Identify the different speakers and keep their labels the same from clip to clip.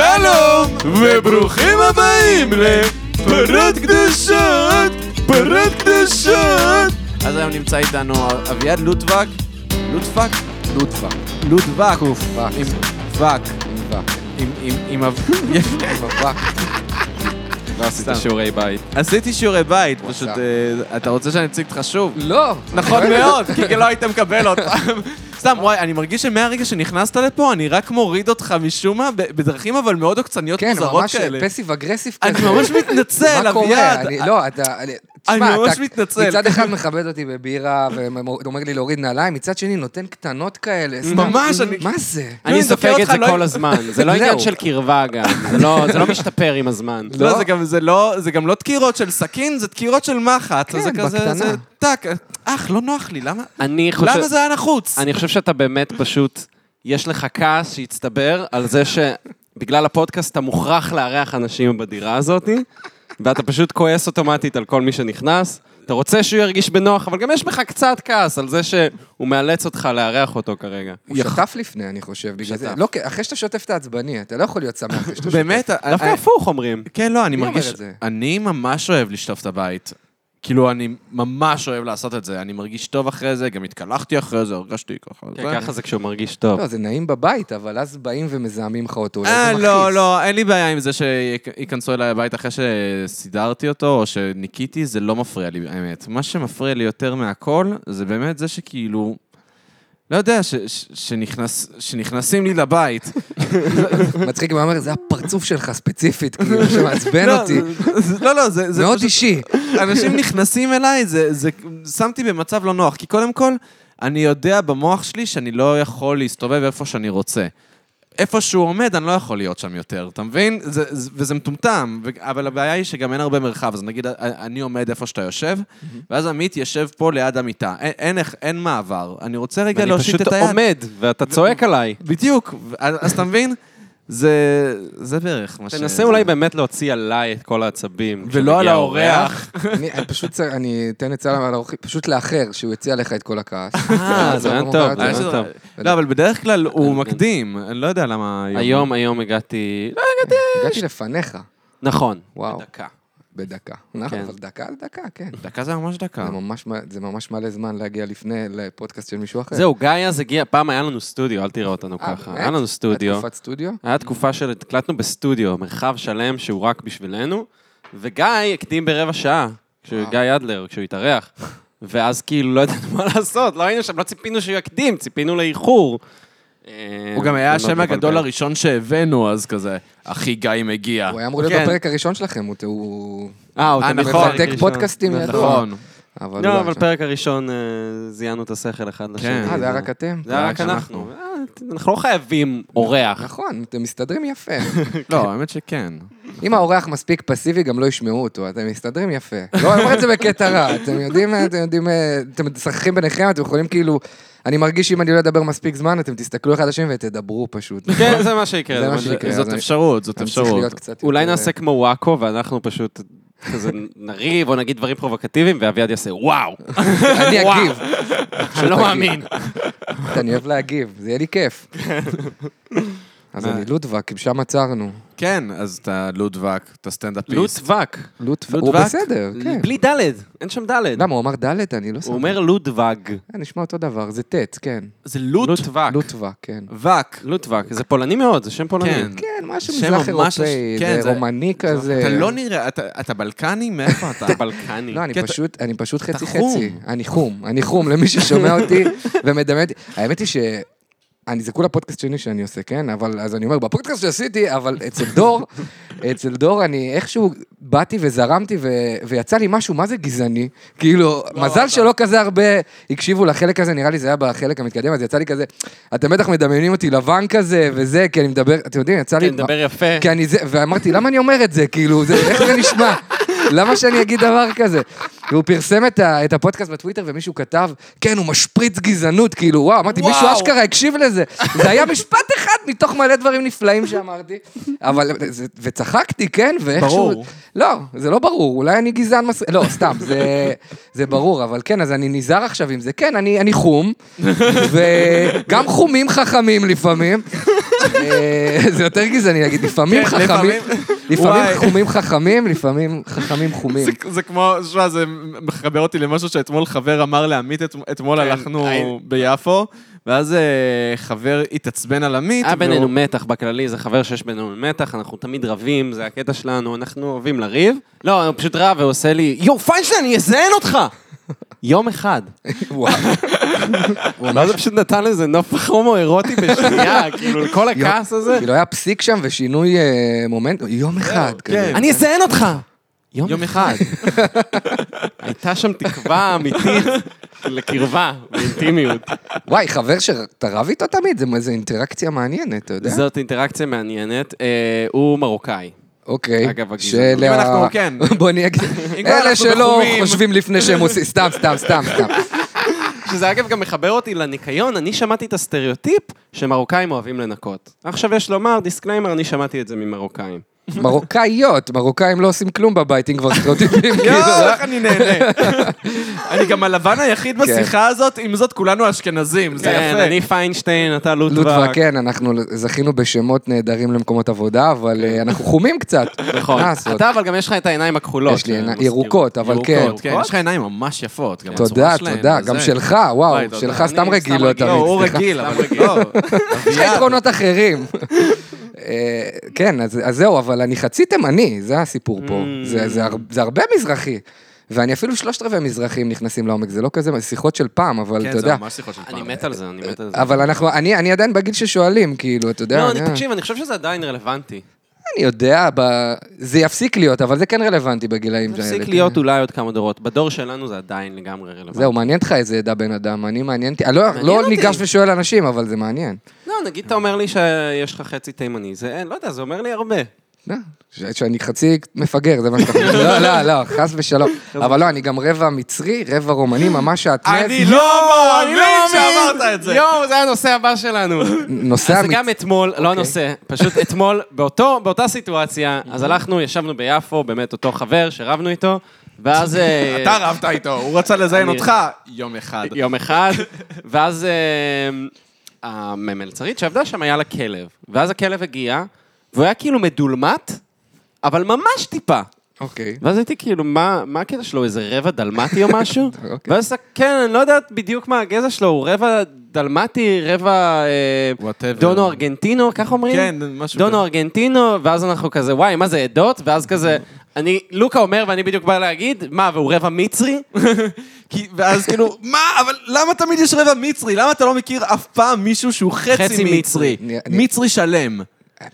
Speaker 1: שלום, וברוכים הבאים לפרות קדושות, פרות קדושות. אז היום נמצא איתנו אביעד לוטבק, לוטפק? לוטבק. לוטבק. קופק. עם וק. עם וק. עם אב...
Speaker 2: לא עשית
Speaker 1: סתם.
Speaker 2: שיעורי בית.
Speaker 1: עשיתי שיעורי בית, פשוט...
Speaker 2: וואטסאפ.
Speaker 1: אה, אתה רוצה שאני אציג אותך שוב?
Speaker 2: לא!
Speaker 1: נכון מאוד, כי לא היית מקבל אותם. סתם, וואי, אני מרגיש שמהרגע שנכנסת לפה, אני רק מוריד אותך משום מה, ב- בדרכים אבל מאוד עוקצניות
Speaker 3: כן,
Speaker 1: מוזרות
Speaker 3: ממש
Speaker 1: כאלה.
Speaker 3: פסיב אגרסיב כזה.
Speaker 1: אני ממש מתנצל,
Speaker 3: מה קורה? אני-
Speaker 1: אביעד.
Speaker 3: לא, אתה... אני- תשמע,
Speaker 1: אני ממש
Speaker 3: אתה
Speaker 1: מתנצל.
Speaker 3: מצד אחד מכבד אותי בבירה ואומר לי להוריד נעליים, מצד שני נותן קטנות כאלה. סתם.
Speaker 1: ממש, אני-
Speaker 3: מה זה?
Speaker 2: אני
Speaker 1: אני
Speaker 2: סופג
Speaker 1: זוכר
Speaker 2: את זה
Speaker 1: אותך, לא-
Speaker 2: כל הזמן. זה לא
Speaker 3: זהו.
Speaker 2: עניין של קרבה גם. זה לא- זה לא משתפר עם הזמן.
Speaker 1: לא, זה גם, זה לא, זה גם לא דקירות של סכין, זה דקירות של מחט. אז זה כזה,
Speaker 3: כן, בקטנה.
Speaker 1: זה טאק. אך, לא נוח לי, למה?
Speaker 2: אני חושב...
Speaker 1: למה זה היה נחוץ?
Speaker 2: אני חושב שאתה באמת פשוט... יש לך כעס שהצטבר על זה שבגלל הפודקאסט אתה מוכרח לארח אנשים בדירה הזאת, ואתה פשוט כועס אוטומטית על כל מי שנכנס. אתה רוצה שהוא ירגיש בנוח, אבל גם יש בך קצת כעס על זה שהוא מאלץ אותך לארח אותו כרגע.
Speaker 3: הוא שטף לפני, אני חושב, בגלל זה.
Speaker 2: שטף.
Speaker 3: לא, כן, אחרי שאתה שוטף אתה עצבני, אתה לא יכול להיות שמח אחרי שאתה שוטף.
Speaker 1: באמת,
Speaker 2: דווקא
Speaker 1: אני-
Speaker 2: הפוך אומרים.
Speaker 1: כן, לא, אני
Speaker 3: מי אומר
Speaker 1: מרגיש...
Speaker 3: את זה?
Speaker 1: אני ממש אוהב לשטוף את הבית. כאילו, אני ממש אוהב לעשות את זה. אני מרגיש טוב אחרי זה, גם התקלחתי אחרי זה, הרגשתי ככה. זה.
Speaker 2: כן, ככה זה כשהוא מרגיש טוב.
Speaker 3: לא, זה נעים בבית, אבל אז באים ומזהמים לך אותו.
Speaker 1: אה,
Speaker 3: זה
Speaker 1: לא,
Speaker 3: מכעיס.
Speaker 1: לא, אין לי בעיה עם זה שייכנסו אליי הביתה אחרי שסידרתי אותו, או שניקיתי, זה לא מפריע לי, האמת. מה שמפריע לי יותר מהכל, זה באמת זה שכאילו... לא יודע, ש, ש, שנכנס, שנכנסים לי לבית. לא.
Speaker 3: מצחיק, מה אומר, זה הפרצוף שלך ספציפית, כאילו, שמעצבן
Speaker 1: לא,
Speaker 3: אותי.
Speaker 1: זה- לא, לא, זה, זה
Speaker 3: מאוד
Speaker 1: פשוט...
Speaker 3: אישי.
Speaker 1: אנשים נכנסים אליי, זה, זה... שמתי במצב לא נוח, כי קודם כל, אני יודע במוח שלי שאני לא יכול להסתובב איפה שאני רוצה. איפה שהוא עומד, אני לא יכול להיות שם יותר, אתה מבין? זה, זה, וזה מטומטם, ו, אבל הבעיה היא שגם אין הרבה מרחב, אז נגיד, א- אני עומד איפה שאתה יושב, ואז עמית יושב פה ליד המיטה. אין, אין, איך- אין מעבר. אני רוצה רגע
Speaker 2: ואני
Speaker 1: להושיט
Speaker 2: פשוט
Speaker 1: את היד.
Speaker 2: עומד, ואתה צועק עליי.
Speaker 1: בדיוק, ו- אז, אז אתה מבין? זה, זה בערך מה ש...
Speaker 2: תנסה אולי באמת להוציא עליי את כל העצבים.
Speaker 1: ולא על
Speaker 2: כשמגיע
Speaker 1: האורח.
Speaker 3: אני אני פשוט, צר- אני אתן עצה לאורחים, פשוט לאחר, שהוא יציע לך את כל הכעס.
Speaker 2: אה, זה היה
Speaker 3: לא
Speaker 2: טוב,
Speaker 3: מובן,
Speaker 2: זה היה
Speaker 3: זה-
Speaker 2: טוב. אה,
Speaker 1: לא, אבל בדרך כלל הוא מקדים, אני לא יודע למה
Speaker 2: היום, היום הגעתי... לא, הגעתי...
Speaker 3: הגעתי לפניך,
Speaker 2: נכון.
Speaker 3: וואו.
Speaker 2: בדקה.
Speaker 3: בדקה. נכון,
Speaker 2: כן. אה.
Speaker 3: אבל דקה זה דקה, כן.
Speaker 1: דקה זה ממש דקה.
Speaker 3: זה ממש מ- זה ממש מלא זמן להגיע לפני לפודקאסט של מישהו
Speaker 1: כן.
Speaker 3: אחר.
Speaker 2: זהו, גיא אז הגיע, פעם היה לנו סטודיו, אל תראה אותנו
Speaker 3: אה,
Speaker 2: ככה.
Speaker 3: באמת?
Speaker 2: היה לנו סטודיו.
Speaker 3: היה תקופת סטודיו?
Speaker 2: היה תקופה של הקלטנו בסטודיו, מרחב שלם שהוא רק בשבילנו, וגיא הקדים ברבע שעה, כשהוא-
Speaker 3: וואו.
Speaker 2: גיא אדלר, כשהוא התארח. ואז כאילו לא ידענו מה לעשות, לא היינו שם, לא ציפינו שהוא יקדים, ציפינו לאיחור.
Speaker 1: הוא גם היה
Speaker 2: אה,
Speaker 1: השם
Speaker 2: מאוד
Speaker 1: הגדול
Speaker 2: מבלבל.
Speaker 1: הראשון שהבאנו, אז כזה, אחי גיא מגיע.
Speaker 3: הוא היה אמור להיות
Speaker 2: כן.
Speaker 3: בפרק הראשון שלכם, הוא- הוא...
Speaker 2: אה, הוא
Speaker 1: אה,
Speaker 2: תמיד
Speaker 1: נכון.
Speaker 2: מפרק
Speaker 3: מפרטק
Speaker 2: ראשון.
Speaker 3: פודקאסטים ידוע.
Speaker 1: נכון.
Speaker 3: אבל הוא לא
Speaker 2: לא,
Speaker 3: היה
Speaker 2: אבל
Speaker 3: שם.
Speaker 2: פרק הראשון אה, זיהנו את השכל אחד לשני.
Speaker 3: אה, זה היה רק אתם?
Speaker 2: כן. זה היה רק אנחנו. אה, אנחנו לא חייבים אורח.
Speaker 3: נכון, אתם מסתדרים יפה.
Speaker 1: לא, האמת שכן.
Speaker 3: אם האורח מספיק פסיבי, גם לא ישמעו אותו, אתם מסתדרים יפה. לא, אני אומר את זה בקטע רע, אתם יודעים, אתם יודעים, אה, אתם משחקים ביניכם, אתם יכולים כאילו... אני מרגיש שאם אני לא אדבר מספיק זמן, אתם תסתכלו אחד על השני ותדברו פשוט.
Speaker 2: כן, זה מה שיקרה.
Speaker 3: זה מה
Speaker 2: זה-
Speaker 3: שיקרה. כן,
Speaker 1: זאת
Speaker 3: אז אני-
Speaker 1: אפשרות, זאת
Speaker 3: אני צריך
Speaker 1: אפשרות.
Speaker 3: להיות קצת
Speaker 2: אולי
Speaker 3: יותר- אה,
Speaker 2: נעשה כמו וואקו, ואנחנו פשוט כזה נריב או נגיד דברים פרובוקטיביים, ואביעד יעשה וואו,
Speaker 3: אני אגיב.
Speaker 2: אני לא
Speaker 3: תגיד.
Speaker 2: מאמין.
Speaker 3: אני אוהב להגיב, זה יהיה לי כיף. אז אני לודבק, אם שם עצרנו.
Speaker 1: כן, אז אתה לודבק, אתה
Speaker 2: לוט
Speaker 1: סטנדאפיסט.
Speaker 2: וק,
Speaker 3: לודבק? הוא
Speaker 1: לודבק?
Speaker 3: בסדר, כן.
Speaker 2: בלי דלת, אין שם דלת.
Speaker 3: למה, הוא אמר ד' אני לא שם.
Speaker 2: הוא אומר לוט וג.
Speaker 3: אה, נשמע אותו דבר, זה ט', כן.
Speaker 1: זה לוט
Speaker 2: לוט וק.
Speaker 3: לודבק, כן.
Speaker 1: וק.
Speaker 2: לוט וק. זה פולני מאוד, זה שם פולני.
Speaker 1: כן.
Speaker 3: כן, משהו
Speaker 1: שם
Speaker 3: מזרח
Speaker 1: ממש-
Speaker 3: אירופאי,
Speaker 1: כן,
Speaker 3: זה
Speaker 1: זה-
Speaker 3: רומני כזה.
Speaker 1: אתה לא נראה, אתה אתה בלקני? מאיפה אתה?
Speaker 2: אתה בלקני.
Speaker 3: לא, אני
Speaker 1: קטע-
Speaker 3: פשוט, אני פשוט חצי
Speaker 1: חום.
Speaker 3: חצי. אני חום, אני חום למי ששומע אותי ומדמה אותי. האמת היא ש... אני, זה כולה פודקאסט שני שאני עושה, כן? אבל, אז אני אומר, בפודקאסט שעשיתי, אבל אצל דור, אצל דור אני איכשהו באתי וזרמתי ו, ויצא לי משהו, מה זה גזעני?
Speaker 1: לא,
Speaker 3: כאילו, מזל שלא כזה הרבה הקשיבו לחלק הזה, נראה לי זה היה בחלק המתקדם, אז יצא לי כזה, אתם בטח מדמיינים אותי לבן כזה וזה, כי אני מדבר, אתם יודעים, יצא לי...
Speaker 2: אני כן, מדבר יפה.
Speaker 3: כי אני זה, ואמרתי, למה אני אומר את זה? כאילו, זה, איך זה נשמע? למה שאני אגיד דבר כזה? והוא פרסם את, ה, את הפודקאסט בטוויטר ומישהו כתב, כן, הוא משפריץ גזענות, כאילו, וואו, אמרתי,
Speaker 1: וואו.
Speaker 3: מישהו אשכרה הקשיב לזה. זה היה משפט אחד מתוך מלא דברים נפלאים שאמרתי, אבל, זה, וצחקתי, כן, ואיכשהו...
Speaker 1: ברור.
Speaker 3: לא, זה לא ברור, אולי אני גזען מס... לא, סתם, זה, זה ברור, אבל כן, אז אני נזהר עכשיו עם זה. כן, אני, אני חום, וגם חומים חכמים לפעמים, אה, זה יותר גזעני להגיד, לפעמים
Speaker 1: כן,
Speaker 3: חכמים,
Speaker 1: לפעמים.
Speaker 3: לפעמים
Speaker 1: וואי.
Speaker 3: חכומים חכמים, לפעמים חכמים חומים.
Speaker 1: זה- זה כמו, שמע, זה מחבר אותי למשהו שאתמול חבר אמר לעמית, את- אתמול
Speaker 2: כן,
Speaker 1: הלכנו
Speaker 2: היינו.
Speaker 1: ביפו, ואז אה, חבר התעצבן על עמית.
Speaker 3: אה,
Speaker 2: היה בינינו
Speaker 1: והוא-
Speaker 2: מתח בכללי, זה חבר שיש בינינו מתח, אנחנו תמיד רבים, זה הקטע שלנו, אנחנו אוהבים לריב. לא, הוא פשוט רב ועושה לי, יואו, פיינשטיין, אני אזיין אותך! יום אחד.
Speaker 3: וואו.
Speaker 2: ואז הוא פשוט נתן לזה נופח הומו-אירוטי בשנייה, כאילו, כל הכעס הזה.
Speaker 3: כאילו היה פסיק שם ושינוי אה, מומנט, יום אחד. כזה.
Speaker 1: כן.
Speaker 2: אני אזיין אותך! יום
Speaker 1: יום
Speaker 2: אחד. הייתה שם תקווה אמיתית לקרבה ואינטימיות.
Speaker 3: וואי, חבר שאתה רב איתו תמיד, זה- זה אינטראקציה מעניינת, אתה יודע?
Speaker 2: זאת אינטראקציה מעניינת. אה, הוא מרוקאי.
Speaker 3: אוקיי.
Speaker 2: אגב, הגזענות.
Speaker 3: שאלה-
Speaker 1: אם אנחנו- כן.
Speaker 3: בוא נהיה...
Speaker 1: אם כבר
Speaker 3: אלה
Speaker 1: אנחנו
Speaker 3: שלא
Speaker 1: בחומים.
Speaker 3: חושבים לפני שהם עושים... סתם, סתם, סתם, סתם.
Speaker 2: שזה אגב גם מחבר אותי לניקיון, אני שמעתי את הסטריאוטיפ שמרוקאים אוהבים לנקות. עכשיו יש לומר, דיסקליימר, אני שמעתי את זה ממרוקאים.
Speaker 3: מרוקאיות, מרוקאים לא עושים כלום בבית, אם כבר סטריאוטיפים. כאילו,
Speaker 1: יואו, איך אני נהנה. אני גם הלבן היחיד בשיחה הזאת, עם זאת כולנו אשכנזים, זה
Speaker 2: כן,
Speaker 1: יפה.
Speaker 2: אני פיינשטיין, אתה
Speaker 3: לוטווה,
Speaker 2: לוטווה.
Speaker 3: כן, אנחנו זכינו בשמות נהדרים למקומות עבודה, אבל אה, אנחנו חומים קצת.
Speaker 2: נכון.
Speaker 3: מה לעשות?
Speaker 2: אתה אבל גם יש לך את העיניים הכחולות.
Speaker 3: אה, יש לי עיניים-
Speaker 2: שמזכירות.
Speaker 3: ירוקות, אבל כן.
Speaker 1: ירוקות, כן,
Speaker 2: ירוקות?
Speaker 1: יש לך עיניים ממש יפות, גם
Speaker 3: תודה,
Speaker 1: הצורה שלהם.
Speaker 3: תודה.
Speaker 1: וזה.
Speaker 3: גם שלך, וואו,
Speaker 1: וואי, תודה.
Speaker 3: שלך
Speaker 2: אוקיי. אני
Speaker 3: סתם
Speaker 2: סתם
Speaker 3: רגילות,
Speaker 2: רגיל.
Speaker 1: לא, הוא
Speaker 3: עמית, סליחה.
Speaker 1: רגיל, אבל
Speaker 2: רגיל.
Speaker 1: לא.
Speaker 3: יש לך יתרונות אחרים. אה, כן, אז אז זהו, אבל אני חצי תימני, זה הסיפור פה. זה- זה הר- זה הרבה מזרחי. ואני אפילו שלושת רבעי מזרחים נכנסים לעומק, זה לא כזה, זה שיחות של פעם, אבל
Speaker 1: כן,
Speaker 3: אתה
Speaker 1: זה
Speaker 3: יודע.
Speaker 1: ממש שיחות של
Speaker 2: אני
Speaker 1: פעם.
Speaker 2: מת על זה, אני מת על זה.
Speaker 3: אבל אנחנו, אני אני עדיין בגיל ששואלים, כאילו, אתה יודע.
Speaker 2: לא, אני-
Speaker 3: אני-
Speaker 2: תקשיב, אני חושב שזה עדיין רלוונטי.
Speaker 3: אני יודע, ב- זה יפסיק להיות, אבל זה כן רלוונטי בגילאים האלה.
Speaker 2: תפסיק
Speaker 3: כן.
Speaker 2: להיות אולי עוד כמה דורות. בדור שלנו זה עדיין לגמרי רלוונטי.
Speaker 3: זהו, מעניין אותך איזה עדה בן אדם, אני מעניין אותי, אני לא- לא
Speaker 2: אותי.
Speaker 3: ניגש ושואל אנשים, אבל זה מעניין.
Speaker 2: לא, נגיד אתה אומר לי שיש לך חצי תימני, זה אין, לא יודע, זה אומר לי הרבה.
Speaker 3: לא, ש- שאני חצי מפגר, זה מה שאתה חושב. לא, לא, לא, חס ושלום. אבל לא, אני גם רבע מצרי, רבע רומני, ממש שעטנז.
Speaker 1: אני לא מאמין שאמרת את זה.
Speaker 2: יואו, זה הנושא הבא שלנו.
Speaker 3: נוסע
Speaker 2: אז זה
Speaker 3: מצ-
Speaker 2: גם אתמול, לא הנושא, פשוט אתמול, באותו- באותה סיטואציה, אז הלכנו, ישבנו ביפו, באמת אותו חבר שרבנו איתו, ואז... אה,
Speaker 1: אתה רבת איתו, הוא רצה לזיין
Speaker 2: אני-
Speaker 1: אותך יום אחד.
Speaker 2: יום אחד, ואז אה, הממלצרית שעבדה שם היה לה כלב, ואז הכלב הגיע, והוא היה כאילו מדולמת, אבל ממש טיפה.
Speaker 3: אוקיי.
Speaker 2: ואז הייתי כאילו, מה מה הקטע שלו, איזה רבע דלמטי או משהו?
Speaker 3: אוקיי.
Speaker 2: ואז כן, אני לא יודעת בדיוק מה הגזע שלו, הוא רבע דלמטי, רבע אה,
Speaker 1: Whatever.
Speaker 2: דונו ארגנטינו, כך אומרים?
Speaker 1: כן, משהו
Speaker 2: דונו
Speaker 1: כזה.
Speaker 2: ארגנטינו, ואז אנחנו כזה, וואי, מה זה עדות? ואז כזה, אני, לוקה אומר, ואני בדיוק בא להגיד, מה, והוא רבע מצרי?
Speaker 1: כי- ואז כאילו, מה, אבל למה תמיד יש רבע מצרי? למה אתה לא מכיר אף פעם מישהו שהוא
Speaker 2: חצי
Speaker 1: חצי מצרי?
Speaker 3: מצרי. אני-
Speaker 1: מצרי שלם.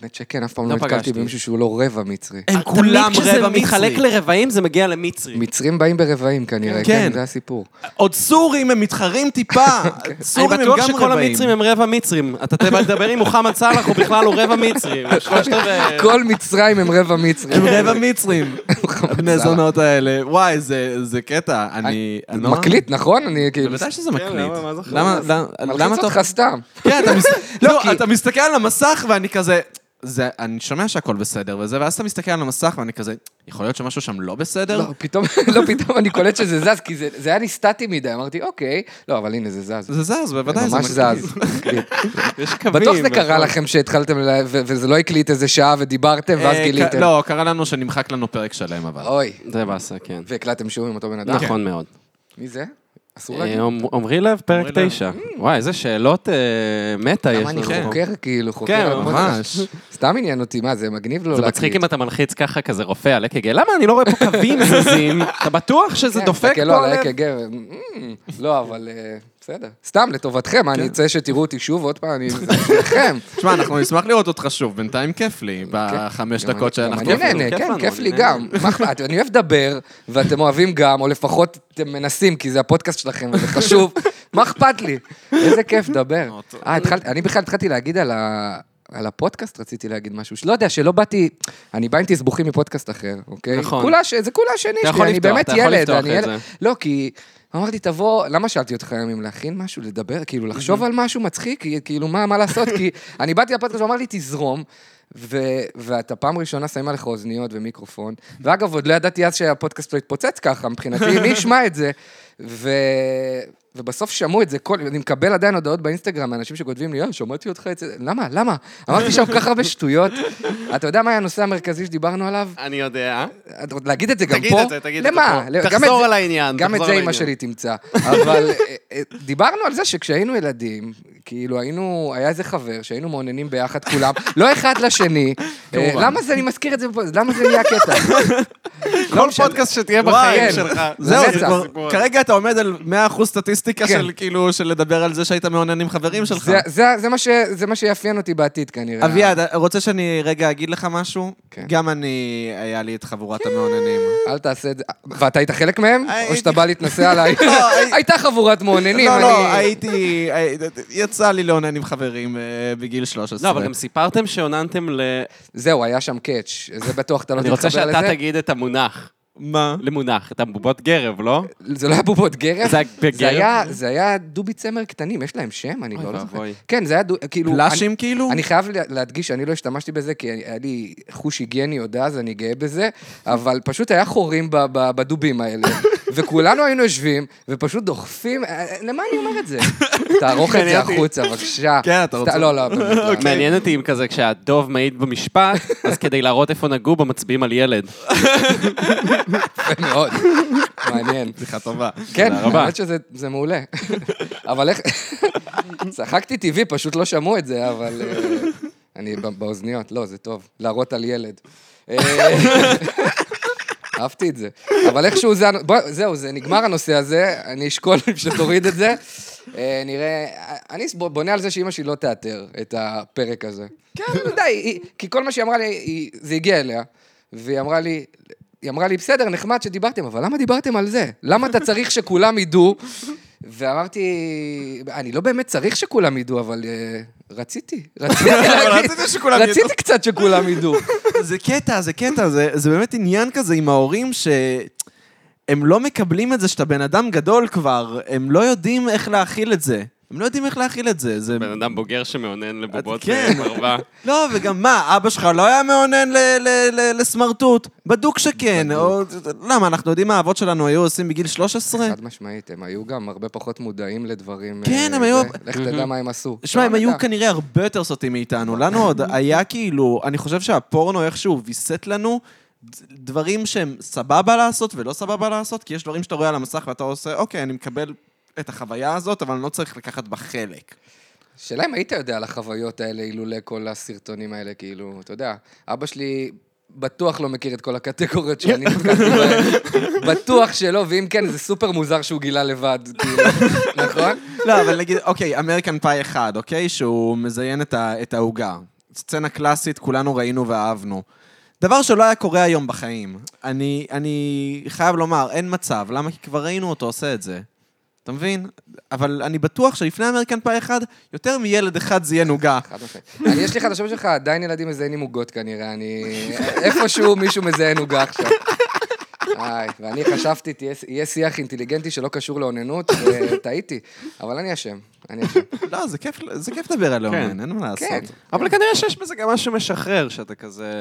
Speaker 3: האמת שכן, אף פעם
Speaker 2: לא
Speaker 3: לא נתקלתי
Speaker 2: פגשתי.
Speaker 3: במישהו שהוא לא רבע מצרי.
Speaker 1: הם כולם רבע
Speaker 2: אה, תמיד כשזה מתחלק
Speaker 1: מצרי.
Speaker 2: לרבעים, זה מגיע למצרי.
Speaker 3: מצרים באים ברבעים כנראה,
Speaker 1: כן.
Speaker 3: כן, זה הסיפור.
Speaker 1: עוד סורים הם מתחרים טיפה.
Speaker 2: אני
Speaker 1: סורים הם גם
Speaker 2: בטוח
Speaker 1: רבעים.
Speaker 2: שכל המצרים הם רבע מצרים. אתה תדבר עם מוחמד סאלח, הוא בכלל הוא רבע מצרי. הוא שלושת
Speaker 1: אה,
Speaker 2: רבעי-
Speaker 3: כל מצרים הם רבע מצרי.
Speaker 1: הם רבע מצרים, הבני זונות האלה. וואי, זה זה קטע. אני... אני לא-
Speaker 3: מקליט, נכון? אני כאילו...
Speaker 1: בוודאי שזה מקליט.
Speaker 2: למה, מה זה חמאס?
Speaker 1: למה, למה, למה
Speaker 3: מלחיץ
Speaker 1: אתה...
Speaker 3: אותך סתם.
Speaker 1: כן, אתה מס-
Speaker 3: לא,
Speaker 1: לא,
Speaker 3: כי-
Speaker 1: אתה מסתכל על המסך ואני כזה... זה, אני שומע שהכל בסדר וזה, ואז אתה מסתכל על המסך ואני כזה, יכול להיות שמשהו שם לא בסדר?
Speaker 3: לא, פתאום, לא, פתאום אני קולט שזה זז, כי זה, זה היה לי סטטי מדי, אמרתי, אוקיי. לא, אבל הנה, זה זז.
Speaker 1: זה זז, בוודאי,
Speaker 3: זה ממש
Speaker 1: מקליט.
Speaker 3: זז.
Speaker 2: יש קווים.
Speaker 3: בטוח זה קרה
Speaker 2: נכון.
Speaker 3: לכם שהתחלתם, ל- ו- וזה לא הקליט איזה שעה ודיברתם, ואז
Speaker 1: אה,
Speaker 3: גיליתם.
Speaker 1: ק- לא, קרה לנו שנמחק לנו פרק שלם, אבל.
Speaker 3: אוי.
Speaker 2: זה באסה, כן.
Speaker 3: והקלטתם שוב עם אותו בן אדם.
Speaker 1: אוקיי.
Speaker 2: נכון מאוד.
Speaker 3: מי זה? אסור להגיד.
Speaker 2: אה, עומ- עמרי לב, Mm. פרק
Speaker 1: עמרי לב.
Speaker 2: 9. וואי, איזה שאלות אה, מטה יש
Speaker 3: למה אני
Speaker 2: לנו. פה.
Speaker 3: חוקר, כאילו, חוקר.
Speaker 2: כן,
Speaker 3: על הפודקאסט?
Speaker 1: ממש.
Speaker 3: סתם עניין אותי, מה, זה מגניב לו
Speaker 2: זה מצחיק אם אתה מלחיץ ככה כזה רופא על אק"ג, למה אני לא רואה פה קווים זזים? אתה בטוח שזה דופק
Speaker 3: תסתכל לו
Speaker 2: פה
Speaker 3: כן, על
Speaker 2: הלב?
Speaker 3: ה-AKG, אמ, לא, אבל אה, בסדר. סתם, לטובתכם,
Speaker 2: כן.
Speaker 3: אני אצא שתראו אותי שוב עוד פעם, אני... זה לכם.
Speaker 1: תשמע, אנחנו נשמח לראות אותך שוב, בינתיים כיף לי, בחמש
Speaker 3: אוקיי. גם
Speaker 1: דקות
Speaker 3: אני- גם
Speaker 1: שאנחנו...
Speaker 3: אני נהנה,
Speaker 2: אוקיי. כיף
Speaker 3: כן,
Speaker 2: לנו,
Speaker 3: כיף
Speaker 2: אני
Speaker 3: לי
Speaker 2: נהנה.
Speaker 3: גם. מה אכפת? אני אוהב לדבר, ואתם אוהבים גם, או לפחות אתם מנסים, כי זה הפודקאסט שלכם, וזה חשוב. מה אכפת לי? איזה כיף לדבר. אה, התחלתי- אני בכלל התחלתי להגיד על ה... על הפודקאסט רציתי להגיד משהו, שלא יודע, שלא באתי, אני בא עם תסבוכים מפודקאסט אחר, אוקיי?
Speaker 2: נכון.
Speaker 3: כולה ש- זה כולה השני
Speaker 2: אתה
Speaker 3: שלי,
Speaker 2: יכול
Speaker 3: אני
Speaker 2: לפתוח,
Speaker 3: באמת
Speaker 2: אתה יכול
Speaker 3: ילד,
Speaker 2: לפתוח
Speaker 3: אני ילד.
Speaker 2: את זה.
Speaker 3: לא, כי אמרתי, תבוא, למה שאלתי אותך היום אם להכין משהו,
Speaker 2: Mm-hmm.
Speaker 3: לדבר, כאילו, לחשוב על משהו מצחיק, כי- כאילו, מה, מה לעשות? כי אני באתי לפודקאסט, הוא אמר לי, תזרום. ו- ואתה פעם ראשונה שמים עליך אוזניות ומיקרופון.
Speaker 2: Mm-hmm.
Speaker 3: ואגב, עוד לא ידעתי אז שהפודקאסט לא התפוצץ ככה, מבחינתי, מי ישמע את זה? ו... ובסוף שמעו את זה, כל... אני מקבל עדיין הודעות באינסטגרם מאנשים שכותבים לי, אה, שמעתי אותך את זה, למה, למה? אמרתי שם כל כך הרבה שטויות. אתה יודע מה היה הנושא המרכזי שדיברנו עליו?
Speaker 2: אני יודע.
Speaker 3: את עוד להגיד את זה גם פה?
Speaker 2: תגיד את זה, תגיד את זה
Speaker 3: למה?
Speaker 2: פה.
Speaker 3: גם את
Speaker 2: תחזור
Speaker 3: זה-
Speaker 2: על העניין,
Speaker 3: גם את
Speaker 2: תחזור
Speaker 3: זה
Speaker 2: על
Speaker 3: אימא
Speaker 2: העניין.
Speaker 3: שלי תמצא. אבל אה, אה, דיברנו על זה שכשהיינו ילדים, כאילו היינו, היה איזה חבר שהיינו מעוננים ביחד כולם, לא אחד לשני. אה,
Speaker 2: כמובן.
Speaker 3: למה זה, אני מזכיר את זה, בפוד- למה זה נהיה קטע?
Speaker 2: כל פודקאסט שתהיה
Speaker 1: וואי,
Speaker 2: בחיים
Speaker 3: כן.
Speaker 2: שלך.
Speaker 1: זהו,
Speaker 3: רצח.
Speaker 1: זה כבר- כרגע אתה עומד על 100% סטטיסטיקה
Speaker 3: כן.
Speaker 1: של כאילו, של לדבר על זה שהיית מעונן עם חברים שלך.
Speaker 3: זה- זה- זה מה ש- זה מה שיאפיין אותי בעתיד כנראה.
Speaker 1: אביעד, רוצה שאני רגע אגיד לך משהו?
Speaker 3: כן.
Speaker 1: גם אני, היה לי את חבורת המעוננים.
Speaker 3: אל תעשה את זה. ואתה היית חלק מהם?
Speaker 2: אה,
Speaker 3: או
Speaker 1: הייתי-
Speaker 3: שאתה בא להתנסה עליי?
Speaker 1: לא, הי-
Speaker 3: הייתה חבורת מעוננים.
Speaker 1: לא, לא,
Speaker 3: אני-
Speaker 1: הייתי... הי- יצא לי לעונן עם חברים אה, בגיל 13.
Speaker 2: לא, אבל גם סיפרתם שעוננתם ל...
Speaker 3: זהו, היה שם קאץ', זה בטוח אתה לא
Speaker 2: אני
Speaker 3: תתחבר לזה.
Speaker 2: רוצה שאתה תגיד את המונח.
Speaker 1: מה?
Speaker 2: למונח, את הבובות גרב, לא?
Speaker 3: זה לא היה בובות גרב?
Speaker 2: זה היה בגרב?
Speaker 3: זה היה- זה היה דובי צמר קטנים, יש להם שם? אני לא
Speaker 2: אוי
Speaker 3: לא זוכר.
Speaker 2: ואבוי.
Speaker 3: כן, זה היה דו... כאילו...
Speaker 1: פלאשים
Speaker 3: אני-
Speaker 1: כאילו?
Speaker 3: אני חייב לה- להדגיש שאני לא השתמשתי בזה, כי היה לי חוש היגייני עוד אז, אני גאה בזה, אבל פשוט היה חורים ב- ב- בדובים האלה. וכולנו היינו יושבים, ופשוט דוחפים... אה, למה אני אומר את זה? תערוך את זה
Speaker 2: מעניין אותי.
Speaker 3: החוצה, בבקשה.
Speaker 1: כן, אתה
Speaker 3: סת-
Speaker 1: רוצה?
Speaker 3: לא, לא, באמת. לא.
Speaker 2: מעניין אותי אם כזה כשהדוב מעיד במשפט, אז כדי להראות איפה נגעו בו מצביעים על ילד.
Speaker 3: יפה מאוד. מעניין.
Speaker 1: שיחה טובה.
Speaker 3: כן,
Speaker 2: רבה.
Speaker 3: האמת שזה זה מעולה. אבל איך... צחקתי טבעי, פשוט לא שמעו את זה, אבל... אה, אני ב- באוזניות, לא, זה טוב. להראות על ילד. אה, אהבתי את זה. אבל איכשהו זה... הנ- בוא, זהו, זה נגמר הנושא הזה, אני אשקול שתוריד את זה. אה, נראה... אני ס- בונה על זה שאימא שלי לא תאתר את הפרק הזה. כן, די, היא- כי כל מה שהיא אמרה לי, היא- זה הגיע אליה. והיא אמרה לי... היא אמרה לי, בסדר, נחמד שדיברתם, אבל למה דיברתם על זה? למה אתה צריך שכולם ידעו? ואמרתי, אני לא באמת צריך שכולם ידעו, אבל אה, רציתי. רציתי להגיד-
Speaker 1: רציתי שכולם ידעו.
Speaker 3: רציתי קצת שכולם ידעו.
Speaker 1: זה קטע, זה קטע, זה, זה באמת עניין כזה עם ההורים ש... הם לא מקבלים את זה שאתה בן אדם גדול כבר, הם לא יודעים איך להכיל את זה. הם לא יודעים איך להכיל את זה. זה...
Speaker 2: בן אדם בוגר שמאונן לבובות
Speaker 1: כן.
Speaker 2: בערווה.
Speaker 1: לא, וגם מה, אבא שלך לא היה מאונן ל- ל- ל- לסמרטוט? בדוק שכן. או... למה, אנחנו יודעים מה האבות שלנו היו עושים בגיל 13?
Speaker 3: חד משמעית, הם היו גם הרבה פחות מודעים לדברים.
Speaker 1: אה. כן,
Speaker 3: אה,
Speaker 1: הם היו-
Speaker 3: זה. לך תדע מה הם עשו.
Speaker 1: שמע, הם
Speaker 3: לא
Speaker 1: היו
Speaker 3: נדע.
Speaker 1: כנראה הרבה יותר סוטים מאיתנו. לנו עוד היה כאילו, אני חושב שהפורנו איכשהו ויסט לנו ד- דברים שהם סבבה לעשות ולא סבבה לעשות, כי יש דברים שאתה רואה על המסך ואתה עושה, אוקיי, אני מקבל את החוויה הזאת, אבל אני לא צריך לקחת בה חלק.
Speaker 3: שאלה אם היית יודע על החוויות האלה, אילולא כל הסרטונים האלה, כאילו, אתה יודע, אבא שלי... בטוח לא מכיר את כל הקטגוריות שאני נתקלתי בהן. בטוח שלא, ואם כן, זה סופר מוזר שהוא גילה לבד, כאילו, נכון?
Speaker 1: לא, אבל נגיד, אוקיי, אמריקן פאי אחד, אוקיי? שהוא מזיין את ה- את העוגה. סצנה קלאסית, כולנו ראינו ואהבנו. דבר שלא היה קורה היום בחיים. אני, אני חייב לומר, אין מצב. למה? כי כבר ראינו אותו עושה את זה. אתה מבין? אבל אני בטוח שלפני אמריקן פאי אחד, יותר מילד אחד זיין עוגה.
Speaker 3: חד משמעית. אני- יש לי חדשות בשבילך, עדיין ילדים מזיינים עוגות כנראה, אני... איפשהו מישהו מזיין עוגה עכשיו. איי, ואני חשבתי, תהיה- יהיה שיח אינטליגנטי שלא קשור לאוננות, וטעיתי. אבל אני אשם, אני אשם.
Speaker 1: לא, זה כיף, זה כיף לדבר על
Speaker 2: כן.
Speaker 1: לאומן, אין מה לעשות.
Speaker 3: כן.
Speaker 2: אבל כנראה שיש בזה גם משהו משחרר, שאתה כזה...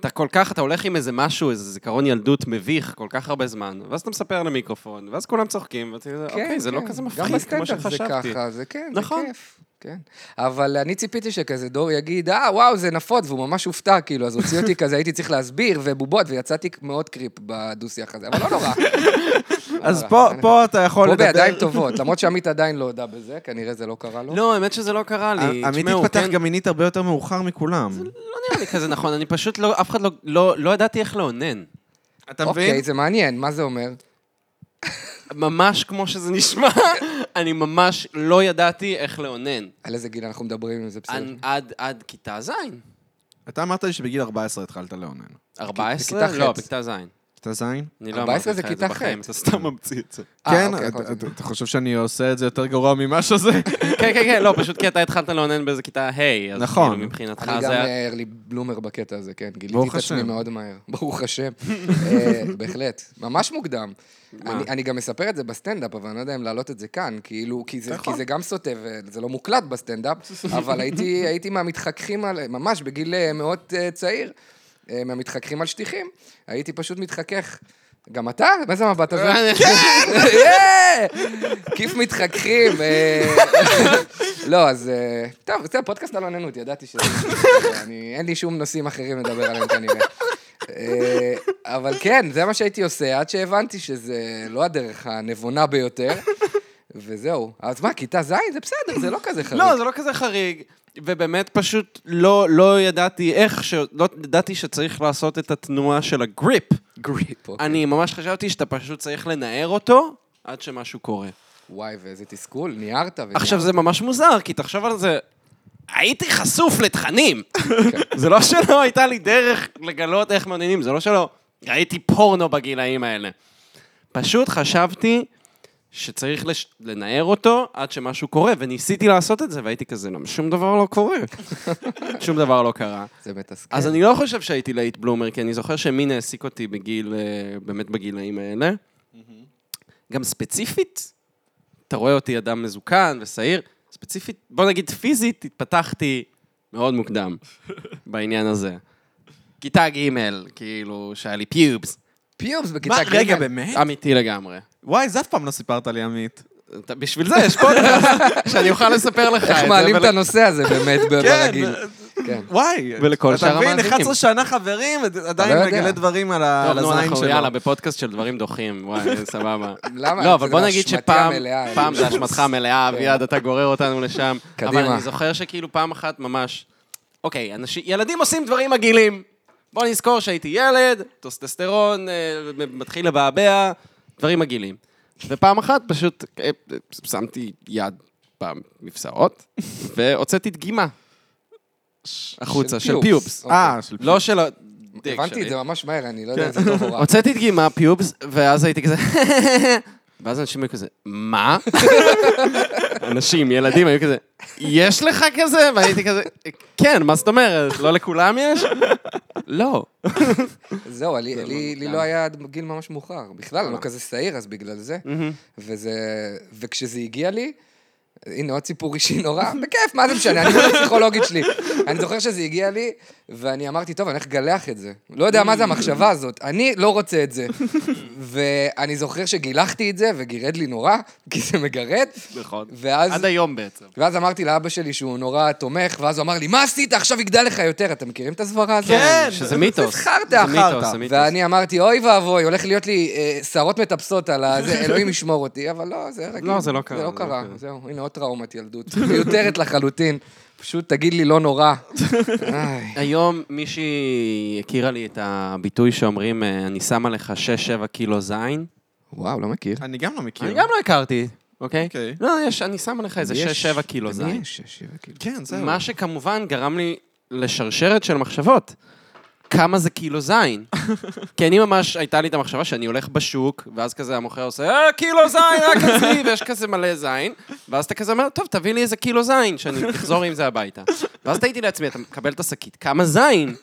Speaker 2: אתה כל כך, אתה הולך עם איזה משהו, איזה זיכרון ילדות מביך כל כך הרבה זמן, ואז אתה מספר למיקרופון, ואז כולם צוחקים, ואתה כזה, אוקיי, זה לא
Speaker 3: כן.
Speaker 2: כזה
Speaker 3: גם
Speaker 2: מפחיד כמו
Speaker 3: בסטנדאפ זה
Speaker 2: שחשבתי.
Speaker 3: ככה, זה כן, זה
Speaker 2: נכון.
Speaker 3: כיף. כן. אבל אני ציפיתי שכזה דור יגיד, אה, וואו, זה נפוץ, והוא ממש הופתע, כאילו, אז הוציאו אותי כזה, הייתי צריך להסביר, ובובות, ויצאתי מאוד קריפ בדו-שיח הזה, אבל לא נורא.
Speaker 1: אז פה, פה אתה יכול
Speaker 3: פה
Speaker 1: לדבר...
Speaker 3: בידיים טובות, למרות שעמית עדיין לא הודה בזה, כנראה זה לא קרה לו.
Speaker 2: לא, האמת שזה לא קרה
Speaker 3: אה,
Speaker 2: לי.
Speaker 1: אה, עמית
Speaker 2: תשמעו,
Speaker 1: התפתח
Speaker 2: כן,
Speaker 1: גם מינית הרבה יותר מאוחר מכולם.
Speaker 2: לא נראה לי כזה נכון, אני פשוט לא, אף אחד לא- לא, לא ידעתי איך לאונן.
Speaker 1: אתה מבין?
Speaker 3: אוקיי, זה מעניין, מה זה אומר?
Speaker 2: ממש כמו שזה נשמע, אני ממש לא ידעתי איך לאונן.
Speaker 3: על איזה גיל אנחנו מדברים, אם זה בסדר?
Speaker 2: אני- עד- עד כיתה ז'.
Speaker 1: אתה אמרת לי שבגיל 14 התחלת לאונן.
Speaker 2: 14?
Speaker 3: בכיתה ח'.
Speaker 2: לא, בכיתה ז'.
Speaker 4: כיתה ז'?
Speaker 2: אני לא
Speaker 3: 14
Speaker 2: אמרתי
Speaker 3: זה
Speaker 2: לך את
Speaker 3: כיתה
Speaker 2: זה בחיים,
Speaker 3: ח'.
Speaker 2: אתה סתם ממציא את זה.
Speaker 3: אה,
Speaker 4: כן? אתה-
Speaker 3: אוקיי, יכול להיות.
Speaker 4: אתה- אתה חושב שאני עושה את זה יותר גרוע ממה שזה?
Speaker 2: כן, כן, כן, לא, פשוט כי אתה התחלת לאונן באיזה כיתה ה', אז
Speaker 4: נכון.
Speaker 2: כאילו מבחינתך
Speaker 3: אני גם
Speaker 2: זה היה...
Speaker 3: אה, ארלי בלומר בקטע הזה, כן. גיליתי
Speaker 4: ברוך
Speaker 3: את עצמי
Speaker 4: השם.
Speaker 3: מאוד מהר. ברוך השם. אה, בהחלט. ממש מוקדם. אני אני גם מספר את זה בסטנדאפ, אבל אני לא יודע אם להעלות את זה כאן, כאילו, כי זה-
Speaker 4: נכון.
Speaker 3: כי זה גם סוטה, וזה לא מוקלט בסטנדאפ, אבל הייתי הייתי מהמתחככים על, ממש בגיל אה, מאוד אה, צעיר, אה, מהמתחככים על שטיחים. הייתי פשוט מתחכך. גם אתה? מה זה המבט הזה? אה, כיף מתחככים. אה. לא, אז... אה, טוב, זה פודקאסט על אוננות, ידעתי שזה... אני- אין לי שום נושאים אחרים לדבר עליהם כנראה. אה, אבל כן, זה מה שהייתי עושה, עד שהבנתי שזה לא הדרך הנבונה ביותר, וזהו. אז מה, כיתה ז' זה בסדר, זה לא כזה חריג.
Speaker 2: לא, זה לא כזה חריג, ובאמת פשוט לא לא ידעתי איך, ש- לא ידעתי שצריך לעשות את התנועה של הגריפ.
Speaker 3: גריפ. אוקיי.
Speaker 2: אני ממש חשבתי שאתה פשוט צריך לנער אותו עד שמשהו קורה.
Speaker 3: וואי, ואיזה תסכול, ניירת. וזה-
Speaker 2: עכשיו, זה ממש מוזר, כי תחשוב על זה, הייתי חשוף לתכנים.
Speaker 3: כן.
Speaker 2: זה לא שלא הייתה לי דרך לגלות איך מעוניינים, זה לא שלא ראיתי פורנו בגילאים האלה. פשוט חשבתי שצריך לש... לנער אותו עד שמשהו קורה, וניסיתי לעשות את זה, והייתי כזה, "לא, שום דבר לא קורה. שום דבר לא קרה.
Speaker 3: זה מתסכל.
Speaker 2: אז אני לא חושב שהייתי לייט בלומר, כי אני זוכר שמין העסיק אותי בגיל, אה, באמת בגילאים האלה. גם ספציפית, אתה רואה אותי אדם מזוקן ושעיר, ספציפית, בוא נגיד פיזית, התפתחתי מאוד מוקדם בעניין הזה. כיתה ג', כאילו, שהיה לי פיובס.
Speaker 3: פיובס
Speaker 4: מה,
Speaker 3: בכיתה ג'.
Speaker 4: רגע, באמת?
Speaker 2: אמיתי לגמרי.
Speaker 4: אה, וואי, זה אף פעם לא סיפרת לי, עמית.
Speaker 2: אתה- בשביל זה יש פודקאסט שאני אוכל לספר לך את זה.
Speaker 3: איך מעלים את
Speaker 2: ול-
Speaker 3: הנושא הזה באמת ב-
Speaker 4: כן.
Speaker 3: ברגיל. כן.
Speaker 4: וואי.
Speaker 2: ולכל שאר
Speaker 4: אתה מבין,
Speaker 2: המאזינים.
Speaker 4: 11 שנה חברים, עדיין
Speaker 3: לא יודע.
Speaker 4: מגלה דברים על ה- על
Speaker 2: טוב, נו,
Speaker 4: הזין
Speaker 2: אנחנו
Speaker 4: שלו.
Speaker 2: יאללה, בפודקאסט של דברים דוחים, וואי, סבבה.
Speaker 3: למה?
Speaker 2: לא, אבל
Speaker 3: זה
Speaker 2: בוא
Speaker 3: גם
Speaker 2: נגיד
Speaker 3: אשמתי
Speaker 2: שפעם,
Speaker 3: המלאה.
Speaker 2: פעם זה אשמתך המלאה, אביעד, אתה גורר אותנו לשם.
Speaker 3: כן. קדימה.
Speaker 2: אבל אני זוכר שכאילו פעם אחת ממש, אוקיי, אנשים- ילדים עושים דברים מגעילים. בוא נזכור שהייתי ילד, טוסטסטרון, אה, מתחיל לבעבע, דברים מגעילים. ופעם אחת פשוט אה, אה, שמתי יד במפסעות, והוצאתי דגימה. החוצה, של
Speaker 3: פיובס.
Speaker 2: פיובס.
Speaker 4: אה, של
Speaker 2: לא של הדיק
Speaker 3: אוקיי. הבנתי
Speaker 2: שלי.
Speaker 3: את זה ממש מהר, אני לא יודע אם
Speaker 2: כן.
Speaker 3: זה טוב או רע.
Speaker 2: הוצאתי דגימה, פיובס, ואז הייתי כזה... ואז אנשים היו כזה, מה? אנשים, ילדים, היו כזה, יש לך כזה? והייתי כזה, כן, מה זאת אומרת? לא לכולם יש? לא.
Speaker 3: זהו, לי, לי, לי
Speaker 2: מוקדם.
Speaker 3: לא היה עד גיל ממש מאוחר. בכלל, אני לא כזה שעיר, אז בגלל זה. וזה... וכשזה הגיע לי, הנה עוד סיפור אישי נורא, בכיף, מה זה משנה, אני מול הפסיכולוגית שלי. אני זוכר שזה הגיע לי, ואני אמרתי, טוב, אני הולך לגלח את זה. לא יודע מה זה המחשבה הזאת, אני לא רוצה את זה. ואני זוכר שגילחתי את זה, וגירד לי נורא, כי זה מגרד.
Speaker 2: נכון.
Speaker 3: ואז...
Speaker 2: עד היום בעצם.
Speaker 3: ואז אמרתי לאבא שלי שהוא נורא תומך, ואז הוא אמר לי, מה עשית? עכשיו יגדל לך יותר. אתם מכירים את הסברה הזאת?
Speaker 4: כן.
Speaker 2: שזה מיתוס.
Speaker 3: זה חרטא,
Speaker 2: זה מיתוס,
Speaker 4: חרטא.
Speaker 2: זה מיתוס.
Speaker 3: ואני אמרתי, אוי ואבוי, הולך להיות לי אה, שערות מטפסות על ה... זה, אלוהים ישמור אותי, אבל לא, זה רגיל.
Speaker 2: לא, זה לא קרה,
Speaker 3: זה
Speaker 2: זה
Speaker 3: לא
Speaker 2: לא
Speaker 3: קרה,
Speaker 2: קרה.
Speaker 3: זהו, הנה עוד טראומת ילדות. מיותרת לחלוטין. פשוט תגיד לי, לא נורא. איי.
Speaker 2: היום מישהי הכירה לי את הביטוי שאומרים, אה, אני שמה לך 6-7 קילו זין.
Speaker 3: וואו, לא מכיר.
Speaker 4: אני גם לא מכיר.
Speaker 2: אני גם לא הכרתי, אוקיי?
Speaker 4: אוקיי.
Speaker 2: לא, יש, אני שמה לך איזה 6-7 קילו
Speaker 3: למי
Speaker 2: זין.
Speaker 3: יש שש, שבע קילו?
Speaker 4: כן, זהו.
Speaker 2: מה שכמובן גרם לי לשרשרת של מחשבות. כמה זה קילו זין. כי אני ממש, הייתה לי את המחשבה שאני הולך בשוק, ואז כזה המוכר עושה, אה, קילו זין, רק אצלי, ויש כזה מלא זין. ואז אתה כזה אומר, טוב, תביא לי איזה קילו זין, שאני אחזור עם זה הביתה. ואז תהיתי לעצמי, אתה מקבל את השקית, כמה זין?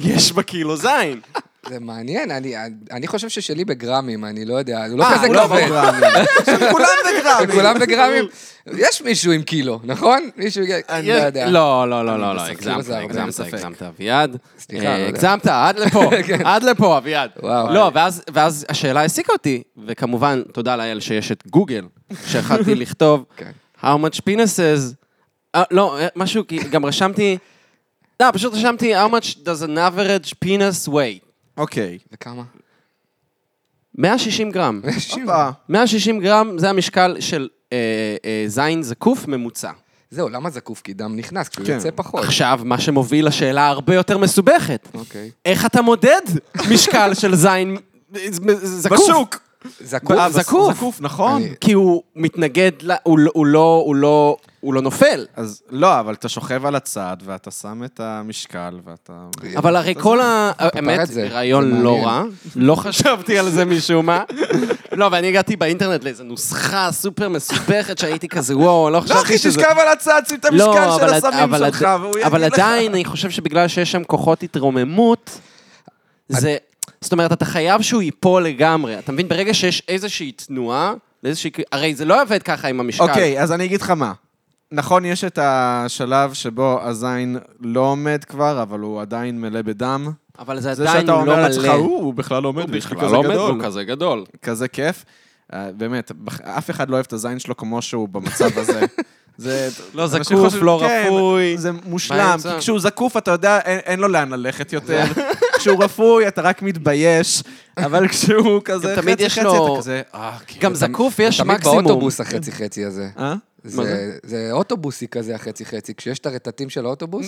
Speaker 2: יש בה קילו זין.
Speaker 3: זה מעניין, אני- אני חושב ששלי בגרמים, אני לא יודע, הוא לא
Speaker 2: אה,
Speaker 3: כזה
Speaker 2: הוא לא
Speaker 3: כבד.
Speaker 4: כן, כולם בגרמים.
Speaker 3: כולם בגרמים. יש מישהו עם קילו, נכון? מישהו... אני לא
Speaker 2: יש-
Speaker 3: יודע.
Speaker 2: לא, לא, לא, לא, לא,
Speaker 3: בספק,
Speaker 2: הגזמת,
Speaker 3: זה הרבה, אין
Speaker 2: הגזמת,
Speaker 3: ספק.
Speaker 2: הגזמת, אביעד.
Speaker 3: סליחה, לא
Speaker 2: אה,
Speaker 3: יודע. כן.
Speaker 2: הגזמת, עד לפה, עד לפה, אביעד.
Speaker 3: וואו.
Speaker 2: לא, ואז- ואז השאלה העסיקה אותי, וכמובן, תודה לאל שיש את גוגל, שיכלתי לכתוב,
Speaker 3: כן.
Speaker 2: How much penises, אה, לא, אה, משהו, כי גם רשמתי, לא, פשוט רשמתי, How much does an average penis weigh?
Speaker 4: אוקיי.
Speaker 3: וכמה?
Speaker 2: 160 גרם.
Speaker 4: הופה.
Speaker 2: 160 גרם זה המשקל של אה, אה, זין זקוף ממוצע.
Speaker 3: זהו, למה זקוף? כי דם נכנס, כי הוא
Speaker 4: כן.
Speaker 3: יוצא פחות.
Speaker 2: עכשיו, מה שמוביל לשאלה הרבה יותר מסובכת.
Speaker 3: אוקיי.
Speaker 2: איך אתה מודד משקל של זין זקוף?
Speaker 4: בשוק.
Speaker 3: זקוף.
Speaker 2: אה, זקוף.
Speaker 1: זקוף, נכון.
Speaker 3: אני-
Speaker 2: כי הוא מתנגד, ל- הוא לא- הוא לא- הוא לא- הוא לא נופל.
Speaker 1: אז לא, אבל אתה שוכב על הצד, ואתה שם את המשקל, ואתה...
Speaker 2: אבל הרי כל ה... האמת,
Speaker 3: את זה, זה
Speaker 2: רעיון
Speaker 3: מעניין.
Speaker 2: לא רע. לא חשבתי על זה משום מה. לא, ואני הגעתי באינטרנט לאיזו נוסחה סופר מסובכת, שהייתי כזה, וואו, לא
Speaker 1: לא,
Speaker 2: חשבתי
Speaker 1: אחי,
Speaker 2: שזה...
Speaker 1: תשכב על הצד, שים את המשקל
Speaker 2: לא,
Speaker 1: של
Speaker 2: אבל-
Speaker 1: הסמים
Speaker 2: אבל
Speaker 1: שלך,
Speaker 2: עד-
Speaker 1: והוא יגיד לך.
Speaker 2: אבל עדיין, אני חושב שבגלל שיש שם כוחות התרוממות, זה... זאת אומרת, אתה חייב שהוא ייפול לגמרי. אתה מבין? ברגע שיש איזושהי תנועה, לאיזושהי... הרי זה לא עובד ככה עם המשקל.
Speaker 1: אוקיי, אז אני אגיד לך מה. נכון, יש את השלב שבו הזין לא עומד כבר, אבל הוא עדיין מלא בדם.
Speaker 2: אבל זה
Speaker 1: זה
Speaker 2: עדיין
Speaker 1: שאתה
Speaker 2: הוא לא
Speaker 1: אומר לעצמך,
Speaker 2: מלא.
Speaker 1: הוא הוא בכלל לא עומד, הוא בכלל
Speaker 2: לא
Speaker 1: לא
Speaker 2: עומד,
Speaker 1: גדול.
Speaker 2: הוא כזה גדול.
Speaker 1: כזה כיף. אה, באמת, בח- אף אחד לא אוהב את הזין שלו כמו שהוא במצב הזה. זה...
Speaker 2: לא
Speaker 1: אנשים
Speaker 2: זקוף,
Speaker 1: חושבים,
Speaker 2: לא
Speaker 1: כן,
Speaker 2: רפוי.
Speaker 1: זה מושלם,
Speaker 2: באמצע.
Speaker 1: כי כשהוא זקוף, אתה יודע, אין, אין לו לאן ללכת יותר. כשהוא רפוי, אתה רק מתבייש, אבל כשהוא כזה
Speaker 2: גם תמיד
Speaker 1: חצי
Speaker 2: יש
Speaker 1: חצי,
Speaker 2: לו-
Speaker 1: אתה כזה, אה, כאילו.
Speaker 2: גם זקוף יש
Speaker 3: תמיד
Speaker 2: מקסימום.
Speaker 3: באוטובוס החצי-חצי הזה.
Speaker 1: אה?
Speaker 2: מה
Speaker 3: זה, זה אוטובוסי כזה, החצי-חצי. כשיש את הרטטים של האוטובוס,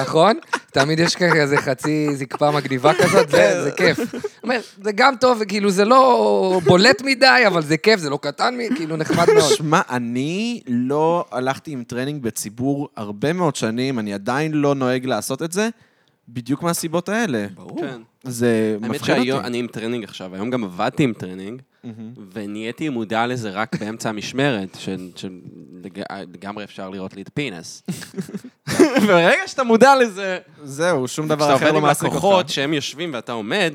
Speaker 3: נכון? תמיד יש כזה חצי זקפה מגניבה כזאת, זה, זה כיף. אומר, זה גם טוב, כאילו, זה לא בולט מדי, אבל זה כיף, זה לא קטן, מ- כאילו, נחמד מאוד.
Speaker 1: לא, שמע, אני לא הלכתי עם טרנינג בציבור הרבה מאוד שנים, אני עדיין לא נוהג לעשות את זה, בדיוק מהסיבות האלה. ברור.
Speaker 2: כן.
Speaker 1: זה
Speaker 2: האמת
Speaker 1: מפחיד
Speaker 2: שהיום,
Speaker 1: אותי.
Speaker 2: אני עם טרנינג עכשיו, היום גם עבדתי עם טרנינג, ונהייתי מודע לזה רק באמצע המשמרת, שלגמרי אפשר לראות לי את הפינס. וברגע שאתה מודע לזה,
Speaker 1: זהו, שום
Speaker 2: כשאתה
Speaker 1: דבר
Speaker 2: עובד
Speaker 1: אחר לא
Speaker 2: עם
Speaker 1: מעסיק
Speaker 2: לקוחות
Speaker 1: אותך.
Speaker 2: שהם יושבים ואתה עומד,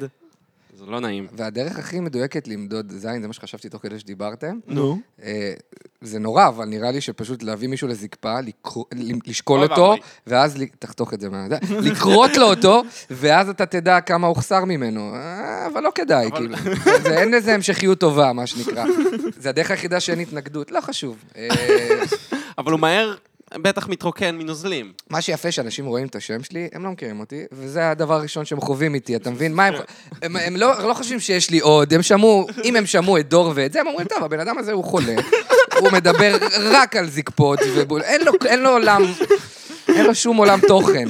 Speaker 2: זה לא נעים.
Speaker 3: והדרך הכי מדויקת למדוד זין, זה מה שחשבתי תוך כדי שדיברתם.
Speaker 1: נו.
Speaker 3: אה, זה נורא, אבל נראה לי שפשוט להביא מישהו לזקפה, לקרו- ל- לשקול
Speaker 2: אוי
Speaker 3: אותו,
Speaker 2: ואבוי.
Speaker 3: ואז ל- תחתוך את זה מה... זה, לכרות לו אותו, ואז אתה תדע כמה הוחסר ממנו. אה, אבל לא כדאי, כאילו. זה- אין לזה המשכיות טובה, מה שנקרא. זה הדרך היחידה שאין התנגדות, לא חשוב. אה,
Speaker 2: אבל הוא מהר בטח מתרוקן מנוזלים.
Speaker 3: מה שיפה שאנשים רואים את השם שלי, הם לא מכירים אותי, וזה הדבר הראשון שהם חווים איתי, אתה מבין? מה הם... הם, הם לא, לא חושבים שיש לי עוד, הם שמעו, אם הם שמעו את דור ואת זה, הם אומרים, טוב, הבן אדם הזה הוא חולה, הוא מדבר רק על זקפות, ובול, אין, לו, אין לו עולם, אין לו שום עולם תוכן.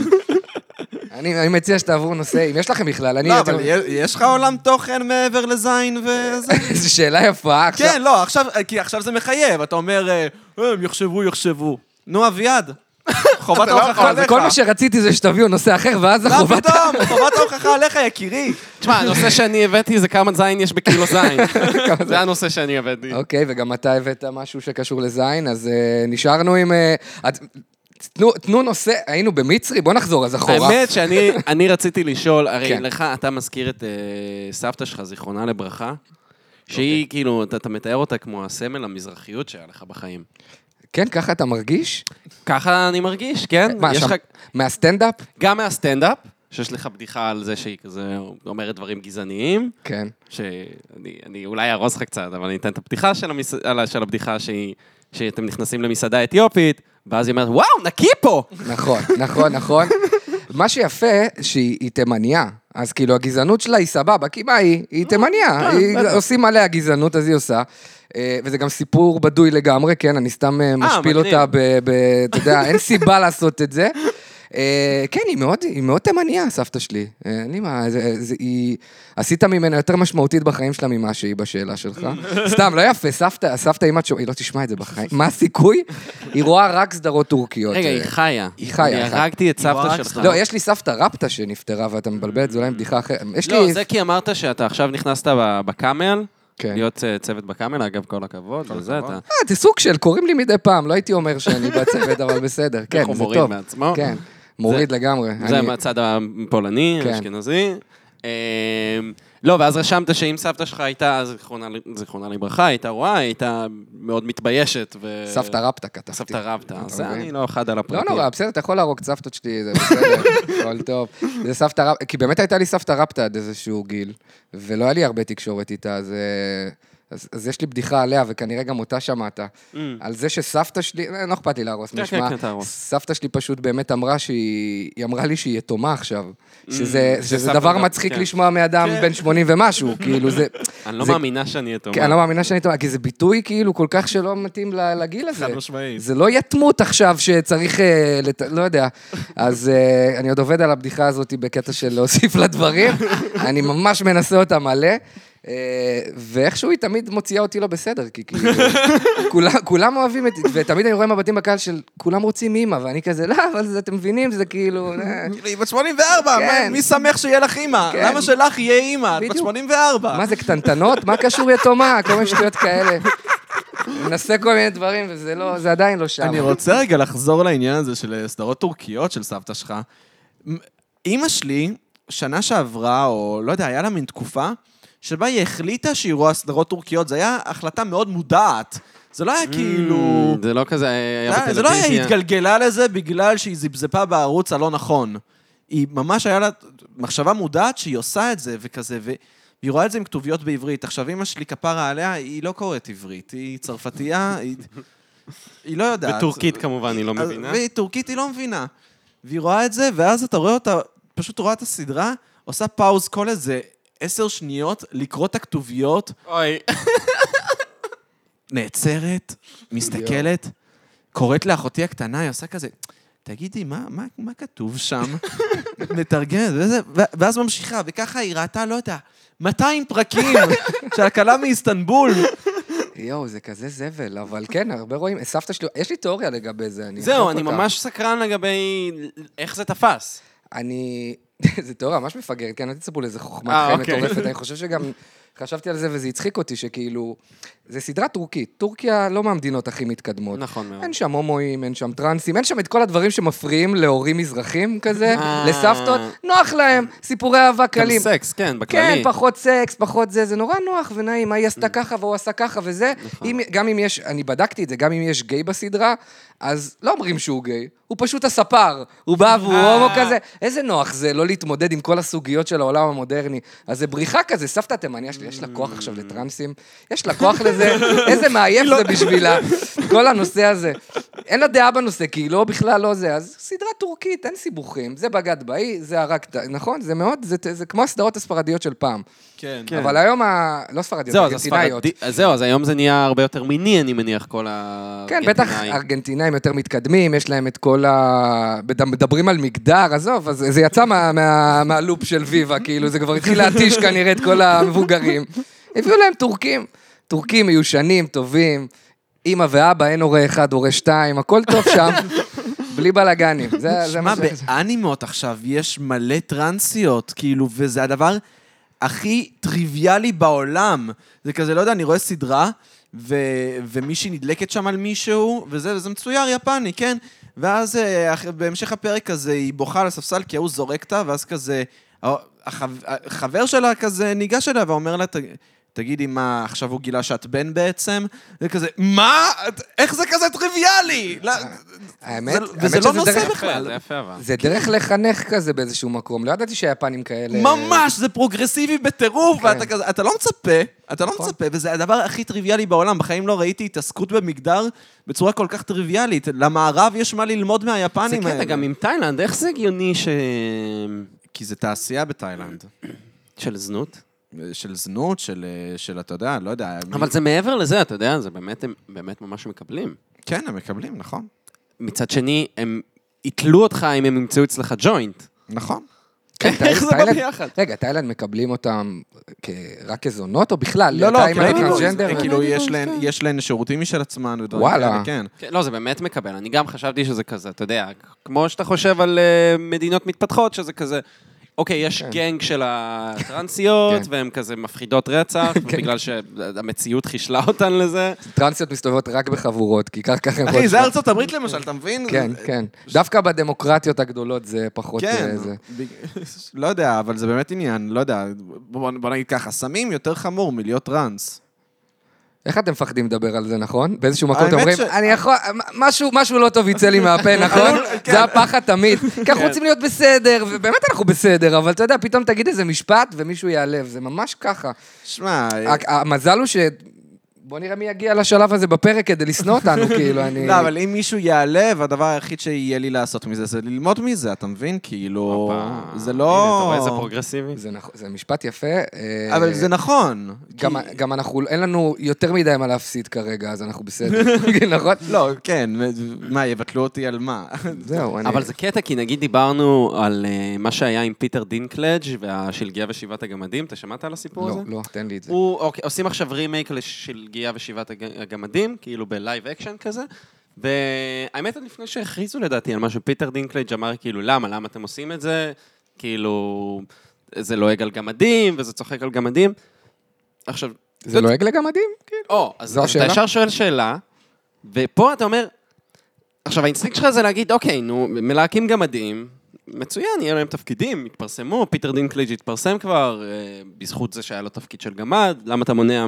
Speaker 3: אני, אני מציע שתעברו נושא, אם יש לכם בכלל, אני...
Speaker 1: לא, אבל יש- יש לך עולם תוכן מעבר לזין וזה?
Speaker 3: זו שאלה יפה, עכשיו...
Speaker 1: כן, לא, עכשיו, כי עכשיו זה מחייב, אתה אומר, אה, הם יחשבו, יחשבו. נו, אביעד, חובת ההוכחה
Speaker 3: אבל
Speaker 1: עליך.
Speaker 3: לא כל מה שרציתי זה שתביאו נושא אחר, ואז
Speaker 1: מה
Speaker 3: החובה...
Speaker 1: פתאום, חובת ההוכחה עליך, יקירי.
Speaker 2: תשמע, הנושא שאני הבאתי זה כמה זין יש בקילו זין. זה הנושא שאני הבאתי.
Speaker 3: אוקיי, וגם אתה הבאת משהו שקשור לזין, אז אה, נשארנו עם... אה, את- תנו- תנו נושא, היינו במצרי, בוא נחזור אז אחורה.
Speaker 2: האמת שאני אני רציתי לשאול, הרי
Speaker 3: כן.
Speaker 2: לך, אתה מזכיר את אה, סבתא שלך, זיכרונה לברכה,
Speaker 3: אוקיי.
Speaker 2: שהיא כאילו, אתה אתה מתאר אותה כמו הסמל המזרחיות שהיה לך בחיים.
Speaker 3: כן, ככה אתה מרגיש?
Speaker 2: ככה אני מרגיש, כן?
Speaker 3: מה,
Speaker 2: יש
Speaker 3: שם-
Speaker 2: לך
Speaker 3: מהסטנדאפ?
Speaker 2: גם מהסטנדאפ, שיש לך בדיחה על זה שהיא כזה אומרת דברים גזעניים,
Speaker 3: כן.
Speaker 2: שאני אני אולי אארוז לך קצת, אבל אני אתן את הפתיחה של, המס... על ה- של הבדיחה שהיא, שאתם נכנסים למסעדה אתיופית, ואז היא אומרת, וואו, נקי פה!
Speaker 3: נכון, נכון, נכון. מה שיפה, שהיא היא תימניה. אז כאילו, הגזענות שלה היא סבבה, כי מה היא? היא תימניה. היא- עושים עליה גזענות, אז היא עושה. אה, וזה גם סיפור בדוי לגמרי, כן? אני סתם אה, משפיל
Speaker 2: מגניב.
Speaker 3: אותה ב... ב- אתה יודע, אין סיבה לעשות את זה. אה, כן, היא מאוד, היא מאוד תימניה, סבתא שלי. אה, אין לי מה, זה, זה, היא... עשית ממנה יותר משמעותית בחיים שלה ממה שהיא בשאלה שלך. סתם, לא יפה, סבתא, סבתא, אם את שומעת, היא לא תשמע את זה בחיים. מה הסיכוי? היא רואה רק סדרות טורקיות.
Speaker 2: רגע,
Speaker 3: אה,
Speaker 2: היא חיה.
Speaker 3: היא חיה,
Speaker 2: אני
Speaker 3: חיה.
Speaker 2: הרגתי את סבתא
Speaker 1: וואי,
Speaker 2: שלך.
Speaker 3: לא, יש לי סבתא רבתא שנפטרה, ואתה מבלבל את זה אולי עם בדיחה אחרת. יש לי...
Speaker 2: לא, זה כי אמרת שאתה עכשיו נכנסת ב- בקאמל,
Speaker 3: כן.
Speaker 2: להיות אה, צוות בקאמל, אגב, כל הכבוד, וזה אתה.
Speaker 3: אה, זה סוג של, קוראים לי מדי פעם, לא הייתי אומר שאני בצוות, אבל בסדר. כן,
Speaker 2: הוא
Speaker 3: זה
Speaker 2: מוריד
Speaker 3: טוב.
Speaker 2: מעצמו.
Speaker 3: כן, מוריד לגמרי.
Speaker 2: זה
Speaker 3: אני-
Speaker 2: מהצד הפולני,
Speaker 3: כן.
Speaker 2: האשכנזי. אה, לא, ואז רשמת שאם סבתא שלך הייתה, זיכרונה ל- זיכרונה לברכה, הייתה רואה, הייתה מאוד מתביישת. ו-
Speaker 3: סבתא רבתא כתבתי.
Speaker 2: סבתא רבתא. אז
Speaker 3: מבין?
Speaker 2: אני לא אחד על
Speaker 3: לא
Speaker 2: הפרטים.
Speaker 3: נורא, בסדר, אתה יכול להרוג את סבתות שלי, זה בסדר, הכל טוב. זה סבתא רב... כי באמת הייתה לי סבתא רבתא עד איזשהו גיל, ולא היה לי הרבה תקשורת איתה, אז... אה, אז, אז יש לי בדיחה עליה, וכנראה גם אותה שמעת, על זה שסבתא שלי, לא, לא אכפת לי להרוס,
Speaker 2: Mm. כן,
Speaker 3: נשמע,
Speaker 2: כן, תהרוס.
Speaker 3: סבתא שלי פשוט באמת אמרה שהיא, היא אמרה לי שהיא יתומה עכשיו, שזה, שזה
Speaker 2: Mm. סבתא
Speaker 3: דבר
Speaker 2: גם-
Speaker 3: מצחיק
Speaker 2: כן.
Speaker 3: לשמוע מאדם בן 80 ומשהו, כאילו זה,
Speaker 2: אני לא
Speaker 3: זה-
Speaker 2: מאמינה שאני אהיה
Speaker 3: כן, אני לא מאמינה שאני יתומה, כי זה ביטוי כאילו כל כך שלא מתאים ל- לגיל הזה.
Speaker 1: חד משמעית.
Speaker 3: זה לא יתמות עכשיו שצריך, אה, לת... לא יודע. אז אה, אני עוד עובד על הבדיחה הזאת בקטע של להוסיף לה דברים, אני ממש מנסה אותה מלא. אה, ואיכשהו היא תמיד מוציאה אותי לא בסדר, כי כאילו, כולם- כולם אוהבים את, ותמיד אני רואה מבטים בקהל של כולם רוצים אימא, ואני כזה, לא, אבל זה- אתם מבינים, זה כאילו... אה,
Speaker 1: כאילו, היא בת 84,
Speaker 3: כן.
Speaker 1: מה- מי שמח שיהיה לך אימא?
Speaker 3: כן.
Speaker 1: למה שלך יהיה אימא? את בת
Speaker 3: בדיוק.
Speaker 1: 84.
Speaker 3: מה זה, קטנטנות? מה קשור יתומה? כל מיני שטויות כאלה. מנסה כל מיני דברים, וזה לא, זה עדיין לא שם.
Speaker 1: אני רוצה רגע לחזור לעניין הזה של אה, סדרות טורקיות של סבתא שלך. מ- אימא שלי, שנה שעברה, או לא יודע, היה לה מין תקופה שבה היא החליטה שהיא רואה סדרות טורקיות. זו הייתה החלטה מאוד מודעת. זה לא
Speaker 3: Mm.
Speaker 1: היה כאילו...
Speaker 2: זה לא כזה היה
Speaker 1: זה- זה לא היה, היא התגלגלה לזה בגלל שהיא זיבזפה בערוץ הלא נכון. היא ממש היה לה מחשבה מודעת שהיא עושה את זה וכזה, והיא רואה את זה עם כתוביות בעברית. עכשיו, אמא שלי כפרה עליה, היא לא קוראת עברית, היא צרפתייה, היא, היא לא יודעת.
Speaker 2: בטורקית כמובן, היא לא
Speaker 1: אז-
Speaker 2: מבינה.
Speaker 1: והיא טורקית, היא לא מבינה. והיא רואה את זה, ואז אתה רואה אותה, פשוט רואה את הסדרה, עושה פאוז כל איזה עשר שניות, לקרוא את הכתוביות,
Speaker 2: אוי,
Speaker 1: נעצרת, מסתכלת, קוראת לאחותי הקטנה, היא עושה כזה, תגידי, מה, מה, מה כתוב שם? מתרגמת, וזה, ו- ואז ממשיכה, וככה היא ראתה, לא יודע, 200 פרקים של הכלה מאיסטנבול.
Speaker 3: יואו, זה כזה זבל, אבל כן, הרבה רואים. סבתא שלי, יש לי תיאוריה לגבי זה, אני...
Speaker 2: זהו,
Speaker 3: אחלוק
Speaker 2: אני
Speaker 3: אותה.
Speaker 2: ממש סקרן לגבי איך זה תפס.
Speaker 3: אני... זו תיאוריה ממש מפגרת, כן, אל תצפו לאיזה חוכמת
Speaker 2: אה,
Speaker 3: חיים
Speaker 2: אוקיי.
Speaker 3: מטורפת. אני חושב שגם חשבתי על זה וזה הצחיק אותי, שכאילו... זה סדרה טורקית. טורקיה לא מהמדינות הכי מתקדמות.
Speaker 2: נכון מאוד.
Speaker 3: אין שם הומואים, אין שם טרנסים, אין שם את כל הדברים שמפריעים להורים מזרחים כזה,
Speaker 2: אה.
Speaker 3: לסבתות. נוח להם, סיפורי אהבה
Speaker 2: גם
Speaker 3: קלים.
Speaker 2: סקס, כן,
Speaker 3: כן,
Speaker 2: בכללי. Mm.
Speaker 3: פחות סקס, פחות זה, זה נורא נוח ונעים, ההיא עשתה ככה והוא עשה ככה וזה.
Speaker 2: נכון.
Speaker 3: אם- גם אם יש, אני בדקתי את זה, גם אם יש גיי בסדרה, אז לא אומרים שהוא גיי, הוא פשוט הספר, הוא בא והוא
Speaker 2: אה.
Speaker 3: הומו כזה. איזה נוח זה לא להתמודד עם כל הסוגיות של העולם המודרני. אז זה בריחה כזה, סבתא התימניה שלי, יש לה כוח עכשיו לטרנסים, יש לה כוח לזה, איזה מעייף
Speaker 2: לא.
Speaker 3: זה בשבילה, כל הנושא הזה. אין לה דעה בנושא, כי היא לא בכלל לא זה. אז סדרה טורקית, אין סיבוכים. זה בגד באי, זה הרג, את ה- נכון? זה מאוד, זה, זה כמו הסדרות הספרדיות של פעם.
Speaker 1: כן.
Speaker 3: כן. אבל היום, ה... לא ספרדיות,
Speaker 2: זהו, אז
Speaker 3: ארגנטינאיות.
Speaker 2: הספרדי- אז זהו, אז היום זה נהיה הרבה יותר מיני, אני מניח, כל ה...
Speaker 3: כן, בטח ארגנטינאים יותר מתקדמים, יש להם את כל ה... בד- מדברים על מגדר, עזוב, אז זה יצא מה- מה- מהלופ של ויווה, כאילו, זה כבר התחיל להתיש כנראה את כל המבוגרים. הביאו להם טורקים. טורקים מיושנים, טובים, אימא ואבא, אין הורה אחד, הורה שתיים, הכל טוב שם, בלי בלאגנים. זה,
Speaker 1: מה,
Speaker 3: זה מה ש...
Speaker 1: באנימות עכשיו יש מלא טרנסיות, כאילו, וזה הדבר הכי טריוויאלי בעולם. זה כזה, לא יודע, אני רואה סדרה, ו- ומישהי נדלקת שם על מישהו, וזה, וזה מצויר יפני, כן? ואז אה, אח- בהמשך הפרק הזה היא בוכה על הספסל כי ההוא זורק אותה, ואז כזה, ה- החב- החבר שלה כזה ניגש אליה ואומר לה, "ת- תגידי, מה, עכשיו הוא גילה שאת בן בעצם? זה כזה, מה? את- איך זה כזה טריוויאלי? לא-
Speaker 3: האמת,
Speaker 1: זה- וזה
Speaker 3: האמת
Speaker 1: לא
Speaker 3: שזה
Speaker 1: נושא
Speaker 3: דרך-
Speaker 1: בכלל.
Speaker 2: זה יפה אבל.
Speaker 3: זה דרך לחנך כזה באיזשהו מקום, לא ידעתי שהיפנים כאלה...
Speaker 1: ממש, זה פרוגרסיבי בטירוף,
Speaker 3: כן.
Speaker 1: ואתה כזה, אתה לא מצפה, אתה לא
Speaker 3: נכון.
Speaker 1: מצפה, וזה הדבר הכי טריוויאלי בעולם. בחיים לא ראיתי התעסקות במגדר בצורה כל כך טריוויאלית. למערב יש מה ללמוד
Speaker 2: זה
Speaker 1: מהיפנים האלה.
Speaker 2: קטע גם עם תאילנד, איך זה הגיוני ש...
Speaker 1: כי זה תעשייה בתאילנד.
Speaker 2: של זנות?
Speaker 1: של זנות, של, אה, של, אתה יודע, לא יודע. מי-
Speaker 2: אבל זה מעבר לזה, אתה יודע, זה באמת, הם באמת ממש מקבלים.
Speaker 1: כן, הם מקבלים, נכון.
Speaker 2: מצד שני, הם יתלו אותך אם הם ימצאו אצלך ג'וינט.
Speaker 1: נכון.
Speaker 3: כן,
Speaker 2: איך
Speaker 3: תאילנד-
Speaker 2: זה בא
Speaker 3: תאילנד-
Speaker 2: ביחד?
Speaker 3: רגע, תאילנד מקבלים אותם כ- רק כזונות, או בכלל?
Speaker 1: לא, לא,
Speaker 3: אתה אם
Speaker 1: כן,
Speaker 3: אתה
Speaker 1: לא, לא,
Speaker 3: טרנסג'נדר?
Speaker 1: זה- כאילו, יש להן- יש להן שירותים משל עצמן ודברים
Speaker 3: וואלה.
Speaker 1: כאלה, כן.
Speaker 2: כן, לא, זה באמת מקבל. אני גם חשבתי שזה כזה, אתה יודע, כמו שאתה חושב על אה, מדינות מתפתחות, שזה כזה, אוקיי, יש גנג של הטרנסיות,
Speaker 3: כן.
Speaker 2: והן כזה מפחידות רצח, ובגלל שהמציאות חישלה אותן לזה.
Speaker 3: טרנסיות מסתובבות רק בחבורות, כי ככה הם...
Speaker 1: אחי, זה ארצות הברית למשל, אתה מבין?
Speaker 3: כן, כן. דווקא בדמוקרטיות הגדולות זה פחות...
Speaker 1: כן,
Speaker 3: אה, זה.
Speaker 1: בג- לא יודע, אבל זה באמת עניין, לא יודע, בוא בוא נגיד ככה, סמים יותר חמור מלהיות טראנס.
Speaker 3: איך אתם מפחדים לדבר על זה, נכון? באיזשהו מקום
Speaker 1: האמת
Speaker 3: אתם אומרים,
Speaker 1: ש-
Speaker 3: אני יכול, משהו, משהו לא טוב יצא לי מהפה, נכון?
Speaker 1: כן.
Speaker 3: זה הפחד תמיד. כי אנחנו רוצים להיות בסדר, ובאמת אנחנו בסדר, אבל אתה יודע, פתאום תגיד איזה משפט ומישהו ייעלב, זה ממש ככה.
Speaker 1: שמע, אה,
Speaker 3: המזל הוא ש... בוא נראה מי יגיע לשלב הזה בפרק כדי לשנוא אותנו, כאילו, אני...
Speaker 1: לא, אבל אם מישהו יעלב, הדבר היחיד שיהיה לי לעשות מזה זה ללמוד מזה, אתה מבין? כאילו,
Speaker 2: הופה.
Speaker 1: זה
Speaker 2: הנה, אתה רואה איזה
Speaker 1: לא...
Speaker 2: פרוגרסיבי?
Speaker 3: זה נכון, זה משפט יפה. אה,
Speaker 1: אבל זה נכון.
Speaker 3: גם,
Speaker 1: כי-
Speaker 3: גם אנחנו, אין לנו יותר מדי מה להפסיד כרגע, אז אנחנו בסדר, נכון?
Speaker 1: לא, כן, מה, יבטלו אותי על מה?
Speaker 3: זהו, אני...
Speaker 2: אבל זה קטע, כי נגיד דיברנו על אה, מה שהיה עם פיטר דינקלג' והשלגיה ושבעת הגמדים, אתה שמעת על הסיפור הזה?
Speaker 3: לא, לא, תן לי את זה.
Speaker 2: הוא, אוקיי, עושים עכשיו רימייק לשלגיה ושבעת הג- הגמדים, כאילו בלייב אקשן כזה. והאמת, עוד לפני שהכריזו לדעתי על משהו, פיטר דינקלייג' אמר כאילו, למה, למה אתם עושים את זה? כאילו, זה לועג על גמדים, וזה צוחק על גמדים. עכשיו,
Speaker 3: זה לועג לגמדים?
Speaker 2: או, אז
Speaker 3: זו
Speaker 2: אז אתה
Speaker 3: השאלה?
Speaker 2: ישר שואל שאלה, ופה אתה אומר, עכשיו האינסטינקט שלך זה להגיד, אוקיי, נו, מלהקים גמדים, מצוין, יהיה להם תפקידים, יתפרסמו, פיטר דינקליג' התפרסם כבר, אה, בזכות זה שהיה לו תפקיד של גמד, למה אתה מונע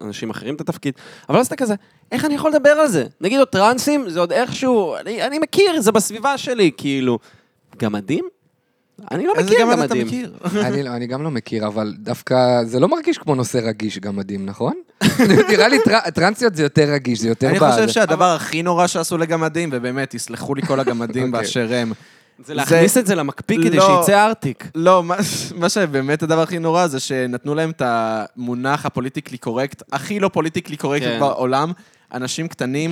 Speaker 2: מאנשים אחרים את התפקיד? אבל אז אתה כזה, איך אני יכול לדבר על זה? נגיד עוד טרנסים, זה עוד איכשהו, אני, אני מכיר, זה בסביבה שלי, כאילו, גמדים? אני לא
Speaker 1: איזה
Speaker 3: כן,
Speaker 2: מכיר
Speaker 1: גמד אתה
Speaker 2: גמדים.
Speaker 1: מכיר?
Speaker 3: אני, לא- אני גם לא מכיר, אבל דווקא זה לא מרגיש כמו נושא רגיש גמדים, נכון? נראה לי טר- טרנסיות זה יותר רגיש, זה יותר
Speaker 1: אני
Speaker 3: לא בעד.
Speaker 1: חושב שהדבר הכי נורא שעשו לגמדים, ובאמת, יסלחו לי כל הגמדים
Speaker 3: אוקיי.
Speaker 1: באשר הם.
Speaker 2: זה להכניס
Speaker 1: זה-
Speaker 2: את זה למקפיא כדי
Speaker 1: לא.
Speaker 2: שיצא ארטיק.
Speaker 1: לא, מה- מה שבאמת הדבר הכי נורא זה שנתנו להם את המונח הפוליטיקלי קורקט, הכי לא פוליטיקלי קורקט
Speaker 2: כן.
Speaker 1: בעולם, אנשים קטנים.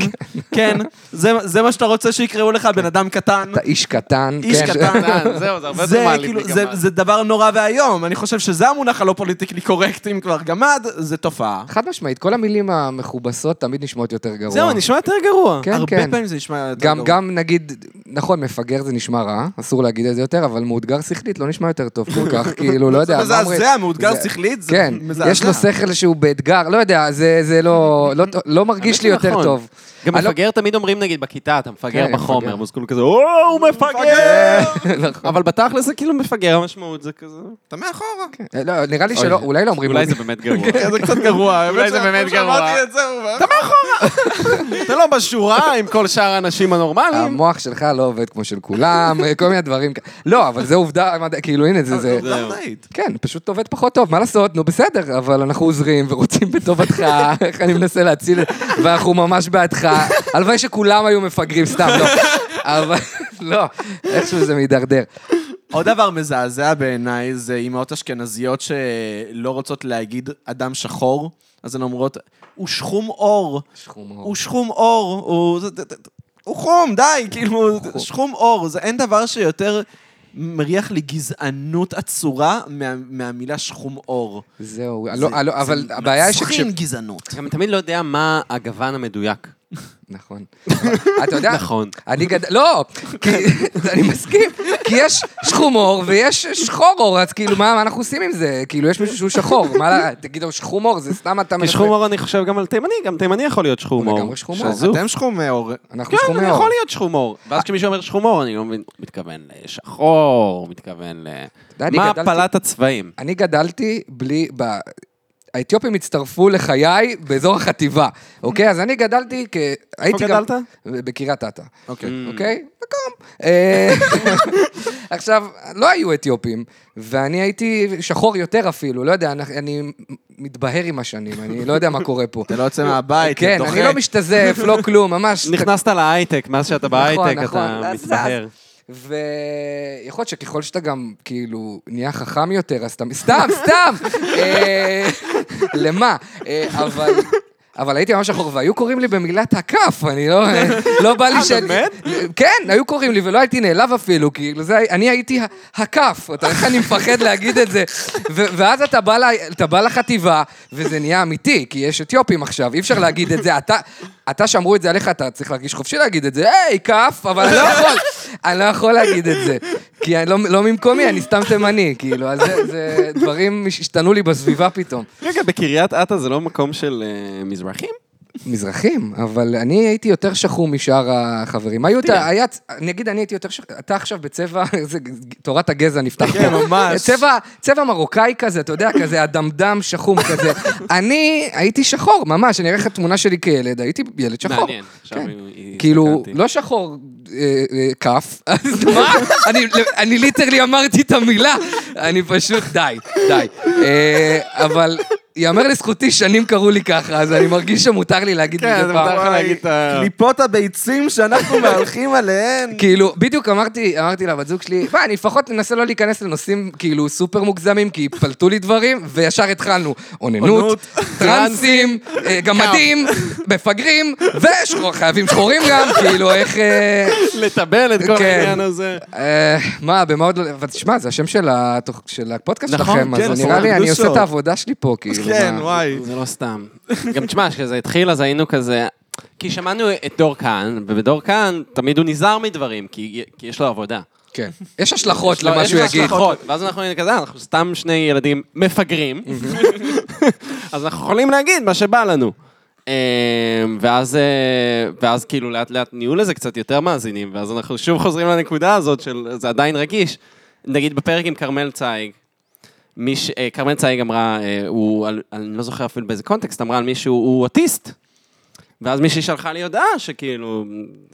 Speaker 1: כן, זה זה מה שאתה רוצה שיקראו לך, בן אדם קטן.
Speaker 3: אתה איש קטן.
Speaker 1: איש
Speaker 3: כן, ש-
Speaker 1: קטן.
Speaker 2: זהו, זה הרבה יותר
Speaker 1: זה
Speaker 2: מעליב
Speaker 1: כאילו,
Speaker 2: מגמד.
Speaker 1: זה, זה דבר נורא ואיום, אני חושב שזה המונח הלא פוליטיקלי קורקט, אם כבר גמד, זה תופעה.
Speaker 3: חד משמעית, כל המילים המכובסות תמיד נשמעות יותר גרוע.
Speaker 2: זהו, נשמע יותר גרוע.
Speaker 3: כן,
Speaker 1: הרבה
Speaker 3: כן.
Speaker 1: פעמים זה נשמע... יותר
Speaker 3: גם,
Speaker 1: גרוע.
Speaker 3: גם נגיד, נכון, מפגר זה נשמע רע, אסור להגיד את זה יותר, אבל מאותגר שכלית לא נשמע יותר טוב כל כך, כאילו, לא יודע.
Speaker 1: זה
Speaker 3: מה אומרים?
Speaker 1: מזעזע, מאותגר
Speaker 3: זה-
Speaker 1: שכלית, זה
Speaker 3: כן,
Speaker 1: מזעזע.
Speaker 3: יש לו שכל שהוא באתגר, לא יודע, זה, זה לא, לא, לא מרגיש לי
Speaker 2: האמת
Speaker 3: יותר
Speaker 2: שנכון.
Speaker 3: טוב.
Speaker 2: גם
Speaker 3: אני לא-
Speaker 2: מפגר תמיד אומרים, נגיד, בכיתה, אתה מפגר
Speaker 3: כן,
Speaker 2: בחומר,
Speaker 3: מפגר.
Speaker 2: ואז כולם כזה, או, הוא מפגר!
Speaker 3: נכון.
Speaker 2: אבל בתכל'ס זה כאילו מפגר, המשמעות זה כזה...
Speaker 1: אתה מאחורה.
Speaker 3: לא, נראה לי שלא, אולי לא אומרים...
Speaker 2: אולי זה באמת גרוע.
Speaker 1: כן, זה קצת גרוע.
Speaker 2: אולי זה
Speaker 1: האמת
Speaker 2: באמת
Speaker 1: שאנחנו
Speaker 2: גרוע.
Speaker 1: שמעתי את זה, הוא אומר,
Speaker 2: אתה לא בשורה עם כל שאר האנשים הנורמליים.
Speaker 3: המוח שלך לא עובד כמו של כולם, כל מיני דברים. כ- לא, אבל זה עובדה, מה- כאילו, הנה, זה... זה-
Speaker 1: "טוב,
Speaker 2: זהו.
Speaker 1: מדעית."
Speaker 3: כן, פשוט עובד פחות טוב, מה לעשות? נו, בסדר, אבל אנחנו עוזרים ורוצים בטובתך, איך אני מנסה להציל, ואנחנו ממש בעדך. הלוואי שכולם היו מפגרים, סתם, לא. אבל, לא, איכשהו זה מידרדר.
Speaker 1: עוד דבר מזעזע בעיניי זה אימהות אשכנזיות שלא רוצות להגיד אדם שחור, אז הן אומרות, הוא שחום אור.
Speaker 3: שחום
Speaker 1: הוא שחום אור, הוא... זה- זה- זה- הוא חום, די, כאילו, זה- שחום אור, זה אין דבר שיותר מריח לי גזענות עצורה מה- מהמילה שחום אור.
Speaker 3: זהו, לא, לא, אבל הבעיה היא שכש...
Speaker 1: מצחין גזענות.
Speaker 2: גם תמיד לא יודע מה הגוון המדויק.
Speaker 3: נכון. אתה יודע,
Speaker 2: נכון.
Speaker 3: אני גדל... לא, כי... אני מסכים. כי יש שחום עור ויש שחור עור, אז כאילו, מה מה אנחנו עושים עם זה? כאילו, יש מישהו שהוא שחור. מה, לה- תגיד לו, שחום עור, זה סתם אתה...
Speaker 2: כי
Speaker 3: מנסה-
Speaker 2: שחום אור אני חושב גם על תימני, גם תימני יכול להיות שחום
Speaker 3: הוא
Speaker 2: אור.
Speaker 3: לגמרי שחום אור.
Speaker 2: שזוף.
Speaker 1: אתם שחום אור.
Speaker 3: אנחנו
Speaker 2: כן,
Speaker 3: שחומי
Speaker 2: אני
Speaker 3: עור.
Speaker 2: יכול להיות שחום אור. ואז כשמישהו אומר שחום אור, אני לא מבין, הוא מתכוון לשחור, הוא מתכוון ל...
Speaker 3: יודע, אני
Speaker 2: מה
Speaker 3: גדלתי-
Speaker 2: הפלת הצבעים?
Speaker 3: אני גדלתי בלי... ב... האתיופים הצטרפו לחיי באזור החטיבה, איפה אז אני גדלתי כ... הייתי גם-
Speaker 2: גדלת?
Speaker 3: בקריית אתא.
Speaker 1: אוקיי.
Speaker 3: אוקיי? מקום. אה, עכשיו, לא היו אתיופים, ואני הייתי שחור יותר אפילו, לא יודע, אני- אני מתבהר עם השנים, אני לא יודע מה קורה פה.
Speaker 1: אתה לא יוצא מהבית, אתה
Speaker 3: כן,
Speaker 1: דוחק.
Speaker 3: אני לא משתזף, לא כלום, ממש.
Speaker 2: נכנסת להייטק, מאז שאתה
Speaker 3: נכון,
Speaker 2: בהייטק אתה
Speaker 3: אז- אז-
Speaker 2: מתבהר.
Speaker 3: ויכול להיות שככל שאתה גם, כאילו, נהיה חכם יותר, אז אתה... סתם, סתם! אה, למה? אה, אבל... אבל הייתי ממש שחור, והיו קוראים לי במילת הכף, אני לא... לא בא לי ש...
Speaker 2: באמת?
Speaker 3: כן, היו קוראים לי, ולא הייתי נעלב אפילו, כאילו, זה... אני הייתי ה- הכף, אתה יודע איך אני מפחד להגיד את זה. ו- ואז אתה בא, ל- אתה בא לחטיבה, וזה נהיה אמיתי, כי יש אתיופים עכשיו, אי אפשר להגיד את זה. אתה, אתה שאמרו את זה עליך, אתה צריך להרגיש חופשי להגיד את זה, היי, כף, אבל אני לא יכול, אני לא יכול להגיד את זה. כי אני לא, לא ממקומי, אני סתם תימני, כאילו, אז זה, זה דברים השתנו לי בסביבה פתאום.
Speaker 2: רגע, בקריית אתא זה לא מקום של אה, מזרחים?
Speaker 3: מזרחים, אבל אני הייתי יותר שחום משאר החברים. היו את ה... היה... נגיד, אני הייתי יותר שחום... אתה עכשיו בצבע... זה- תורת הגזע נפתח.
Speaker 1: כן,
Speaker 3: פה.
Speaker 1: ממש.
Speaker 3: צבע, צבע מרוקאי כזה, אתה יודע, כזה אדמדם שחום כזה. אני הייתי שחור, ממש, אני אראה לך תמונה שלי כילד, הייתי ילד שחור.
Speaker 2: מעניין, עכשיו
Speaker 3: כן.
Speaker 2: היא-
Speaker 3: כאילו,
Speaker 2: הסתכלתי.
Speaker 3: לא שחור אה, אה, כף, אז מה? אני- אני ליטרלי אמרתי את המילה, אני פשוט, די, די. אה, אבל ייאמר לזכותי, שנים קראו לי ככה, אז אני מרגיש שמותר לי להגיד
Speaker 2: כן,
Speaker 3: מדי לא
Speaker 2: זה
Speaker 3: פעם.
Speaker 2: מותר. לך להגיד את ה-
Speaker 1: קליפות הביצים שאנחנו מהלכים עליהן.
Speaker 3: כאילו, בדיוק אמרתי, אמרתי לבת זוג שלי, מה, אני לפחות אנסה לא להיכנס לנושאים כאילו סופר מוגזמים, כי פלטו לי דברים, וישר התחלנו. אוננות,
Speaker 1: אוננות,
Speaker 3: טרנסים, אה, גמדים, מפגרים, וחייבים שחורים גם, כאילו, איך... אה,
Speaker 2: לטבל את כל
Speaker 3: כן.
Speaker 2: העניין הזה.
Speaker 3: אה, מה, במה עוד לא... אבל תשמע, זה השם של התוכ- של הפודקאסט
Speaker 2: נכון,
Speaker 3: שלכם,
Speaker 2: כן,
Speaker 3: אז נראה לי, אני עושה
Speaker 1: קדושות.
Speaker 3: את העבודה שלי פה, כאילו.
Speaker 1: כן,
Speaker 3: מה-
Speaker 1: וואי.
Speaker 2: זה לא סתם. גם תשמע, כשזה התחיל אז היינו כזה... כי שמענו את דור כהן, ובדור כהן תמיד הוא נזהר מדברים, כי, כי יש לו עבודה.
Speaker 3: כן. יש השלכות
Speaker 2: לא,
Speaker 3: למה
Speaker 2: יש
Speaker 3: שהוא
Speaker 2: לו
Speaker 3: יגיד.
Speaker 2: השלכות. ואז אנחנו היינו כזה, אנחנו סתם שני ילדים מפגרים, אז אנחנו יכולים להגיד מה שבא לנו. אמ, ואז, אה, ואז כאילו לאט לאט נהיו לזה קצת יותר מאזינים, ואז אנחנו שוב חוזרים לנקודה הזאת של זה עדיין רגיש. נגיד בפרק עם כרמל צייג, מי ש- אה, כרמל צייג אמרה, אה, הוא, על- אני לא זוכר אפילו באיזה קונטקסט, אמרה על מישהו, הוא אוטיסט. ואז מישהי שלחה לי הודעה שכאילו,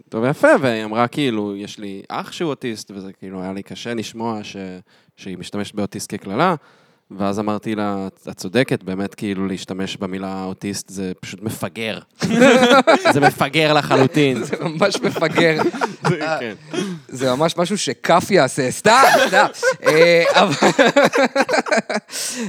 Speaker 2: טוב ויפה, והיא אמרה כאילו, יש לי אח שהוא אוטיסט, וזה כאילו היה לי קשה לשמוע ש... שהיא משתמשת באוטיסט כקללה, ואז אמרתי לה, את צודקת, באמת כאילו להשתמש במילה אוטיסט זה פשוט מפגר. זה מפגר לחלוטין.
Speaker 3: זה ממש מפגר.
Speaker 2: כן.
Speaker 3: זה ממש משהו שכף יעשה, סתם, סתם. אה, אבל-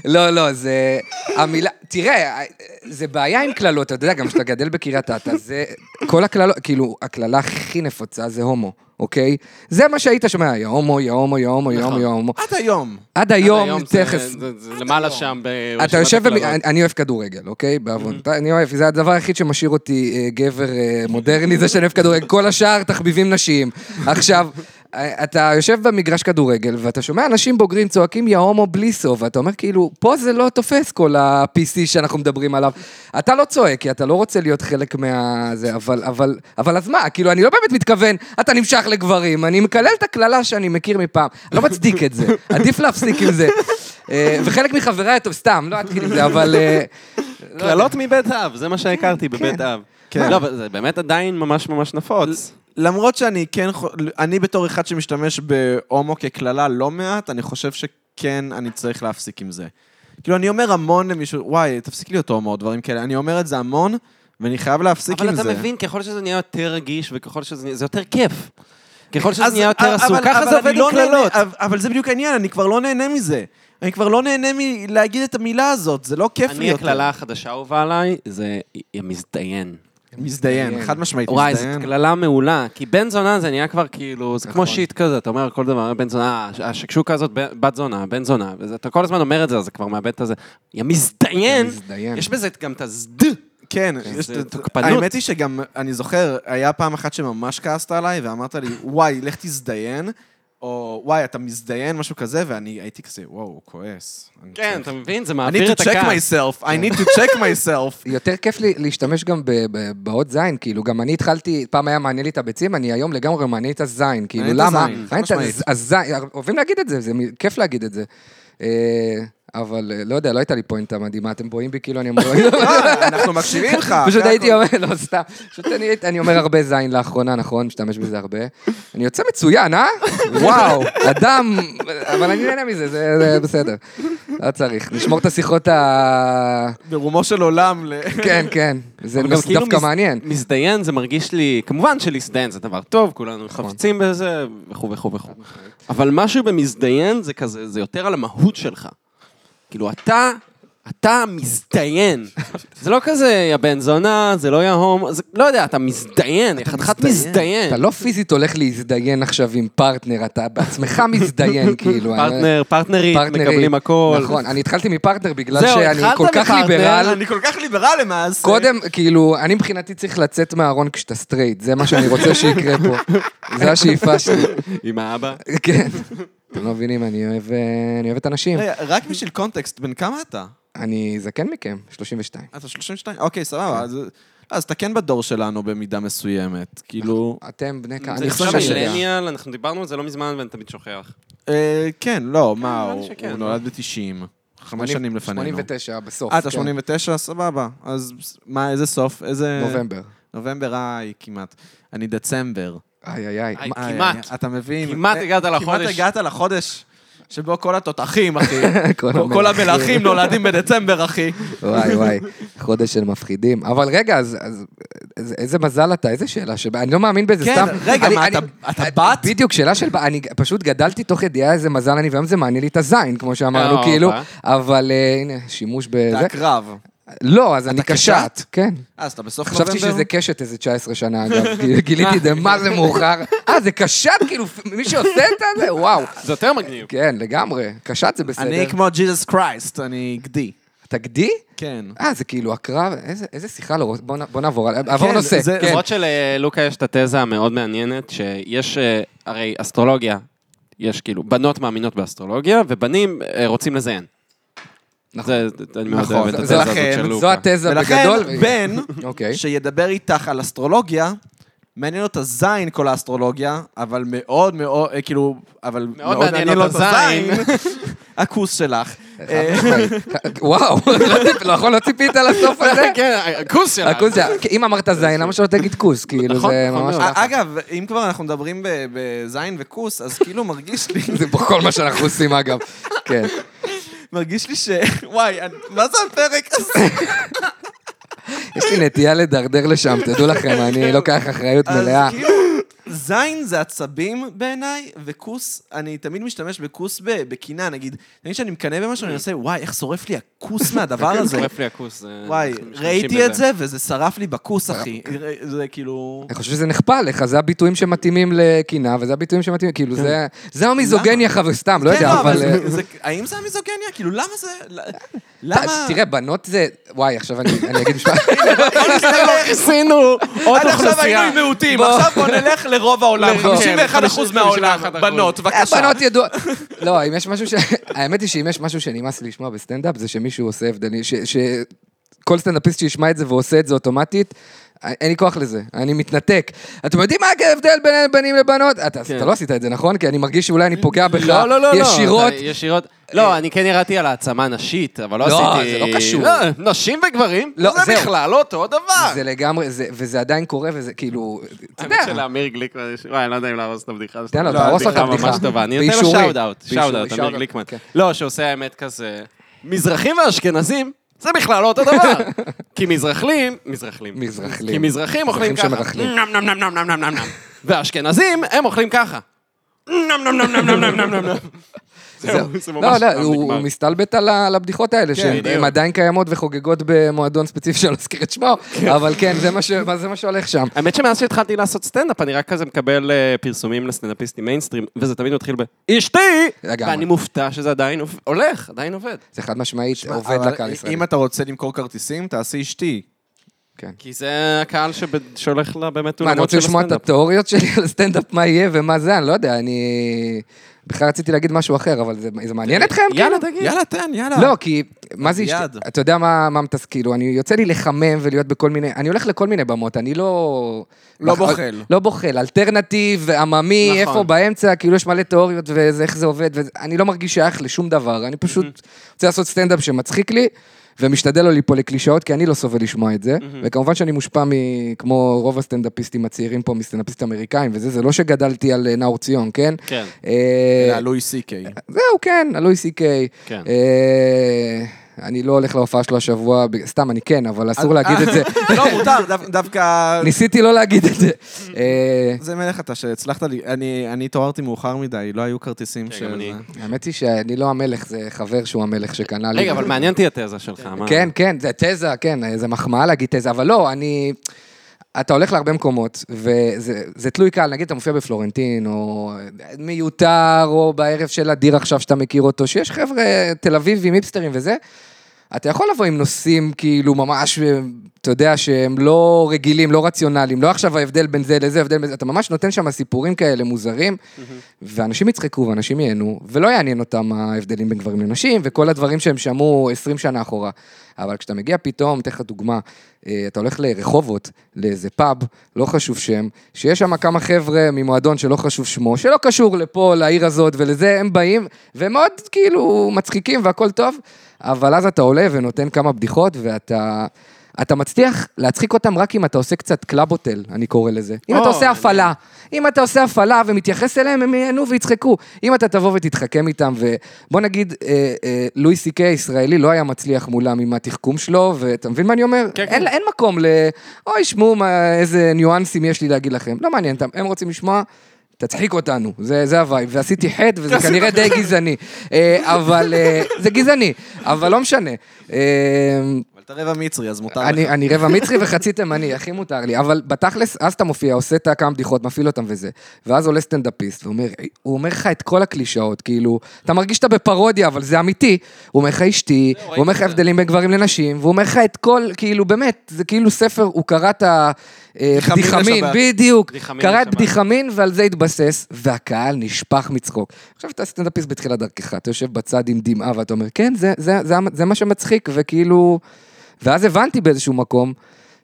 Speaker 3: לא, לא, זה... המילה... תראה, זה בעיה עם קללות, אתה יודע, גם כשאתה גדל בקריית אתא, זה... כל הקללות, כאילו, הקללה הכי נפוצה זה הומו, אוקיי? זה מה שהיית שומע, יא הומו, יא הומו, יא הומו, יא הומו,
Speaker 2: נכון.
Speaker 3: יא הומו.
Speaker 1: עד היום.
Speaker 3: עד היום, תכף...
Speaker 2: זה- זה- זה למעלה שם ברשימת
Speaker 3: אתה יושב, ומ...
Speaker 2: הקללות.
Speaker 3: אני, אני אוהב כדורגל, אוקיי? בעוון. אתה- אני אוהב, זה הדבר היחיד שמשאיר אותי אה, גבר אה, מודרני, זה שאני אוהב כדורגל. כל השאר תחביבים נשיים. עכשיו, אה, אתה יושב במגרש כדורגל, ואתה שומע אנשים בוגרים צועקים יא הומו בלי סוף, ואתה אומר כאילו, פה זה לא תופס כל ה-PC שאנחנו מדברים עליו. אתה לא צועק, כי אתה לא רוצה להיות חלק מה... זה, אבל, אבל, אבל אז מה? כאילו, אני לא באמת מתכוון, אתה נמשך לגברים, אני מקלל את הקללה שאני מכיר מפעם. לא מצדיק את זה, עדיף להפסיק עם זה. אה, וחלק מחבריי, טוב, סתם, לא אתחיל עם זה, אבל... אה,
Speaker 2: קללות מבית אב, זה מה שהכרתי בבית אב.
Speaker 1: כן.
Speaker 2: לא, אבל זה באמת עדיין ממש ממש נפוץ.
Speaker 1: למרות שאני כן, חו- אני בתור אחד שמשתמש בהומו כקללה לא מעט, אני חושב שכן אני צריך להפסיק עם זה. כאילו, אני אומר המון למישהו, וואי, תפסיק להיות הומו, או דברים כאלה. אני אומר את זה המון, ואני חייב להפסיק עם
Speaker 2: אבל
Speaker 1: זה.
Speaker 2: אתה מבין, ככל שזה נהיה יותר רגיש וככל שזה נהיה, זה יותר כיף. ככל שזה
Speaker 1: אז-
Speaker 2: נהיה יותר
Speaker 1: אבל-
Speaker 2: עסוק,
Speaker 1: אבל-
Speaker 2: ככה
Speaker 1: אבל
Speaker 2: זה
Speaker 1: אני
Speaker 2: עובד עם
Speaker 1: לא נהנה-
Speaker 2: קללות.
Speaker 1: אבל- אבל זה בדיוק העניין, אני כבר לא נהנה מזה. אני כבר לא נהנה מלהגיד את המילה הזאת, זה לא כיף לי
Speaker 2: אני,
Speaker 1: יותר.
Speaker 2: הקללה החדשה האהובה עליי, זה המזדיין.
Speaker 1: מזדיין,
Speaker 3: מזדיין.
Speaker 1: חד משמעית
Speaker 2: וואי, זאת
Speaker 1: מזדיין.
Speaker 2: קללה מעולה, כי בן זונה זה נהיה כבר כאילו, זה
Speaker 3: נכון.
Speaker 2: כמו שיט כזה, אתה אומר כל דבר, בן זונה, אה, הש- השקשוקה הזאת ב- בת זונה, בן זונה, וזה- אתה כל הזמן אומר את זה, אז זה כבר מאבד את הזה. יא מזדיין!
Speaker 3: מזדיין.
Speaker 2: יש בזה גם את הזד...
Speaker 1: כן, יש-
Speaker 2: זה תוקפנות.
Speaker 1: האמת היא שגם, אני זוכר, היה פעם אחת שממש כעסת עליי, ואמרת לי, וואי, לך תזדיין, או וואי, אתה מזדיין, משהו כזה, ואני הייתי כזה, וואו, הוא כועס. אני
Speaker 2: כן,
Speaker 1: צריך-
Speaker 2: אתה מבין? זה
Speaker 1: I
Speaker 2: מעביר
Speaker 1: need
Speaker 2: את
Speaker 1: to check
Speaker 2: הכעס.
Speaker 1: myself, I need to check myself.
Speaker 3: יותר כיף לי להשתמש גם ב- ב- באות זין, כאילו, גם אני התחלתי, פעם היה מעניין לי את הביצים, אני היום לגמרי מעניין את הזין, כאילו,
Speaker 1: מעניין את
Speaker 3: למה?
Speaker 1: הזין,
Speaker 3: מעניין את
Speaker 1: חד-משמעית.
Speaker 3: הז- הזין, אוהבים להגיד את זה, זה מ- כיף להגיד את זה. אה, אבל אה, לא יודע, לא הייתה לי פואנטה מדהימה, אתם בואים בי כאילו אני אמור...
Speaker 1: אה, אנחנו מקשיבים לך.
Speaker 3: פשוט
Speaker 1: זה
Speaker 3: הייתי
Speaker 1: הכל.
Speaker 3: אומר, לא, סתם. פשוט אני הייתי- אני אומר הרבה זין לאחרונה, נכון? משתמש בזה הרבה. אני יוצא מצוין, אה? וואו, אדם, אבל אני נהנה מזה, זה זה בסדר. לא צריך, נשמור את השיחות ה...
Speaker 1: ברומו של עולם. ל-
Speaker 3: כן, כן, זה
Speaker 2: אבל גם
Speaker 3: נוס-
Speaker 2: כאילו
Speaker 3: דווקא
Speaker 2: מז-
Speaker 3: מעניין.
Speaker 2: מזדיין זה מרגיש לי, כמובן שלהזדיין זה דבר טוב, כולנו
Speaker 3: נכון.
Speaker 2: חפצים בזה, וכו' וכו' וכו'. אבל משהו במזדיין זה כזה, זה יותר על המהות שלך. כאילו, אתה, אתה מזדיין. זה לא כזה, יא בן זונה, זה לא יא הום, זה- לא יודע, אתה מזדיין, יא חתיכת
Speaker 3: אתה
Speaker 2: מזדיין.
Speaker 3: לא פיזית הולך להזדיין עכשיו עם פרטנר, אתה בעצמך מזדיין, כאילו.
Speaker 2: פרטנר, פרטנרית,
Speaker 3: פרטנרית.
Speaker 2: מקבלים הכל.
Speaker 3: נכון, אני התחלתי מפרטנר בגלל
Speaker 2: זהו,
Speaker 3: שאני
Speaker 2: התחלת
Speaker 3: כל כך
Speaker 2: מפרטנר,
Speaker 3: ליברל.
Speaker 1: אני כל כך ליברל למעשה.
Speaker 3: קודם, כאילו, אני מבחינתי צריך לצאת מהארון כשאתה סטרייט, זה מה שאני רוצה שיקרה פה. זו השאיפה שלי.
Speaker 2: עם האבא.
Speaker 3: כן. אתם לא מבינים, אני אוהב אה, אני אוהב את הנשים.
Speaker 1: רגע, רק בשביל קונטקסט, בן כמה אתה?
Speaker 3: אני זקן מכם, 32.
Speaker 1: אתה 32? אוקיי, סבבה. אז- אז אתה כן בדור שלנו במידה מסוימת. כאילו...
Speaker 3: אתם בני כמה,
Speaker 2: זה
Speaker 3: אני
Speaker 2: עכשיו
Speaker 3: חושב
Speaker 1: חמישה.
Speaker 3: ש...
Speaker 2: מילניאל, אנחנו דיברנו על זה לא מזמן ואני תמיד שוכח.
Speaker 1: אה, כן, לא, מה,
Speaker 2: נראה לי
Speaker 1: הוא
Speaker 2: שכן.
Speaker 1: הוא נולד ב-90. חמש שנים לפנינו.
Speaker 3: 89 בסוף.
Speaker 1: אה, אתה
Speaker 3: כן.
Speaker 1: 89? סבבה. אז מה, איזה סוף? איזה...
Speaker 3: נובמבר.
Speaker 1: נובמבר, איי, כמעט. אני דצמבר.
Speaker 3: איי איי איי.
Speaker 2: איי,
Speaker 3: מה-
Speaker 1: איי,
Speaker 2: כמעט.
Speaker 1: איי, אתה מבין?
Speaker 2: כמעט
Speaker 1: אה,
Speaker 2: הגעת לחודש.
Speaker 1: כמעט הגעת לחודש. שבו כל התותחים, אחי,
Speaker 3: כל
Speaker 1: כל
Speaker 3: המלכים.
Speaker 1: המלכים נולדים בדצמבר, אחי.
Speaker 3: וואי וואי, חודש של מפחידים. אבל רגע, אז, אז, אז איזה מזל אתה, איזה שאלה, שב... אני לא מאמין בזה,
Speaker 1: כן,
Speaker 3: סתם.
Speaker 1: רגע,
Speaker 3: אני,
Speaker 1: מה,
Speaker 3: אני, אה,
Speaker 1: אתה- אתה בת?
Speaker 3: בדיוק, שאלה של בת. אני פשוט גדלתי תוך ידיעה איזה מזל אני, והיום זה מעניין לי את הזין, כמו שאמרנו,
Speaker 2: אה,
Speaker 3: כאילו.
Speaker 2: אוקיי.
Speaker 3: אבל אה, הנה, שימוש בזה.
Speaker 1: אתה קרב.
Speaker 3: לא, אז אני
Speaker 1: קשת?
Speaker 3: קשת, כן.
Speaker 1: אה, אז אתה בסוף נובמבר?
Speaker 3: חשבתי שזה קשת איזה 19 שנה, אגב. גיל- גיליתי את זה, מה זה מאוחר. אה, זה קשת, כאילו, מי שעושה את זה, וואו.
Speaker 2: זה יותר מגניב.
Speaker 3: כן, לגמרי. קשת זה בסדר.
Speaker 1: אני כמו ג'יזוס קרייסט, אני גדי.
Speaker 3: אתה גדי?
Speaker 1: כן.
Speaker 3: אה, זה כאילו הקרב, איזה- איזה שיחה לא... בוא נ- בוא נעבור, על- עבור נושא.
Speaker 1: זה-
Speaker 3: כן.
Speaker 2: למרות שללוקה יש את התזה המאוד מעניינת, שיש, אה, הרי אסטרולוגיה, יש כאילו, בנות מאמינות באסטרולוגיה, ובנים אה, רוצים לזיין.
Speaker 3: נכון.
Speaker 2: זה, זה- אני מאוד
Speaker 3: נכון,
Speaker 2: אוהב את
Speaker 3: זה-
Speaker 2: התזה הזאת
Speaker 1: לכן,
Speaker 2: של לוקה.
Speaker 3: זו התזה
Speaker 1: ולכן,
Speaker 3: בגדול.
Speaker 1: בן,
Speaker 3: אוקיי.
Speaker 1: שידבר איתך על אסטרולוגיה, מעניין לו את הזין כל האסטרולוגיה, אבל מאוד מאוד, אה, כאילו, אבל מאוד
Speaker 2: מעניין
Speaker 1: מעניין
Speaker 2: לו
Speaker 1: לו את
Speaker 2: את
Speaker 1: הזין, הכוס שלך. אה,
Speaker 3: אוקיי. וואו, לא ציפ- נכון, לא ציפית לסוף הזה?
Speaker 2: כן, הכוס שלה.
Speaker 3: הכוס זה, אם אמרת זין, למה שלא תגיד כוס? כאילו,
Speaker 2: נכון,
Speaker 3: זה
Speaker 2: נכון
Speaker 3: ממש...
Speaker 2: מאוד.
Speaker 1: אה, אגב, אם כבר אנחנו מדברים ב- בזין וכוס, אז כאילו מרגיש לי,
Speaker 3: זה כל מה שאנחנו עושים, אגב. כן.
Speaker 1: מרגיש לי ש... וואי, אני- מה זה הפרק הזה?
Speaker 3: יש לי נטייה לדרדר לשם, תדעו לכם, אני לוקח אחריות
Speaker 1: כן. אז
Speaker 3: מלאה.
Speaker 1: כאילו, זין זה עצבים בעיניי, וכוס, אני תמיד משתמש בכוס ב- בקינה, נגיד, נגיד שאני מקנא במשהו, אני עושה, וואי, איך שורף לי הכוס מהדבר הזה.
Speaker 2: שורף לי הכוס. זה-
Speaker 1: וואי,
Speaker 2: אנחנו משתמשים
Speaker 1: ראיתי
Speaker 2: בזה.
Speaker 1: את זה וזה שרף לי בכוס, אחי. זה- זה כאילו...
Speaker 3: אני חושב שזה נחפל לך, זה הביטויים שמתאימים לקינה, וזה הביטויים שמתאימים, כאילו, זה... זה המיזוגניה, חבר, סתם, לא
Speaker 1: כן,
Speaker 3: יודע,
Speaker 1: לא,
Speaker 3: אבל...
Speaker 1: זה-
Speaker 3: אה,
Speaker 1: זה- האם זה המיזוגניה? כאילו, למה זה...
Speaker 3: אז
Speaker 1: למה...
Speaker 3: תראה, בנות זה... וואי, עכשיו אני אני אגיד משפט.
Speaker 2: עשינו עוד
Speaker 1: לא עד עכשיו היינו
Speaker 2: אוכלוסייה.
Speaker 1: עם מיעוטים,
Speaker 3: בוא. נכון.
Speaker 1: עכשיו בוא נלך לרוב העולם,
Speaker 3: לרוב.
Speaker 1: 51% מהעולם,
Speaker 2: 51%.
Speaker 1: בנות,
Speaker 3: אה,
Speaker 1: בבקשה.
Speaker 3: הבנות ידועות. לא, אם יש משהו ש... האמת היא שאם יש משהו שנמאס לי לשמוע בסטנדאפ, זה שמישהו עושה הבדלים, ש... ש... כל סטנדאפיסט שישמע את זה ועושה את זה אוטומטית, אין לי כוח לזה, אני מתנתק. אתם יודעים מה ההבדל בין בנים לבנות? אתה,
Speaker 2: כן.
Speaker 3: אתה לא עשית את זה, נכון? כי אני מרגיש שאולי אני פוגע בך
Speaker 2: לא, לא, לא, לא.
Speaker 3: ישירות.
Speaker 2: אתה- ישירות. לא, אני כן ירדתי על העצמה נשית, אבל לא
Speaker 3: לא,
Speaker 2: עשיתי...
Speaker 3: זה לא קשור.
Speaker 2: לא, נשים וגברים,
Speaker 3: לא,
Speaker 2: זה
Speaker 3: זהו.
Speaker 2: בכלל אותו דבר.
Speaker 3: זה לגמרי, זה, וזה עדיין קורה, וזה כאילו, אתה
Speaker 2: האמת
Speaker 3: יודע,
Speaker 2: שלאמיר גליקמן יש... וואי, אני לא יודע אם להרוס את לא, הבדיחה שלו.
Speaker 3: תן לו, תהרוס לו את הבדיחה.
Speaker 2: ממש טובה, אני אתן לו
Speaker 3: באישורי.
Speaker 2: שאוט אאוט.
Speaker 3: באישורי,
Speaker 2: שאוט אאוט, אמיר
Speaker 3: שאוט-אאוט,
Speaker 2: גליקמן.
Speaker 3: כן.
Speaker 2: לא, שעושה האמת כזה... מזרחים ואשכנזים, זה בכלל לא אותו דבר. כי מזרחלים... מזרחלים.
Speaker 3: מזרחלים.
Speaker 2: כי מזרחים אוכלים ככה.
Speaker 3: שמרכלים.
Speaker 2: נם נם נם נם נם נם נם נם. והאשכנזים, הם אוכלים ככה. נם נם נם נם נם נם נם נם נם.
Speaker 3: זהו.
Speaker 2: זהו, זה
Speaker 3: לא,
Speaker 2: ממש
Speaker 3: לא,
Speaker 2: שם
Speaker 3: הוא
Speaker 2: נגמר. כן,
Speaker 3: הוא מסתלבט על ה- על הבדיחות האלה, שהן
Speaker 2: בדיוק.
Speaker 3: עדיין קיימות וחוגגות במועדון ספציפי שאני לא אזכיר את שמו, אבל כן, זה מה ש- מה- זה מה שהולך שם.
Speaker 2: האמת שמאז שהתחלתי לעשות סטנדאפ, אני רק כזה מקבל אה, פרסומים לסטנדאפיסטים מיינסטרים, וזה תמיד מתחיל ב... אשתי!
Speaker 3: לגמרי.
Speaker 2: ואני מופתע שזה עדיין עוב- הולך, עדיין עובד.
Speaker 3: זה חד משמעית, עובד
Speaker 1: אבל
Speaker 3: לקהל ישראלי.
Speaker 1: אם אתה רוצה למכור כרטיסים, תעשי אשתי.
Speaker 2: כי זה הקהל שב- שהולך לה באמת
Speaker 3: כן. מה, אני
Speaker 2: אולמות
Speaker 3: רוצה
Speaker 2: של
Speaker 3: לשמוע את
Speaker 2: הסטנדאפ.
Speaker 3: התיאוריות שלי על סטנדאפ, מה יהיה ומה זה, אני לא יודע, אני... בכלל רציתי להגיד משהו אחר, אבל זה זה מעניין אתכם?
Speaker 2: יאללה, תגיד.
Speaker 1: יאללה, תן, יאללה.
Speaker 3: לא, כי מה זה אשתי?
Speaker 1: יד.
Speaker 3: אתה יודע מה מה מטס, כאילו, אני יוצא לי לחמם ולהיות בכל מיני, אני הולך לכל מיני במות, אני לא...
Speaker 1: לא
Speaker 3: לח-
Speaker 1: בוחל.
Speaker 3: לא בוחל, אלטרנטיב, עממי,
Speaker 2: נכון.
Speaker 3: איפה באמצע, כאילו יש מלא תיאוריות ואיך זה עובד, ואני לא מרגיש שייך לשום דבר, אני פשוט רוצה לעשות סטנדאפ שמצחיק לי. ומשתדל לא ליפול לקלישאות, כי אני לא סובל לשמוע את זה. וכמובן שאני מושפע, מ... כמו רוב הסטנדאפיסטים הצעירים פה, מסטנדאפיסטים אמריקאים וזה, זה לא שגדלתי על אה, נאור ציון, כן?
Speaker 2: כן.
Speaker 3: אה,
Speaker 1: אלא לואי סי קיי.
Speaker 3: זהו, כן, הלואי סי קיי.
Speaker 2: כן.
Speaker 3: אה, אני לא הולך להופעה שלו השבוע, ב- סתם, אני כן, אבל אסור להגיד את זה.
Speaker 1: לא, מותר, דו- דווקא...
Speaker 3: ניסיתי לא להגיד את זה. אה,
Speaker 1: זה מלך אתה שהצלחת לי, אני אני התעוררתי מאוחר מדי, לא היו כרטיסים
Speaker 2: כן,
Speaker 1: ש...
Speaker 2: גם אני.
Speaker 3: האמת היא שאני לא המלך, זה חבר שהוא המלך שקנה לי.
Speaker 2: רגע, אבל מעניין אותי התזה שלך, מה?
Speaker 3: כן, כן, זה תזה, כן, אה, זה מחמאה להגיד תזה, אבל לא, אני... אתה הולך להרבה מקומות, וזה זה תלוי קהל, נגיד אתה מופיע בפלורנטין, או מיותר, או בערב של אדיר עכשיו שאתה מכיר אותו, שיש חבר'ה תל אביבים, היפסטרים וזה, אתה יכול לבוא עם נושאים כאילו ממש, אה, אתה יודע, שהם לא רגילים, לא רציונליים, לא עכשיו ההבדל בין זה לזה, ההבדל בין זה, אתה ממש נותן שם סיפורים כאלה מוזרים, ואנשים יצחקו ואנשים ייהנו, ולא יעניין אותם ההבדלים בין גברים לנשים, וכל הדברים שהם שמעו 20 שנה אחורה. אבל כשאתה מגיע פתאום, אתן לך דוגמה, אה, אתה הולך לרחובות, לאיזה פאב, לא חשוב שם, שיש שם כמה חבר'ה ממועדון שלא חשוב שמו, שלא קשור לפה, לעיר הזאת ולזה, הם באים, והם מאוד כאילו מצחיקים והכל טוב, אבל אז אתה עולה ונותן כמה בדיחות, ואתה... אתה מצליח להצחיק אותם רק אם אתה עושה קצת קלאבוטל, אני קורא לזה. אם אתה עושה הפעלה, אם אתה עושה הפעלה ומתייחס אליהם, הם ייהנו ויצחקו. אם אתה תבוא ותתחכם איתם, ובוא נגיד, אה, אה, לואי סי קיי הישראלי לא היה מצליח מולם עם התחכום שלו, ואתה מבין מה אני אומר?
Speaker 2: כן,
Speaker 3: אין,
Speaker 2: כן.
Speaker 3: אין מקום ל... אוי, שמעו מה- איזה ניואנסים יש לי להגיד לכם. לא מעניין אותם, הם רוצים לשמוע. תצחיק אותנו, זה, זה הווייב, ועשיתי חטא, וזה כנראה די גזעני. אה, אבל אה, זה גזעני, אבל לא משנה. אה,
Speaker 1: אבל אתה רבע מצרי, אז מותר
Speaker 3: אני,
Speaker 1: לך.
Speaker 3: אני רבע מצרי וחצי תימני, הכי מותר לי. אבל בתכלס, אז אתה מופיע, עושה את הכמה בדיחות, מפעיל אותם וזה. ואז עולה סטנדאפיסט, ואומר, הוא אומר לך את כל הקלישאות, כאילו, אתה מרגיש שאתה בפרודיה, אבל זה אמיתי. הוא אומר לך אשתי,
Speaker 1: לא,
Speaker 3: הוא אומר לך הבדלים בין גברים לנשים, והוא אומר לך את כל, כאילו, באמת, זה כאילו ספר, הוא קרא את ה... אה,
Speaker 1: בדיחמין
Speaker 3: בדיחמין,
Speaker 1: לשבת.
Speaker 3: בדיוק.
Speaker 2: בדיחמין
Speaker 3: קרא את
Speaker 2: לשבת.
Speaker 3: בדיחמין ועל זה התבסס, והקהל נשפך מצחוק. עכשיו אתה סטנדאפיסט בתחילת דרכך, אתה יושב בצד עם דמעה ואתה אומר, כן, זה, זה, זה, זה מה שמצחיק, וכאילו... ואז הבנתי באיזשהו מקום,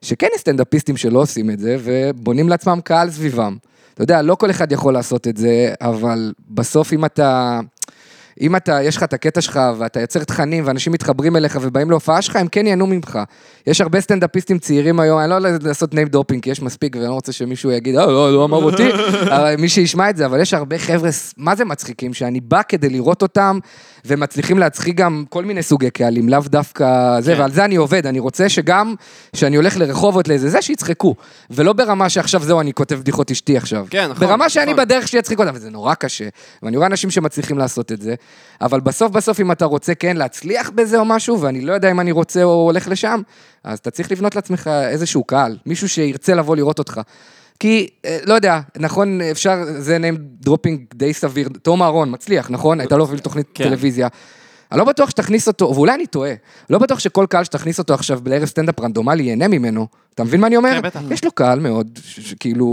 Speaker 3: שכן יש סטנדאפיסטים שלא עושים את זה, ובונים לעצמם קהל סביבם. אתה יודע, לא כל אחד יכול לעשות את זה, אבל בסוף אם אתה... אם אתה, יש לך את הקטע שלך, ואתה יוצר תכנים, ואנשים מתחברים אליך ובאים להופעה שלך, הם כן ייהנו ממך. יש הרבה סטנדאפיסטים צעירים היום, אני לא יודע לעשות name dropping, כי יש מספיק, ואני לא רוצה שמישהו יגיד, אה, לא, לא אמר אותי, אבל מי שישמע את זה, אבל יש הרבה חבר'ה, מה זה מצחיקים, שאני בא כדי לראות אותם, ומצליחים להצחיק גם כל מיני סוגי קהלים, לאו דווקא זה,
Speaker 2: כן.
Speaker 3: ועל זה אני עובד, אני רוצה שגם, שאני הולך לרחובות לאיזה זה, שיצחקו, ולא ברמה שעכשיו זהו, אני כותב בדיחות אשתי עכשיו.
Speaker 2: כן, נכון,
Speaker 3: ברמה שאני
Speaker 2: נכון.
Speaker 3: בדרך שיצחיק אותם, וזה נורא קשה, ואני רואה אנשים שמצליחים לעשות את זה, אבל בסוף בסוף, אם אתה רוצה כן להצליח בזה או משהו, ואני לא יודע אם אני רוצה או הולך לשם, אז אתה צריך לבנות לעצמך איזשהו קהל, מישהו שירצה לבוא לראות אותך. כי, אה, לא יודע, נכון, אפשר, זה name dropping די סביר, תום אהרון, מצליח, נכון? הייתה לו אפילו תוכנית
Speaker 2: כן.
Speaker 3: טלוויזיה. אני לא בטוח שתכניס אותו, ואולי אני טועה, לא בטוח שכל קהל שתכניס אותו עכשיו לערב סטנדאפ רנדומלי ייהנה ממנו. אתה מבין מה אני אומר?
Speaker 2: כן, בטח.
Speaker 3: יש לו קהל מאוד, ש- ש- כאילו,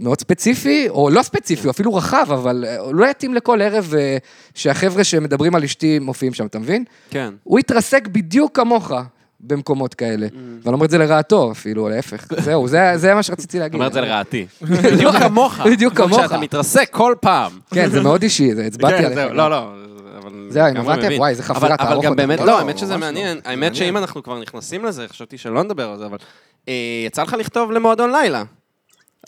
Speaker 3: מאוד ספציפי, או לא ספציפי, או אפילו רחב, אבל אה, הוא לא יתאים לכל ערב אה, שהחבר'ה שמדברים על אשתי מופיעים שם, אתה מבין?
Speaker 2: כן.
Speaker 3: הוא יתרסק בדיוק כמוך במקומות
Speaker 2: Mm.
Speaker 3: כאלה. ואני לא אומר את זה לרעתו אפילו, להפך. זהו, זה- זה מה שרציתי להגיד.
Speaker 2: אומר את זה לרעתי. בדיוק כמוך.
Speaker 3: בדיוק כמוך.
Speaker 2: כשאתה מתרסק כל פעם.
Speaker 3: כן, זה מאוד אישי, זה הצבעתי
Speaker 2: כן,
Speaker 3: עליך.
Speaker 2: זהו, לא, לא. אבל
Speaker 3: זהו, אם
Speaker 2: לגמרי
Speaker 3: הבנתם,
Speaker 2: מבין.
Speaker 3: וואי, איזה חפירה,
Speaker 2: אבל-
Speaker 3: תערוך
Speaker 2: אבל גם
Speaker 3: אותה.
Speaker 2: באמת,
Speaker 3: לא,
Speaker 2: לא,
Speaker 3: לא,
Speaker 2: האמת שזה
Speaker 3: ממש לא.
Speaker 2: מעניין.
Speaker 3: זה
Speaker 2: האמת שאם אנחנו כבר נכנסים לזה, חשבתי שלא נדבר על זה, אבל אה, יצא לך לכתוב למועדון לילה.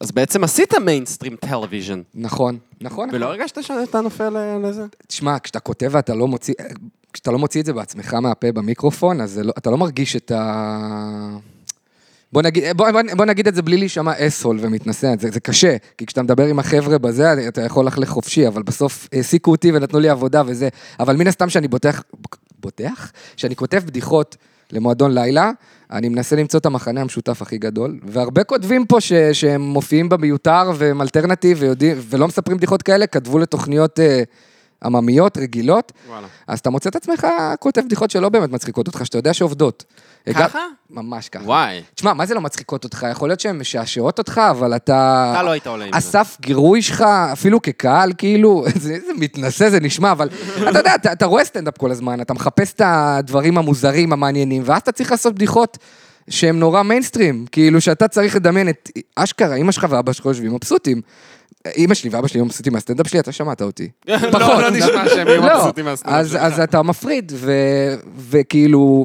Speaker 2: אז בעצם עשית מיינסטרים טלוויז'ן,
Speaker 3: נכון, נכון.
Speaker 2: ולא הרגשת שאתה נופל אה, לזה?
Speaker 3: תשמע, כשאתה כותב ואתה לא מוציא, כשאתה לא מוציא את זה בעצמך מהפה במיקרופון, אז זה לא, אתה לא מרגיש את ה... בוא נגיד, אה, בוא, בוא, בוא נגיד את זה בלי להישמע אסהול ומתנשא, זה, זה קשה, כי כשאתה מדבר עם החבר'ה בזה, אני- אתה יכול ללכת לחופשי, אבל בסוף העסיקו אותי ונתנו לי עבודה וזה. אבל מן הסתם שאני בוטח, בוטח? שאני כותב בדיחות למועדון לילה, אני מנסה למצוא את המחנה המשותף הכי גדול, והרבה כותבים פה ש, שהם מופיעים במיותר והם אלטרנטיב ויודעים, ולא מספרים בדיחות כאלה, כתבו לתוכניות אה, עממיות, רגילות,
Speaker 2: וואלה.
Speaker 3: אז אתה מוצא את עצמך כותב בדיחות שלא באמת מצחיקות אותך, שאתה יודע שעובדות.
Speaker 2: ככה?
Speaker 3: ממש ככה.
Speaker 2: וואי.
Speaker 3: תשמע, מה זה לא מצחיקות אותך? יכול להיות שהן משעשעות אותך, אבל אתה...
Speaker 2: אתה לא היית עולה עם זה.
Speaker 3: הסף גירוי שלך, אפילו כקהל, כאילו, זה זה מתנשא, זה נשמע, אבל אתה יודע, אתה, אתה רואה סטנדאפ כל הזמן, אתה מחפש את הדברים המוזרים, המעניינים, ואז אתה צריך לעשות בדיחות שהן נורא מיינסטרים, כאילו שאתה צריך לדמיין את אשכרה, אמא שלך ואבא שלך יושבים מבסוטים. אמא שלי ואבא שלי היו מבסוטים מהסטנדאפ שלי, אתה שמעת אותי. פחות.
Speaker 2: לא, לא נשמע שהם יהיו
Speaker 3: לא,
Speaker 2: מבסוטים מהסטנדאפ
Speaker 3: אז-
Speaker 2: שלך.
Speaker 3: אז אתה מפריד, ו- וכאילו...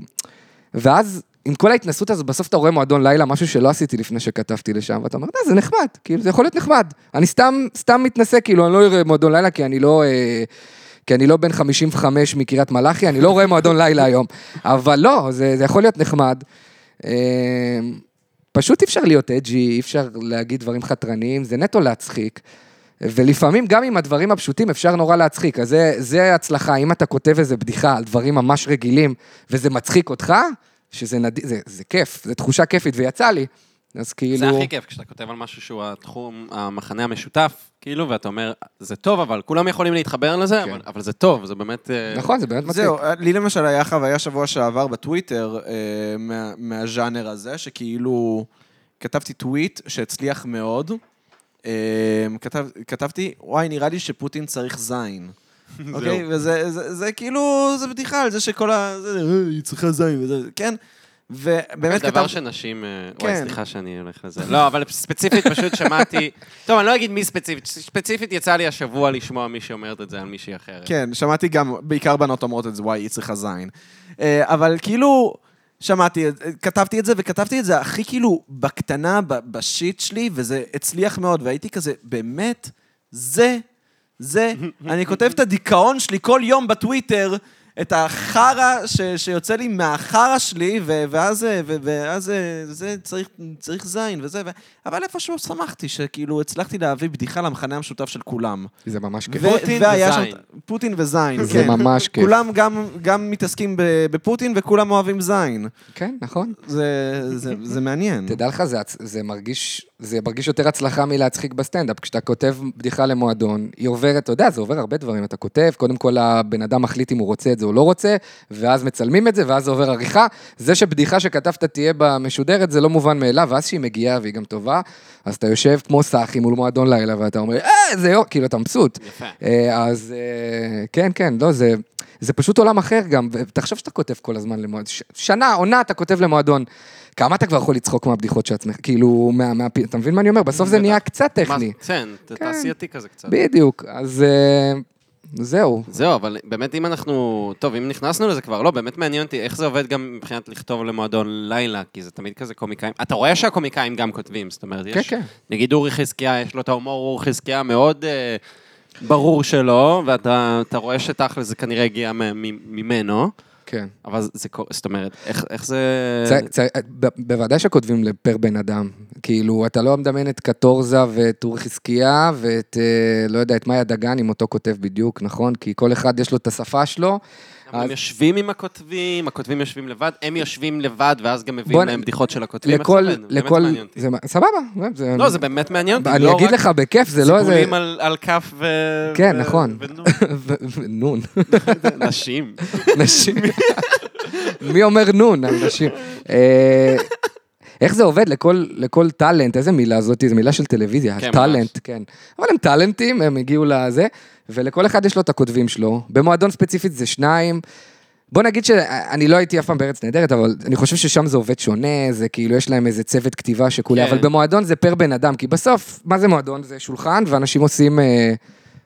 Speaker 3: ואז, עם כל ההתנסות הזו, בסוף אתה רואה מועדון לילה, משהו שלא עשיתי לפני שכתבתי לשם, ואתה אומר, "אה, זה נחמד, כאילו, זה יכול להיות נחמד. אני סתם, סתם מתנשא, כאילו, אני לא אראה מועדון לילה, כי אני לא... אה, כי אני לא בן 55 מקריית מלאכי, אני לא רואה מועדון לילה היום. אבל לא, זה, זה יכול להיות נחמד. אה, פשוט אי אפשר להיות אג'י, אי אפשר להגיד דברים חתרניים, זה נטו להצחיק. ולפעמים גם עם הדברים הפשוטים אפשר נורא להצחיק, אז זה, זה הצלחה, אם אתה כותב איזה בדיחה על דברים ממש רגילים וזה מצחיק אותך, שזה נד... זה, זה כיף, זו תחושה כיפית ויצא לי, אז כאילו...
Speaker 2: זה הכי כיף, כשאתה כותב על משהו שהוא התחום, המחנה המשותף, כאילו, ואתה אומר, זה טוב, אבל כולם יכולים להתחבר
Speaker 3: כן.
Speaker 2: לזה, אבל- אבל זה טוב, זה באמת... אה,
Speaker 3: נכון, זה באמת מצחיק.
Speaker 1: זהו, לי למשל היה חוויה שבוע שעבר בטוויטר אה, מה- מהז'אנר הזה, שכאילו כתבתי טוויט שהצליח מאוד. אה, כתב- כתבתי, וואי, נראה לי שפוטין צריך זין. אוקיי? וזה זה- זה כאילו, זה בדיחה על זה שכל ה... זה, "אה, היא צריכה זין וזה, כן? ובאמת
Speaker 2: זה דבר
Speaker 1: כתב...
Speaker 2: שנשים... אה,
Speaker 1: כן.
Speaker 2: וואי, סליחה שאני הולך לזה. לא, אבל ספציפית פשוט שמעתי... טוב, אני לא אגיד מי ספציפית. ספציפית יצא לי השבוע לשמוע מי שאומרת את זה על מישהי אחרת.
Speaker 1: כן, שמעתי גם, בעיקר בנות אומרות את זה, וואי, היא צריכה זין. אה, אבל כאילו, שמעתי, את- כתבתי את זה, וכתבתי את זה הכי כאילו בקטנה, ב- בשיט שלי, וזה הצליח מאוד, והייתי כזה, באמת, זה, זה, אני כותב את הדיכאון שלי כל יום בטוויטר, את החרא ש- שיוצא לי מהחרא שלי, ו- ואז, אה, ו- ואז אה, זה צריך, צריך זין וזה, ו... אבל איפשהו שמחתי שכאילו הצלחתי להביא בדיחה למכנה המשותף של כולם.
Speaker 3: זה ממש כיף.
Speaker 1: ו-
Speaker 2: פוטין
Speaker 1: והיה
Speaker 2: וזין.
Speaker 1: שם- פוטין וזין,
Speaker 3: זה
Speaker 1: כן.
Speaker 3: ממש כיף.
Speaker 1: כולם גם, גם מתעסקים ב- בפוטין וכולם אוהבים זין.
Speaker 3: כן, נכון.
Speaker 1: זה, זה, זה מעניין.
Speaker 3: תדע לך, זה, הצ- זה מרגיש, זה מרגיש יותר הצלחה מלהצחיק בסטנדאפ. כשאתה כותב בדיחה למועדון, היא עוברת, אתה יודע, זה עובר הרבה דברים. אתה כותב, קודם כל הבן אדם מחליט אם הוא רוצה את זה או לא רוצה, ואז מצלמים את זה, ואז זה עובר עריכה. זה שבדיחה שכתבת תהיה במשודרת, זה לא מובן מאליו, ואז שהיא מגיעה והיא גם טובה, אז אתה יושב כמו סאחי מול מועדון לילה, ואתה אומר, אה, זה יום, כאילו, אתה מבסוט.
Speaker 2: יפה.
Speaker 3: אה, אז אה, כן, כן, לא, זה, זה פשוט עולם אחר גם, ותחשוב שאתה כותב כל הזמן למועדון, ש- שנה, עונה, אתה כותב למועדון. כמה אתה כבר יכול לצחוק מהבדיחות של עצמך, כאילו, מה, מה, אתה מבין מה אני אומר? בסוף זה נהיה קצת טכני.
Speaker 2: מה- כן, ת- תעשייתי כזה קצת.
Speaker 3: בדיוק, אז אה, זהו.
Speaker 2: זהו, אבל באמת אם אנחנו... טוב, אם נכנסנו לזה כבר, לא, באמת מעניין אותי איך זה עובד גם מבחינת לכתוב למועדון לילה, כי זה תמיד כזה קומיקאים. אתה רואה שהקומיקאים גם כותבים, זאת אומרת, יש...
Speaker 3: כן, כן.
Speaker 2: נגיד אורי חזקיה, יש לו את ההומור אורי חזקיה מאוד אה, ברור שלו, ואתה אתה רואה שתכל'ס זה כנראה הגיע מ- מ- ממנו,
Speaker 3: כן.
Speaker 2: אבל זה- זה... קו- זאת אומרת, איך איך זה...
Speaker 3: צ- צ- ב- בוודאי שכותבים לפר בן אדם. כאילו, אתה לא מדמיין את קטורזה ואת אורי חזקיה ואת, אה, לא יודע, את מאיה דגן, אם אותו כותב בדיוק, נכון? כי כל אחד יש לו את השפה שלו.
Speaker 2: גם הם
Speaker 3: אז-
Speaker 2: יושבים עם הכותבים, הכותבים יושבים לבד, הם יושבים לבד, ואז גם
Speaker 3: בוא
Speaker 2: מביאים
Speaker 3: נ-
Speaker 2: להם בדיחות של הכותבים. איך זה
Speaker 3: לכל,
Speaker 2: עובד? באמת
Speaker 3: לכל,
Speaker 2: מעניין אותי.
Speaker 3: זה מה- סבבה. זה-
Speaker 2: לא, זה באמת מעניין אותי.
Speaker 3: אני
Speaker 2: לא
Speaker 3: אגיד
Speaker 2: רק
Speaker 3: לך בכיף, זה לא איזה...
Speaker 2: סיכולים על- על כף ו...
Speaker 3: כן,
Speaker 2: ו-
Speaker 3: נכון.
Speaker 2: ונו,
Speaker 3: ו- ו- נון.
Speaker 2: נשים.
Speaker 3: נשים. מי אומר נון על נשים? אה, איך זה עובד לכל, לכל טאלנט, איזה מילה זאתי, זו מילה של טלוויזיה,
Speaker 2: כן,
Speaker 3: טאלנט, כן. אבל הם טאלנטים, הם הגיעו לזה, ולכל אחד יש לו את הכותבים שלו. במועדון ספציפית זה שניים. בוא נגיד שאני לא הייתי אף פעם בארץ נהדרת, אבל אני חושב ששם זה עובד שונה, זה כאילו יש להם איזה צוות כתיבה שכולי,
Speaker 2: כן.
Speaker 3: אבל במועדון זה פר בן אדם, כי בסוף, מה זה מועדון? זה שולחן, ואנשים עושים, אה,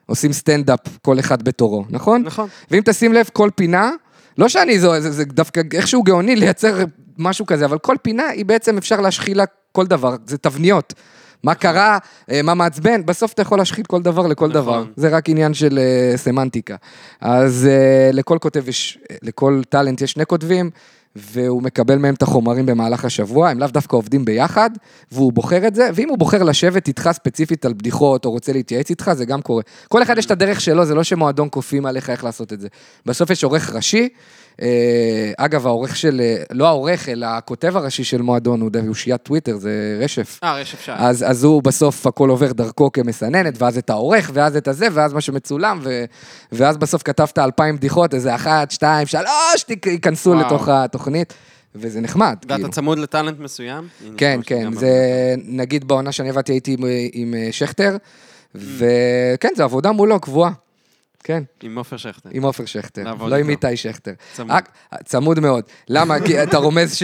Speaker 3: עושים סטנדאפ, כל אחד בתורו, נכון?
Speaker 2: נכון.
Speaker 3: ואם תשים לב, כל פינה, לא שאני זו, זה, זה דווקא איכשהו גאוני לייצר משהו כזה, אבל כל פינה היא בעצם אפשר להשחיל לה כל דבר, זה תבניות. מה קרה, אה, מה מעצבן, בסוף אתה יכול להשחית כל דבר לכל
Speaker 2: נכון.
Speaker 3: דבר. זה רק עניין של אה, סמנטיקה. אז אה, לכל כותב יש, אה, לכל טאלנט יש שני כותבים, והוא מקבל מהם את החומרים במהלך השבוע, הם לאו דווקא עובדים ביחד, והוא בוחר את זה, ואם הוא בוחר לשבת איתך ספציפית על בדיחות, או רוצה להתייעץ איתך, זה גם קורה. כל אחד יש את הדרך שלו, זה לא שמועדון כופים עליך איך לעשות את זה. בסוף יש עורך ראשי, אה, אגב, העורך של, אה, לא העורך, אלא הכותב הראשי של מועדון, הוא אושיית טוויטר, זה רשף.
Speaker 2: אה, יש אפשר.
Speaker 3: אז, אז הוא בסוף, הכל עובר דרכו כמסננת, ואז את העורך, ואז את הזה, ואז מה שמצולם, ו, ואז בסוף כתבת אלפיים בדיחות, איזה אחת, שתיים, שלוש, תיק- ייכנסו
Speaker 2: וואו.
Speaker 3: לתוך התוכנית, וזה נחמד, כאילו.
Speaker 2: ואתה צמוד לטאלנט מסוים? הנה,
Speaker 3: כן,
Speaker 2: יש
Speaker 3: כן,
Speaker 2: גם
Speaker 3: זה נגיד בעונה שאני עבדתי הייתי עם, עם אה, שכטר,
Speaker 2: Mm.
Speaker 3: וכן, זו עבודה מולו קבועה. כן,
Speaker 2: עם עופר שכטר.
Speaker 3: עם עופר שכטר,
Speaker 2: לעבוד
Speaker 3: לא עם
Speaker 2: איתו.
Speaker 3: איתי שכטר.
Speaker 2: צמוד.
Speaker 3: אה, צמוד מאוד. למה? כי אתה רומז ש...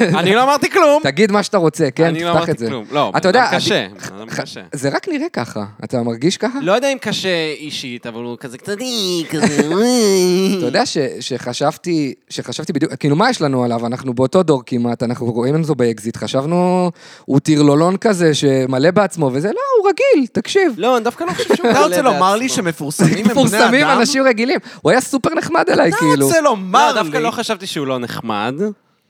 Speaker 2: אני לא אמרתי כלום!
Speaker 3: תגיד מה שאתה רוצה, כן,
Speaker 2: אני לא
Speaker 3: תפתח
Speaker 2: אמרתי
Speaker 3: את זה.
Speaker 2: כלום. לא,
Speaker 3: אתה
Speaker 2: בן
Speaker 3: יודע,
Speaker 2: אדם
Speaker 3: אני-
Speaker 2: קשה, בן אדם קשה.
Speaker 3: זה רק נראה ככה. אתה מרגיש ככה?
Speaker 2: לא יודע אם קשה אישית, אבל הוא כזה קצת אי, כזה... וואי.
Speaker 3: אתה יודע ש, שחשבתי, שחשבתי בדיוק, כאילו מה יש לנו עליו? אנחנו באותו דור כמעט, אנחנו רואים את זה באקזיט, חשבנו, הוא טרלולון כזה שמלא בעצמו, וזה לא, הוא רגיל, תקשיב.
Speaker 2: לא, אני דווקא לא חושב שהוא...
Speaker 1: אתה
Speaker 2: מלא
Speaker 1: רוצה לומר לי
Speaker 2: בעצמו.
Speaker 1: שמפורסמים הם בני
Speaker 3: מפורסמים
Speaker 1: אדם?
Speaker 3: אנשים רגילים. הוא היה סופר נחמד אליי,
Speaker 1: אתה
Speaker 3: כאילו.
Speaker 1: רוצה
Speaker 2: לא,
Speaker 1: לומר לי?
Speaker 2: דווקא לא חשבתי שהוא לא נחמד,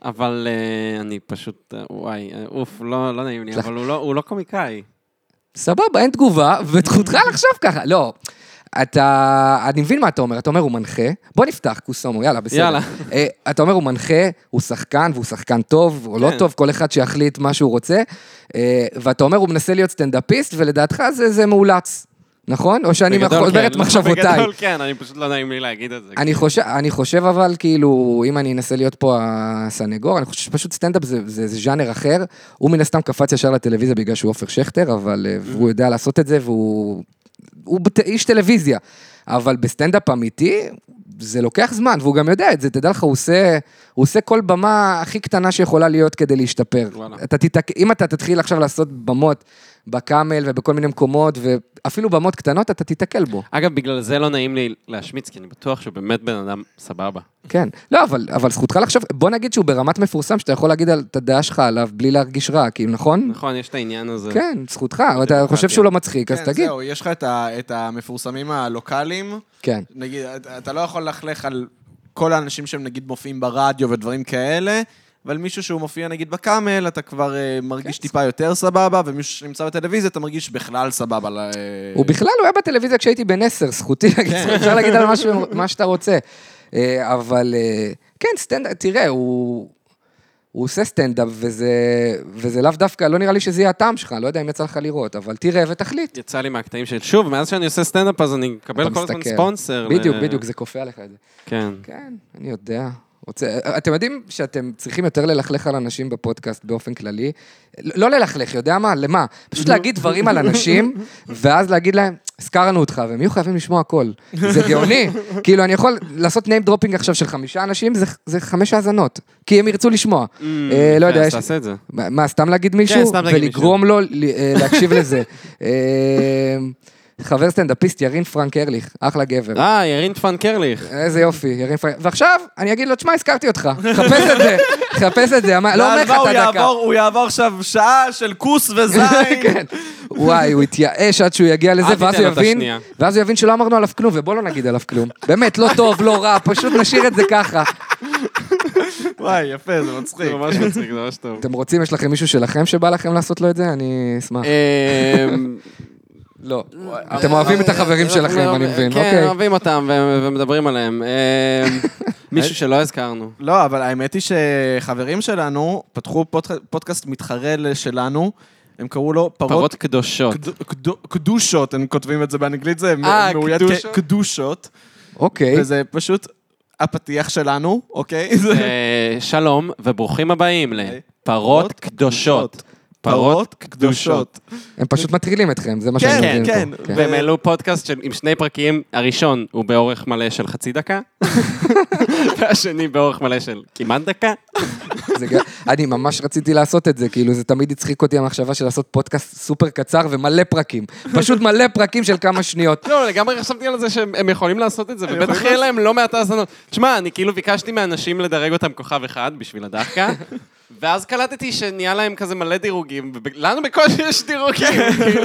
Speaker 2: אבל אה, אני פשוט... אה, וואי, אה, אוף, לא לא נעים לי, אבל הוא לא- הוא לא קומיקאי.
Speaker 3: סבבה, אין תגובה, וזכותך לחשוב ככה. לא. אתה, אני מבין מה אתה אומר, אתה אומר הוא מנחה, בוא נפתח קוסומו, יאללה, בסדר.
Speaker 2: יאללה.
Speaker 3: אה, אתה אומר הוא מנחה, הוא שחקן, והוא שחקן טוב או לא
Speaker 2: כן.
Speaker 3: טוב, כל אחד שיחליט מה שהוא רוצה, אה, ואתה אומר הוא מנסה להיות סטנדאפיסט, ולדעתך זה, זה מאולץ, נכון? או שאני
Speaker 2: בגדול,
Speaker 3: אומר
Speaker 2: כן.
Speaker 3: את מחשבותיי.
Speaker 2: בגדול כן, אני פשוט לא נעים לי להגיד את זה.
Speaker 3: אני חושב, אני חושב אבל, כאילו, אם אני אנסה להיות פה הסנגור, אני חושב שפשוט סטנדאפ זה, זה, זה ז'אנר אחר. הוא מן הסתם קפץ ישר לטלוויזיה בגלל שהוא עופר שכטר, אבל אה, והוא יודע לעשות את זה, והוא הוא בת- איש טלוויזיה. אבל בסטנדאפ אמיתי, זה לוקח זמן, והוא גם יודע את זה, תדע לך, הוא עושה, הוא עושה כל במה הכי קטנה שיכולה להיות כדי להשתפר.
Speaker 2: וואלה.
Speaker 3: אתה תתק... אם אתה תתחיל עכשיו לעשות במות בקאמל ובכל מיני מקומות, ואפילו במות קטנות אתה תיתקל בו.
Speaker 2: אגב, בגלל זה לא נעים לי להשמיץ, כי אני בטוח שהוא באמת בן אדם סבבה.
Speaker 3: כן. לא, אבל, אבל זכותך לחשוב, בוא נגיד שהוא ברמת מפורסם, שאתה יכול להגיד על- את הדעה שלך עליו בלי להרגיש רע, כאילו, נכון?
Speaker 2: נכון, יש את העניין הזה.
Speaker 3: כן, זכותך, אבל אתה חושב שהוא לא מצחיק, אז
Speaker 1: כן,
Speaker 3: תגיד.
Speaker 1: זהו, יש לך את ה- את המפורסמים הלוקאליים.
Speaker 3: כן.
Speaker 2: אה,
Speaker 1: נגיד, אתה- אתה לא יכול ללכלך על כל האנשים שהם נגיד מופיעים ברדיו ודברים כאלה, אבל מישהו שהוא מופיע נגיד בקאמל, אתה כבר אה,
Speaker 3: כן.
Speaker 1: מרגיש טיפה יותר סבבה, ומישהו שנמצא בטלוויזיה, אתה מרגיש בכלל סבבה. ל-
Speaker 3: הוא בכלל לא היה בטלוויזיה כשהייתי בן עשר, זכותי
Speaker 2: כן.
Speaker 3: להגיד, אפשר להגיד על מה ש- מה שאתה רוצה. אה, אבל אה, כן, סטנדאפ, תראה, הוא... הוא עושה סטנדאפ, וזה, וזה לאו דווקא, לא נראה לי שזה יהיה הטעם שלך, לא יודע אם יצא לך לראות, אבל תראה ותחליט.
Speaker 2: יצא לי מהקטעים של, שוב, מאז שאני עושה סטנדאפ, אז אני
Speaker 3: אתה
Speaker 2: מקבל כל הזמן
Speaker 3: מסתכל.
Speaker 2: ספונסר. אה, ל-
Speaker 3: בדיוק, בדיוק, זה כופה עליך את זה.
Speaker 2: כן.
Speaker 3: כן, אני יודע. רוצה, אתם יודעים שאתם צריכים יותר ללכלך על אנשים בפודקאסט באופן כללי? לא ללכלך, יודע מה? למה? פשוט להגיד דברים על אנשים, ואז להגיד להם, הזכרנו אותך, והם יהיו חייבים לשמוע הכל. זה גאוני. כאילו, אני יכול לעשות name dropping עכשיו של חמישה אנשים, זה, זה חמש האזנות. כי הם ירצו לשמוע. אה, לא
Speaker 2: כן,
Speaker 3: יודע,
Speaker 2: אז
Speaker 3: יש...
Speaker 2: תעשה את זה.
Speaker 3: מה, מה, סתם להגיד מישהו?
Speaker 2: סתם להגיד
Speaker 3: ולגרום לו ל- אה, להקשיב לזה. אה, חבר סטנדאפיסט, ירין פרנק ארליך, אחלה גבר.
Speaker 2: אה, ירין טפן קרליך.
Speaker 3: איזה יופי, ירין פרנק. ועכשיו, אני אגיד לו, תשמע, הזכרתי אותך, חפש את זה, חפש את זה, אמר- לא אומר לך
Speaker 1: ואז מה, הוא
Speaker 3: את הדקה.
Speaker 1: יעבור- הוא יעבור עכשיו שעה של כוס וזין.
Speaker 3: כן. וואי, הוא יתייאש עד שהוא יגיע לזה,
Speaker 2: אל
Speaker 3: ואז
Speaker 2: תיתן
Speaker 3: הוא
Speaker 2: לו את
Speaker 3: יבין,
Speaker 2: השנייה.
Speaker 3: ואז הוא יבין שלא אמרנו עליו כלום, ובוא לא נגיד עליו כלום. באמת, לא טוב, לא רע, פשוט נשאיר את זה ככה.
Speaker 1: וואי, יפה, זה מצחיק.
Speaker 2: זה ממש מצחיק, זה ממש טוב.
Speaker 3: אתם רוצים, יש לכם מישהו שלכם שבא לכם לעשות לו את זה? אני
Speaker 1: אה,
Speaker 3: אשמח.
Speaker 2: אמ,
Speaker 3: לא. אתם אוהבים את
Speaker 1: אה,
Speaker 3: החברים שלכם, אני מבין,
Speaker 2: כן,
Speaker 3: אוקיי.
Speaker 2: אוהבים אותם ו- ומדברים עליהם. אמ, מישהו שלא הזכרנו.
Speaker 1: לא, אבל האמת היא שחברים שלנו פתחו פודק- פודקאסט מתחרה לשלנו, הם קראו לו פרות
Speaker 2: פרות קדושות.
Speaker 1: קד- קד- קדושות, הם כותבים את זה באנגלית, זה מ-
Speaker 2: אה,
Speaker 1: מאוית
Speaker 2: קדושות?
Speaker 1: כ- קדושות,
Speaker 3: אוקיי.
Speaker 1: וזה פשוט הפתיח שלנו, אוקיי? זה-
Speaker 2: אה, שלום וברוכים הבאים לפרות קדושות.
Speaker 1: פרות קדושות.
Speaker 3: הם פשוט מטרילים אתכם, זה מה
Speaker 1: כן,
Speaker 3: שאני מבין.
Speaker 1: כן,
Speaker 3: פה.
Speaker 1: ו-
Speaker 2: והם העלו פודקאסט של- עם שני פרקים, הראשון הוא באורך מלא של חצי דקה, והשני באורך מלא של כמעט דקה.
Speaker 3: זה גם- אני ממש רציתי לעשות את זה, כאילו, זה תמיד הצחיק אותי המחשבה של לעשות פודקאסט סופר קצר ומלא פרקים. פשוט מלא פרקים של כמה שניות.
Speaker 2: לא, לגמרי חשבתי על זה שהם הם יכולים לעשות את זה, ובטח יהיה להם לא מעט האזנות. תשמע, אני כאילו ביקשתי מאנשים לדרג אותם כוכב אחד בשביל הדחקה, ואז קלטתי שנהיה להם כזה מלא דירוגים, ולנו בקושי יש דירוגים. כאילו.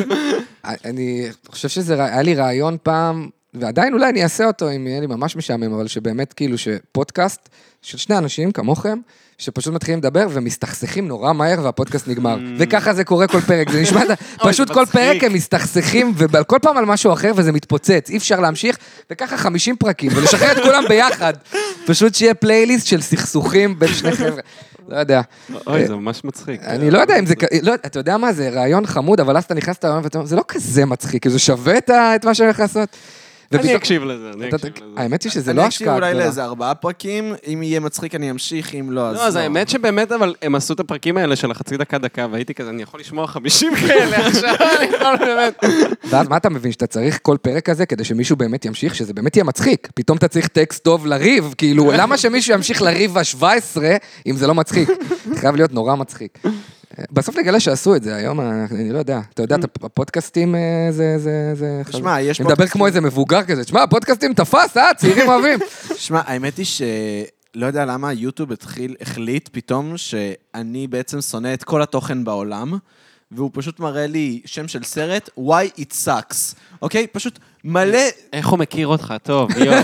Speaker 3: אני חושב שזה, רע- היה לי רעיון פעם, ועדיין אולי אני אעשה אותו אם יהיה לי ממש משעמם, אבל שבאמת כאילו שפודקאסט של שני אנשים כמוכם, שפשוט מתחילים לדבר ומסתכסכים נורא מהר והפודקאסט נגמר. וככה זה קורה כל פרק, זה נשמע, פשוט כל
Speaker 2: מצחיק.
Speaker 3: פרק הם מסתכסכים, וכל פעם על משהו אחר וזה מתפוצץ, אי אפשר להמשיך, וככה 50 פרקים, ולשחרר את כולם ביחד. פשוט שיהיה פלייליסט של סכסוכים בין שני חבר'ה. לא יודע.
Speaker 2: אוי, זה ממש מצחיק.
Speaker 3: אני לא יודע אם זה, כ- לא, אתה יודע מה, זה רעיון חמוד, אבל אז אתה נכנס לרעיון ואתה אומר, זה לא כזה מצחיק, זה שווה את ה- את מה שאני הולך לעשות.
Speaker 2: אני
Speaker 3: ופתאום-
Speaker 2: אקשיב לזה, אני
Speaker 3: אתה-
Speaker 2: אקשיב לזה.
Speaker 3: האמת היא שזה
Speaker 1: אני
Speaker 3: לא
Speaker 1: אקשיב
Speaker 3: השקעה
Speaker 1: אולי
Speaker 3: גדולה.
Speaker 1: לאיזה ארבעה פרקים, אם יהיה מצחיק אני אמשיך, אם לא, אז
Speaker 2: לא, אז האמת שבאמת, אבל הם עשו את הפרקים האלה של החצי דקה-דקה, והייתי כזה, אני יכול לשמוע 50 כאלה עכשיו, אני יכול באמת...
Speaker 3: ואז מה אתה מבין, שאתה צריך כל פרק כזה כדי שמישהו באמת ימשיך, שזה באמת יהיה מצחיק. פתאום אתה צריך טקסט טוב לריב, כאילו, למה שמישהו ימשיך לריב ב-17 אם זה לא מצחיק? זה חייב להיות נורא מצחיק. בסוף נגלה שעשו את זה היום, אה, אני לא יודע. אתה יודע, את הפודקאסטים אה, זה... זה- זה-
Speaker 1: תשמע, יש
Speaker 3: אני מדבר
Speaker 1: פודקאסטים-
Speaker 3: כמו איזה מבוגר כזה, תשמע, הפודקאסטים תפס, אה, צעירים אוהבים.
Speaker 1: שמע, האמת היא שלא יודע למה יוטיוב התחיל, החליט פתאום שאני בעצם שונא את כל התוכן בעולם, והוא פשוט מראה לי שם של סרט, Why It Sucks, אוקיי? פשוט מלא,
Speaker 2: איך הוא מכיר אותך טוב, יואו.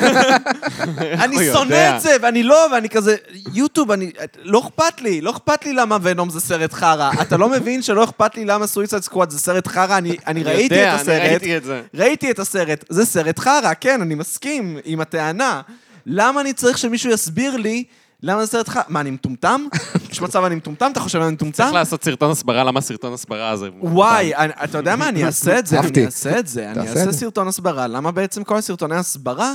Speaker 1: אני
Speaker 2: הוא יודע?
Speaker 1: שונא את זה, ואני לא, ואני כזה, יוטיוב, אני, לא אכפת לי, לא אכפת לי למה ונום זה סרט חרא. אתה לא מבין שלא אכפת לי למה סוויצד סקוואד זה סרט חרא? אני, אני ראיתי
Speaker 2: יודע,
Speaker 1: את
Speaker 2: אני
Speaker 1: הסרט.
Speaker 2: ראיתי את זה.
Speaker 1: ראיתי את הסרט, זה סרט חרא, כן, אני מסכים עם הטענה. למה אני צריך שמישהו יסביר לי למה זה סרט חרא? מה, אני מטומטם? יש מצב אני מטומטם? אתה חושב שאני מטומטם?
Speaker 2: צריך לעשות סרטון הסברה, למה סרטון הסברה הזה?
Speaker 1: וואי, אני- אתה יודע מה, אני אעשה את זה,
Speaker 3: אהבתי.
Speaker 1: אני אעשה את זה, אני
Speaker 3: תעשה
Speaker 1: אעשה
Speaker 3: את זה.
Speaker 1: סרטון הסברה. למה בעצם כל הסרטוני הסברה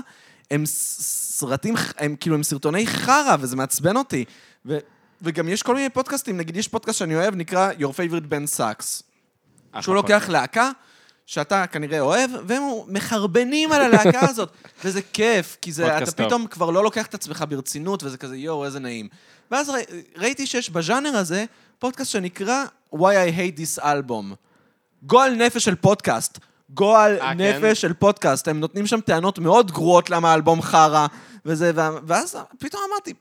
Speaker 1: הם ס- סרטים, ח- הם כאילו, הם סרטוני חרא, וזה מעצבן אותי. ו- וגם יש כל מיני פודקאסטים, נגיד יש פודקאסט שאני אוהב, נקרא Your Favorite Ben Sucks.
Speaker 2: אחלה
Speaker 1: שהוא לוקח להקה, שאתה כנראה אוהב, והם מחרבנים על הלהקה הזאת. וזה כיף, כי זה,
Speaker 2: פודקאסט
Speaker 1: אתה
Speaker 2: טוב.
Speaker 1: פתאום כבר לא לוקח את עצמך ברצינות, וזה כזה, יואו, איזה נעים. ואז ראי- ראיתי שיש בז'אנר הזה פודקאסט שנקרא Why I Hate This Album. גועל נפש של פודקאסט. גועל
Speaker 2: אה, כן?
Speaker 1: נפש של פודקאסט. הם נותנים שם טענות מאוד גרועות למה האלבום חרא, וזה, וה- ואז פתאום אמרתי,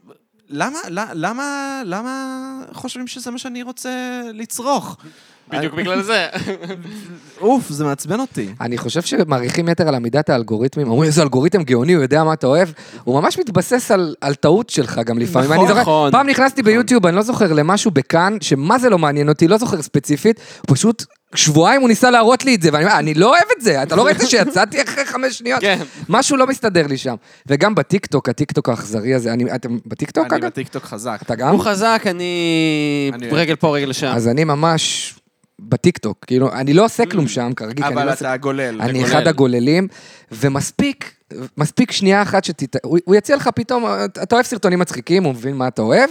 Speaker 1: למה, למה, למה, למה חושבים שזה מה שאני רוצה לצרוך?
Speaker 2: בדיוק בגלל זה.
Speaker 1: אוף, זה מעצבן אותי.
Speaker 3: אני חושב שמעריכים יתר על עמידת האלגוריתמים, אומרים איזה אלגוריתם גאוני, הוא יודע מה אתה אוהב, הוא ממש מתבסס על, על טעות שלך גם לפעמים.
Speaker 2: נכון,
Speaker 3: אני זוכר,
Speaker 2: נכון.
Speaker 3: פעם נכנסתי ביוטיוב, אני לא זוכר למשהו בכאן, שמה זה לא מעניין אותי, לא זוכר ספציפית, פשוט שבועיים הוא ניסה להראות לי את זה, ואני אומר, אני לא אוהב את זה, אתה לא ראית שיצאתי אחרי חמש שניות?
Speaker 2: כן.
Speaker 3: משהו לא מסתדר לי שם. וגם בטיקטוק, הטיקטוק האכזרי הזה, אני, אתם בטיקטוק
Speaker 1: אני
Speaker 3: אגב?
Speaker 1: בטיקטוק חזק.
Speaker 3: אתה גם?
Speaker 2: הוא חזק, אני
Speaker 1: אני-
Speaker 2: רגל פה, רגל שם.
Speaker 3: אז אני ממש בטיקטוק, כאילו, אני לא עושה כלום שם כרגיל, כי אני
Speaker 1: אבל
Speaker 3: לא עושה
Speaker 1: אתה גולל.
Speaker 3: אני
Speaker 2: גולל.
Speaker 3: אחד הגוללים, ומספיק, מספיק שנייה אחת שתת... הוא הוא יציע לך פתאום, אתה אוהב סרטונים מצחיקים, הוא מבין מה אתה אוהב,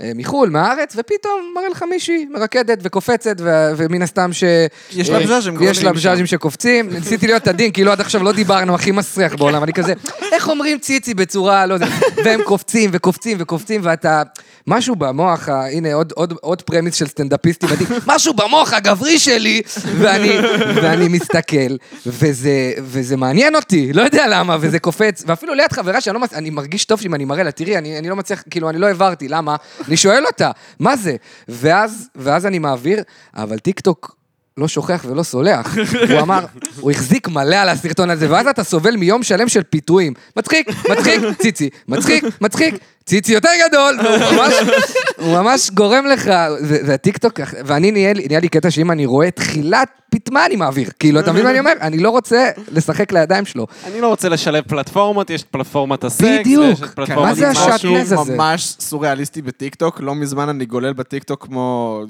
Speaker 3: אה, מחו"ל, מהארץ, ופתאום מראה לך מישהי מרקדת וקופצת, ו... ומן הסתם ש...
Speaker 1: יש לה
Speaker 3: אה,
Speaker 1: בז'אז'ים
Speaker 3: יש
Speaker 1: גוללים שם.
Speaker 3: לה בז'אז'ים שקופצים. ניסיתי להיות עדין, כאילו עד עכשיו לא דיברנו, הכי מסריח בעולם, אני כזה, איך אומרים ציצי בצורה, לא יודע, והם קופצים וקופצים וקופצים, ואתה... משהו במוח, ה- הנה עוד, עוד, עוד פרמיס של סטנדאפיסטים, מדהים, משהו במוח הגברי שלי, ואני, ואני מסתכל, וזה, וזה מעניין אותי, לא יודע למה, וזה קופץ, ואפילו ליד חברה שאני לא מצ... אני מרגיש טוב אם אני מראה לה, תראי, אני, אני לא מצליח, כאילו, אני לא העברתי, למה? אני שואל אותה, מה זה? ואז, ואז אני מעביר, אבל טיקטוק לא שוכח ולא סולח. הוא אמר, הוא החזיק מלא על הסרטון הזה, ואז אתה סובל מיום שלם של פיתויים. מצחיק, מצחיק, ציצי, מצחיק, מצחיק, ציצי יותר גדול, והוא ממש, הוא ממש גורם לך, זה זה הטיקטוק, ואני נהיה לי, נהיה לי קטע שאם אני רואה תחילת פיטמה אני מעביר. כאילו, אתה מבין מה אני אומר? אני לא רוצה לשחק לידיים שלו.
Speaker 2: אני לא רוצה לשלב פלטפורמות, יש את פלטפורמת הסקס,
Speaker 3: בדיוק.
Speaker 2: ויש את
Speaker 1: כן,
Speaker 2: פלטפורמת...
Speaker 3: מה זה
Speaker 1: אני
Speaker 3: השעטנז
Speaker 1: משהו
Speaker 3: הזה?
Speaker 1: ממש סוריאליסטי בטיקטוק, לא מזמן אני גולל בטיקטוק כמו,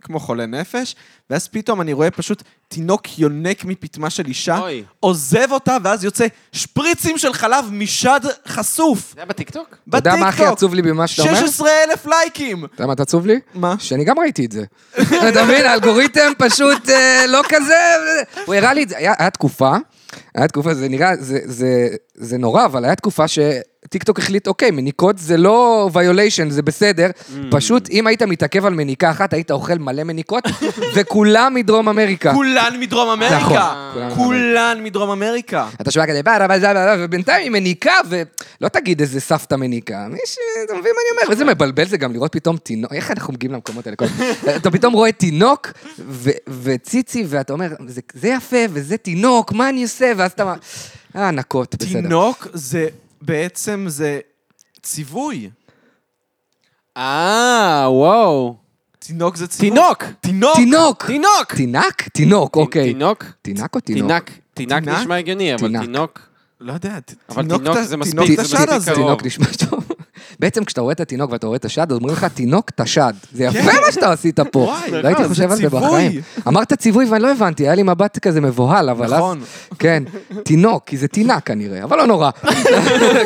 Speaker 1: כמו חולה נפש, ואז פתאום אני רואה פשוט תינוק יונק מפיטמה של אישה,
Speaker 2: אוי.
Speaker 1: עוזב אותה, ואז יוצא שפריצים של חלב משד חשוף,
Speaker 2: זה היה בטיקטוק?
Speaker 3: אתה יודע מה הכי
Speaker 1: בטיקטוק,
Speaker 3: עצוב לי במה שאתה אומר?
Speaker 1: 16 אלף לייקים!
Speaker 3: אתה יודע מה עצוב לי?
Speaker 1: מה?
Speaker 3: שאני גם ראיתי את זה. אתה מבין, האלגוריתם פשוט אה, לא כזה... הוא הראה לי את זה, היה היה תקופה, היה תקופה, זה נראה, זה- זה- זה נורא, אבל היה תקופה שטיקטוק החליט, אוקיי, מניקות זה לא violation, זה בסדר, פשוט אם היית מתעכב על מניקה אחת, היית אוכל מלא מניקות, וכולם מדרום אמריקה.
Speaker 1: כולן מדרום
Speaker 3: נכון,
Speaker 1: אמריקה!
Speaker 3: כולן מדרום
Speaker 1: כולן מדרום אמריקה!
Speaker 3: אתה שומע כזה, "בא, בא, בא, בא", ובינתיים היא מניקה, ולא תגיד איזה סבתא מניקה. מישהו, אתה מבין מה אני אומר? וזה מבלבל זה גם לראות פתאום תינוק, איך אנחנו מגיעים למקומות האלה? כל הזמן? אתה פתאום רואה תינוק ו- וציצי, ואתה אומר, "זה- זה יפה, וזה תינוק, מה אני עושה? ואז אתה... אומר, אה, נקות, בסדר.
Speaker 1: תינוק זה בעצם זה ציווי.
Speaker 2: אה, וואו.
Speaker 1: תינוק זה ציווי.
Speaker 2: תינוק!
Speaker 1: תינוק!
Speaker 3: תינוק!
Speaker 2: תינוק!
Speaker 3: תינק? תינוק, אוקיי.
Speaker 2: תינוק?
Speaker 3: תינק או תינוק?
Speaker 2: תינק. תינק
Speaker 1: תינק?
Speaker 2: נשמע הגיוני, אבל
Speaker 3: תינוק.
Speaker 2: תינוק...
Speaker 1: לא יודע, ת-
Speaker 2: אבל
Speaker 1: תינוק
Speaker 2: תינוק
Speaker 1: ת-
Speaker 2: זה
Speaker 1: תינוק
Speaker 2: מספיק,
Speaker 1: את השד
Speaker 2: זה מספיק
Speaker 1: לא, הזה.
Speaker 2: קרוב.
Speaker 3: תינוק נשמע טוב. בעצם כשאתה רואה את התינוק ואתה רואה את השד, אז אומרים לך, תינוק תשד. זה יפה מה שאתה עשית פה.
Speaker 1: כן. וואי,
Speaker 3: לא הייתי
Speaker 1: זה
Speaker 3: חושב על זה
Speaker 1: ציווי.
Speaker 3: בחיים. אמרת ציווי ואני לא הבנתי, היה לי מבט כזה מבוהל, אבל אז...
Speaker 1: נכון.
Speaker 3: כן, תינוק, כי זה תינק כנראה, אבל לא נורא.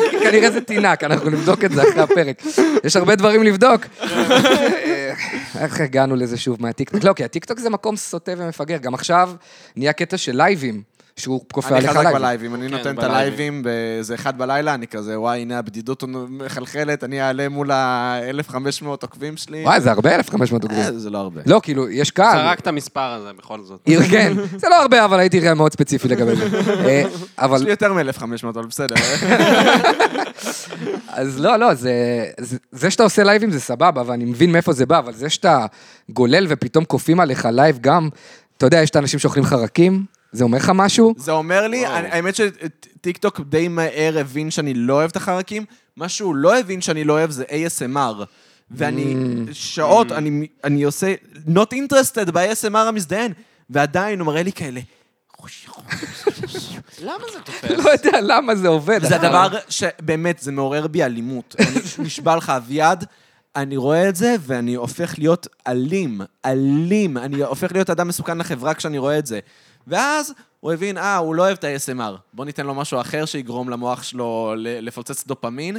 Speaker 3: כי כנראה זה תינק, אנחנו נבדוק את זה אחרי הפרק. יש הרבה דברים לבדוק. אה, איך הגענו לזה שוב מהטיקטוק? לא, כי הטיקטוק זה מקום סוטה ומפגר. גם עכשיו נהיה קטע של לייבים, שהוא כופה
Speaker 1: אני
Speaker 3: עליך
Speaker 1: חזק
Speaker 3: לייב.
Speaker 1: בלייבים, אני
Speaker 2: כן,
Speaker 1: נותן את
Speaker 2: בלייבים.
Speaker 1: הלייבים באיזה אחד בלילה, אני כזה, וואי, הנה הבדידות מחלחלת, אני אעלה מול ה-1500 עוקבים שלי.
Speaker 3: וואי, זה הרבה 1,500 עוקבים.
Speaker 1: אה, זה לא הרבה.
Speaker 3: לא, כאילו, יש קהל.
Speaker 2: זרק את המספר הזה בכל זאת.
Speaker 3: ארגן. זה לא הרבה, אבל הייתי רע מאוד ספציפי לגבי זה. אה, אבל,
Speaker 1: יש לי יותר מ-1500, אבל בסדר.
Speaker 3: אז לא, לא, זה, זה, זה שאתה עושה לייבים זה סבבה, ואני מבין מאיפה זה בא, אבל זה שאתה גולל ופתאום כופים עליך לייב גם, אתה יודע, יש את האנשים שאוכלים חרקים, זה אומר לך משהו?
Speaker 1: זה אומר לי,
Speaker 2: וואו.
Speaker 1: אני- האמת שטיקטוק די מהר הבין שאני לא אוהב את החרקים, מה שהוא לא הבין שאני לא אוהב זה ASMR. ואני שעות,
Speaker 2: Mm.
Speaker 1: אני- אני עושה not interested ב-ASMR המזדיין, ועדיין הוא מראה לי כאלה.
Speaker 2: למה זה תופס?
Speaker 3: לא יודע למה זה עובד.
Speaker 1: זה
Speaker 3: אבל-
Speaker 1: הדבר שבאמת, זה מעורר בי אלימות. אני- נשבע לך אביעד, אני רואה את זה ואני הופך להיות אלים, אלים. אני הופך להיות אדם מסוכן לחברה כשאני רואה את זה. ואז הוא הבין, אה, הוא לא אוהב את ה-ASMR. בוא ניתן לו משהו אחר שיגרום למוח שלו ל- לפוצץ דופמין.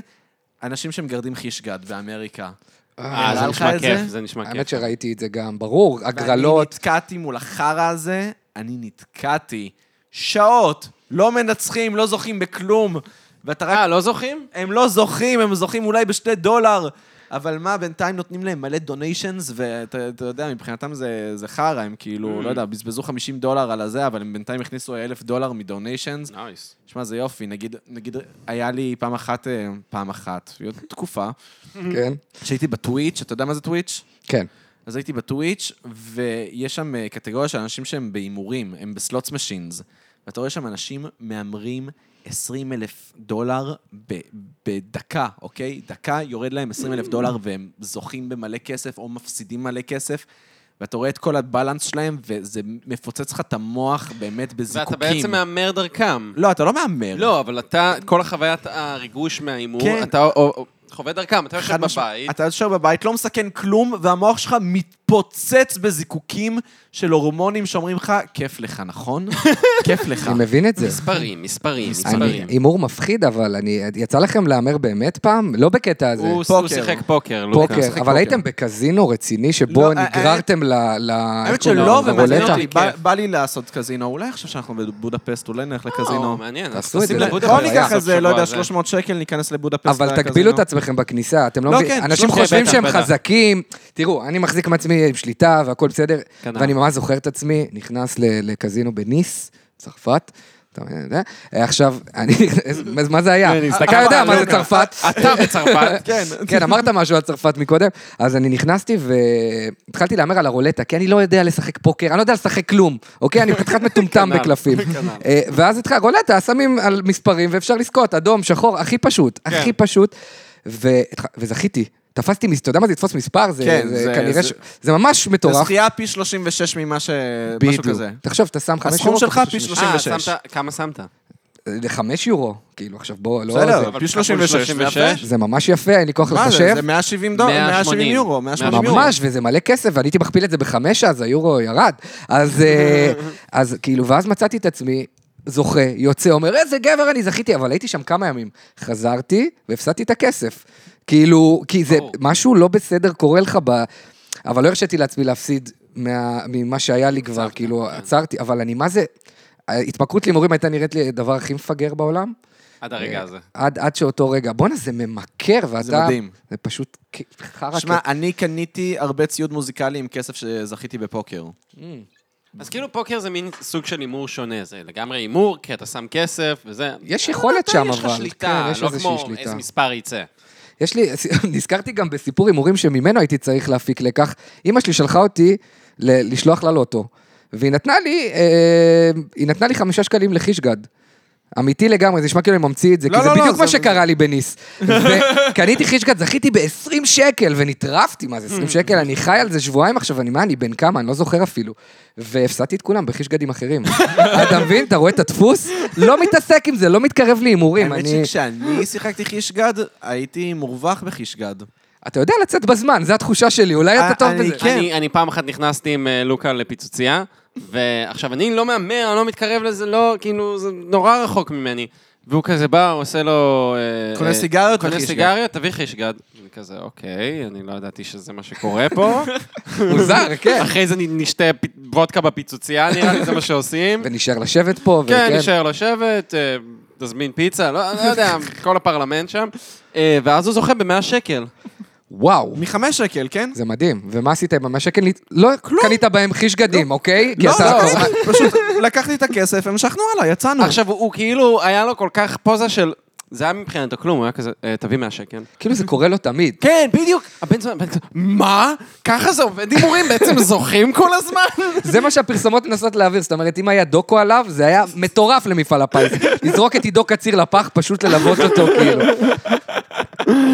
Speaker 1: אנשים שמגרדים חישגד באמריקה.
Speaker 2: אה, זה כן.
Speaker 1: נראה לך
Speaker 2: נשמע
Speaker 1: את
Speaker 2: כיף,
Speaker 1: זה?
Speaker 2: זה נשמע
Speaker 3: האמת
Speaker 2: כיף.
Speaker 3: שראיתי את זה גם, ברור,
Speaker 1: ואני
Speaker 3: הגרלות.
Speaker 1: נתקעתי מול החרא הזה, אני נתקעתי. שעות, לא מנצחים, לא זוכים בכלום. ואתה רק
Speaker 2: אה, לא זוכים?
Speaker 1: הם לא זוכים, הם זוכים אולי בשתי דולר, אבל מה, בינתיים נותנים להם מלא דוניישנס, ואתה אתה יודע, מבחינתם זה, זה חרא, הם כאילו, לא יודע, בזבזו 50 דולר על הזה, אבל הם בינתיים הכניסו 1,000 דולר מדוניישנס.
Speaker 2: נייס.
Speaker 1: שמע, זה יופי. נגיד, נגיד, היה לי פעם אחת, אה, פעם אחת, תקופה,
Speaker 3: כן?
Speaker 1: שהייתי בטוויץ', אתה יודע מה זה טוויץ'?
Speaker 3: כן.
Speaker 1: אז הייתי בטוויץ', ויש שם אה, קטגוריה של אנשים שהם בהימורים, הם בסלוטס משינס. ואתה רואה שם אנשים מהמרים 20 אלף דולר ב- בדקה, אוקיי? דקה יורד להם 20 אלף דולר והם זוכים במלא כסף או מפסידים מלא כסף. ואתה רואה את כל הבלנס שלהם, וזה מפוצץ לך את המוח באמת בזיקוקים.
Speaker 2: ואתה בעצם מהמר דרכם.
Speaker 1: לא, אתה לא מהמר.
Speaker 2: לא, אבל אתה, כל החוויית הריגוש מההימור,
Speaker 1: כן.
Speaker 2: אתה או- או- חווה דרכם, אתה יושב
Speaker 1: חד משמע-
Speaker 2: בבית,
Speaker 1: אתה יושב בבית, לא מסכן כלום, והמוח שלך מתפוצץ בזיקוקים של הורמונים שאומרים לך, כיף לך, נכון? כיף לך.
Speaker 3: אני מבין את זה.
Speaker 2: מספרים, אה, מספרים,
Speaker 3: אני-
Speaker 2: מספרים.
Speaker 3: הימור מפחיד, אבל אני... יצא לכם להמר באמת פעם? לא בקטע הזה.
Speaker 2: הוא
Speaker 1: פוקר.
Speaker 2: הוא שיחק פוקר, לוקה.
Speaker 3: פוקר, אוקיי, אבל הייתם בקזינו רציני
Speaker 1: לא,
Speaker 3: שבו
Speaker 1: אה,
Speaker 3: נגררתם ל... ל-
Speaker 1: האמת
Speaker 3: איך קוראים
Speaker 1: שלא, לא
Speaker 3: לזה?
Speaker 1: ומעניין
Speaker 3: רולטה?
Speaker 1: אותי, בא- בא לי לעשות קזינו, אולי עכשיו שאנחנו בבודפסט, אולי נלך
Speaker 2: או,
Speaker 1: לקזינו.
Speaker 2: מעניין.
Speaker 3: תעשו את לא, זה,
Speaker 2: נשים
Speaker 3: זה
Speaker 2: לבודפשט
Speaker 1: בוא
Speaker 3: בעיה.
Speaker 1: ניקח
Speaker 2: בסוף
Speaker 1: איזה, לא
Speaker 2: שבוע
Speaker 1: יודע,
Speaker 2: הזה.
Speaker 1: 300 שקל, ניכנס לבודפסט.
Speaker 3: אבל
Speaker 1: לקזינו.
Speaker 3: תגבילו את עצמכם בכניסה, אתם לא
Speaker 1: לא,
Speaker 3: מבינים.
Speaker 1: כן,
Speaker 3: אנשים
Speaker 2: שלום.
Speaker 3: חושבים
Speaker 2: בטח,
Speaker 3: שהם
Speaker 2: בטח.
Speaker 3: חזקים. תראו, אני מחזיק מעצמי עם שליטה והכל בסדר,
Speaker 2: כנ"ל.
Speaker 3: ואני ממש זוכר את עצמי, נכנס ל- לקזינו בניס, צרפת. אתה יודע? אה, עכשיו, אני... אז מה זה היה? אתה יודע מה זה צרפת.
Speaker 2: אתה בצרפת.
Speaker 1: כן.
Speaker 3: כן, אמרת משהו על צרפת מקודם. אז אני נכנסתי והתחלתי להמר על הרולטה, כי אני לא יודע לשחק פוקר, אני לא יודע לשחק כלום, אוקיי? אני חתיכת מטומטם
Speaker 2: כנ"ל,
Speaker 3: בקלפים.
Speaker 2: כנ"ל.
Speaker 3: אה, ואז התחלתי, רולטה, שמים על מספרים ואפשר לזכות, אדום, שחור, הכי פשוט,
Speaker 1: כן.
Speaker 3: הכי פשוט. והתח- וזכיתי. תפסתי, מס- אתה יודע מה זה לתפוס מספר? זה
Speaker 1: כן,
Speaker 3: זה
Speaker 1: זה-
Speaker 3: כנראה
Speaker 1: זה-
Speaker 3: ש... זה ממש
Speaker 1: זה
Speaker 3: מטורף.
Speaker 1: זכייה פי 36 ממה ש... משהו כזה.
Speaker 3: תחשוב, אתה שם חמש
Speaker 1: הסכום
Speaker 3: יורו.
Speaker 1: שלך
Speaker 3: אתה
Speaker 1: פי
Speaker 3: חושב
Speaker 1: 36.
Speaker 2: אה, שמת- כמה שמת?
Speaker 3: שזה- חמש יורו, כאילו, עכשיו בוא, לא...
Speaker 1: בסדר,
Speaker 3: זה-
Speaker 2: אבל
Speaker 1: פי
Speaker 2: כפול
Speaker 1: 36. זה יפה.
Speaker 3: זה ממש יפה, אין לי כוח
Speaker 1: מה זה,
Speaker 3: לחשב.
Speaker 1: זה 170 דולר, 170 יורו, 180 יורו.
Speaker 3: ממש, וזה מלא כסף, ואני הייתי מכפיל את זה בחמש, אז היורו ירד. אז, אה, אז כאילו, ואז מצאתי את עצמי, זוכה, יוצא, אומר, איזה גבר אני זכיתי, אבל הייתי שם כמה ימים. חזרתי והפסדתי את הכסף. כאילו, כי זה,
Speaker 2: ברור.
Speaker 3: משהו לא בסדר קורה לך ב... אבל לא הרשיתי לעצמי להפסיד מה, ממה שהיה לי כבר,
Speaker 2: עצרת,
Speaker 3: כאילו,
Speaker 2: כן.
Speaker 3: עצרתי, אבל אני, מה זה... התמכרות להימורים הייתה נראית לי הדבר הכי מפגר בעולם,
Speaker 2: עד הרגע הזה.
Speaker 3: עד, עד שאותו רגע, בואנה, זה ממכר, ואתה...
Speaker 1: מדהים.
Speaker 3: זה פשוט כ- חרא
Speaker 1: שמע, אני קניתי הרבה ציוד מוזיקלי עם כסף שזכיתי בפוקר.
Speaker 2: אז כאילו פוקר זה מין סוג של הימור שונה, זה לגמרי הימור, כי אתה שם כסף וזה.
Speaker 3: יש יכולת
Speaker 2: אתה-
Speaker 3: שם,
Speaker 2: יש לך
Speaker 3: אבל.
Speaker 2: שליטה,
Speaker 3: כן, יש
Speaker 2: לא
Speaker 3: איזושהי
Speaker 2: כמו
Speaker 3: שליטה.
Speaker 2: איזה מספר יצא.
Speaker 3: יש לי, נזכרתי גם בסיפור הימורים שממנו הייתי צריך להפיק לקח. אימא שלי שלחה אותי ל- לשלוח לה לוטו, והיא נתנה לי, אה, היא נתנה לי חמישה שקלים לחישגד. אמיתי לגמרי, זה נשמע כאילו אני ממציא את זה,
Speaker 1: לא,
Speaker 3: כי זה
Speaker 1: לא, לא,
Speaker 3: בדיוק מה
Speaker 1: זה-
Speaker 3: שקרה לי בניס. וקניתי חישגד, זכיתי ב-20 שקל, ונטרפתי, מה זה
Speaker 1: Mm.
Speaker 3: 20 שקל? אני חי על זה שבועיים עכשיו, אני מה, אני בן כמה, אני לא זוכר אפילו. והפסדתי את כולם בחישגדים אחרים. אתה מבין? אתה רואה את הדפוס? לא מתעסק עם זה, לא מתקרב להימורים.
Speaker 1: האמת
Speaker 3: אני-
Speaker 1: שכשאני שיחקתי חישגד, הייתי מורווח בחישגד.
Speaker 3: אתה יודע לצאת בזמן, זו התחושה שלי, אולי אתה
Speaker 1: אה,
Speaker 3: טוב
Speaker 1: אני-
Speaker 3: בזה.
Speaker 1: כן.
Speaker 2: אני, אני פעם אחת נכנסתי עם אה, לוקה לפיצוצייה, ועכשיו אני לא מהמר, אני לא מתקרב לזה, לא, כאילו, זה נורא רחוק ממני. והוא כזה בא, הוא עושה לו... אה,
Speaker 1: קונה
Speaker 2: אה,
Speaker 1: סיגריות
Speaker 2: קונה
Speaker 1: וחישגד.
Speaker 2: סיגריות, תביא חישגד. אני כזה, אוקיי, אני לא ידעתי שזה מה שקורה פה.
Speaker 3: מוזר, כן.
Speaker 2: אחרי זה נ- נשתה פ- וודקה בפיצוצייה, נראה לי, זה מה שעושים.
Speaker 3: ונשאר לשבת פה,
Speaker 2: כן,
Speaker 3: וכן.
Speaker 2: נשאר לשבת, אה, תזמין פיצה, לא לא יודע, כל הפרלמנט שם. אה, ואז הוא זוכה ב-100 שקל.
Speaker 3: וואו,
Speaker 1: מחמש שקל, כן?
Speaker 3: זה מדהים. ומה עשית עם המשק? לא קנית בהם חישגדים, אוקיי? כי
Speaker 1: לא,
Speaker 3: אתה-
Speaker 1: לא, פשוט לקחתי את הכסף, המשכנו הלאה, יצאנו.
Speaker 2: עכשיו, הוא- הוא כאילו, היה לו כל כך פוזה של... זה היה מבחינתו כלום, הוא היה כזה, "אה, תביא 100 שקל.
Speaker 3: כאילו זה קורה לו תמיד.
Speaker 2: כן, בדיוק. הבן זמן, הבן זמן, מה? ככה זה עובד הימורים? בעצם זוכים כל הזמן?
Speaker 3: זה מה שהפרסומות מנסות להעביר, זאת אומרת, אם היה דוקו עליו, זה היה מטורף למפעל הפיס. לזרוק את עידו קציר לפח, פשוט ללוות אותו, כאילו.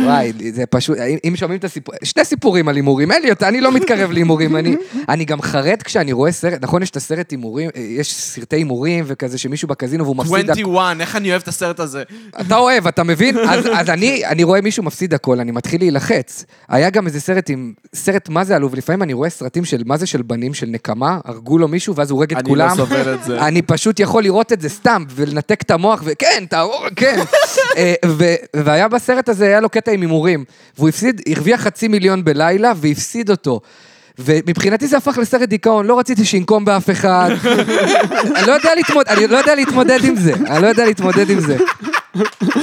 Speaker 3: וואי, זה פשוט, אם- אם שומעים את הסיפור, שני סיפורים על הימורים, אין לי אותה, אני לא מתקרב להימורים, אני, אני גם חרד כשאני רואה סרט, נכון, יש את הסרט הימורים, אה, יש סרטי הימורים וכזה שמישהו בקזינו והוא מפסיד,
Speaker 1: 21, איך אני אוהב את הסרט הזה.
Speaker 3: אתה אוהב, אתה מבין? אז, אז אני, אני רואה מישהו מפסיד הכל, אני מתחיל להילחץ. היה גם איזה סרט עם, סרט מה זה עלוב, לפעמים אני רואה סרטים של מה זה של בנים, של נקמה, הרגו לו מישהו ואז הוא הורג את
Speaker 1: אני
Speaker 3: כולם.
Speaker 1: לא סובל את זה.
Speaker 3: אני פשוט יכול לראות את זה סתם, ולנתק את המוח, וכן, תהרוג, כן. אה, ו- והיה בסרט הזה, היה לו קטע עם הימורים. והוא הפסיד, הרוויח חצי מיליון בלילה, והפסיד אותו. ומבחינתי זה הפך לסרט דיכאון, לא רציתי שינקום באף אחד. אני לא יודע להתמודד, אני לא יודע להתמודד עם זה, אני לא יודע להתמודד עם זה.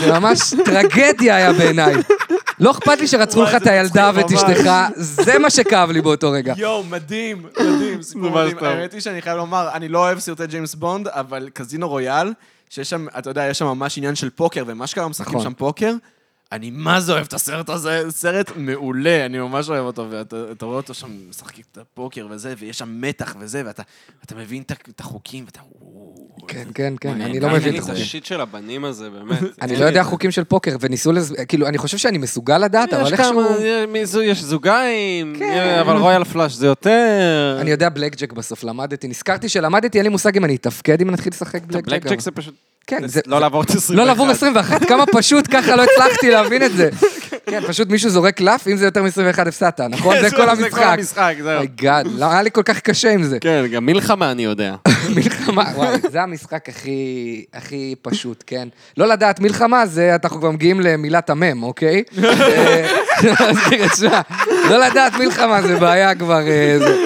Speaker 3: זה ממש טרגדיה היה בעיניי. לא אכפת לי שרצחו לך
Speaker 1: וואי,
Speaker 3: את
Speaker 1: זה
Speaker 3: הילדה
Speaker 1: מצחיק
Speaker 3: ואת
Speaker 1: ממש.
Speaker 3: אשתך, זה מה שכאב לי באותו רגע.
Speaker 1: יואו, מדהים, מדהים, סיפור
Speaker 2: ממש
Speaker 1: מדהים.
Speaker 2: טוב.
Speaker 1: האמת היא שאני חייב לומר, אני לא אוהב סרטי ג'יימס בונד, אבל קזינו רויאל, שיש שם, אתה יודע, יש שם ממש עניין של פוקר, ומה שקרה, משחקים
Speaker 3: נכון.
Speaker 1: שם פוקר. אני מה זה אוהב את הסרט הזה, סרט מעולה, אני ממש אוהב אותו, ואתה אתה רואה אותו שם משחק את הפוקר וזה, ויש שם מתח וזה, ואתה אתה מבין את ה- את החוקים, ואתה... וואו.
Speaker 3: כן, כן, כן,
Speaker 1: אני
Speaker 3: אני לא
Speaker 2: לא
Speaker 1: עדיין
Speaker 3: מבין
Speaker 2: מבין
Speaker 3: את
Speaker 2: את
Speaker 3: החוקים.
Speaker 2: השיט של הבנים הזה, באמת.
Speaker 3: אני לא יודע חוקים של פוקר, וניסו לזה, כאילו, אני חושב שאני מסוגל לדעת, אבל איכשהו...
Speaker 2: איכשהו... אה, יש זוגיים, אה,
Speaker 3: כן.
Speaker 2: אבל רויאל פלאש זה יותר...
Speaker 3: אני יודע בלק ג'ק בסוף, למדתי, נזכרתי שלמדתי, אין לי מושג אם אני אתפקד אם נתחיל לשחק בלק ג'ק.
Speaker 2: בלק
Speaker 3: אבל-
Speaker 2: ג'ק זה פשוט...
Speaker 3: כן,
Speaker 2: זה-
Speaker 3: זה...
Speaker 2: לא
Speaker 3: זה-
Speaker 2: לעבור את 21.
Speaker 3: לא לעבור 21, כמה פשוט, ככה לא הצלחתי להבין את זה. כן, פשוט מישהו זורק קלף, אם זה יותר מ-21 הפסדת, נכון? זה כל
Speaker 2: כן, זה כל
Speaker 3: המשחק.
Speaker 2: המשחק, זהו.
Speaker 3: מייגאד, לא היה לי כל כך קשה עם זה.
Speaker 2: כן, גם מלחמה אני יודע.
Speaker 3: מלחמה, וואי, זה המשחק הכי, הכי פשוט, כן? לא לדעת מלחמה, זה, אנחנו כבר מגיעים למילת המם, אוקיי? אה, אז רגע, תשמע, לא לדעת מלחמה זה בעיה כבר... אה, זה.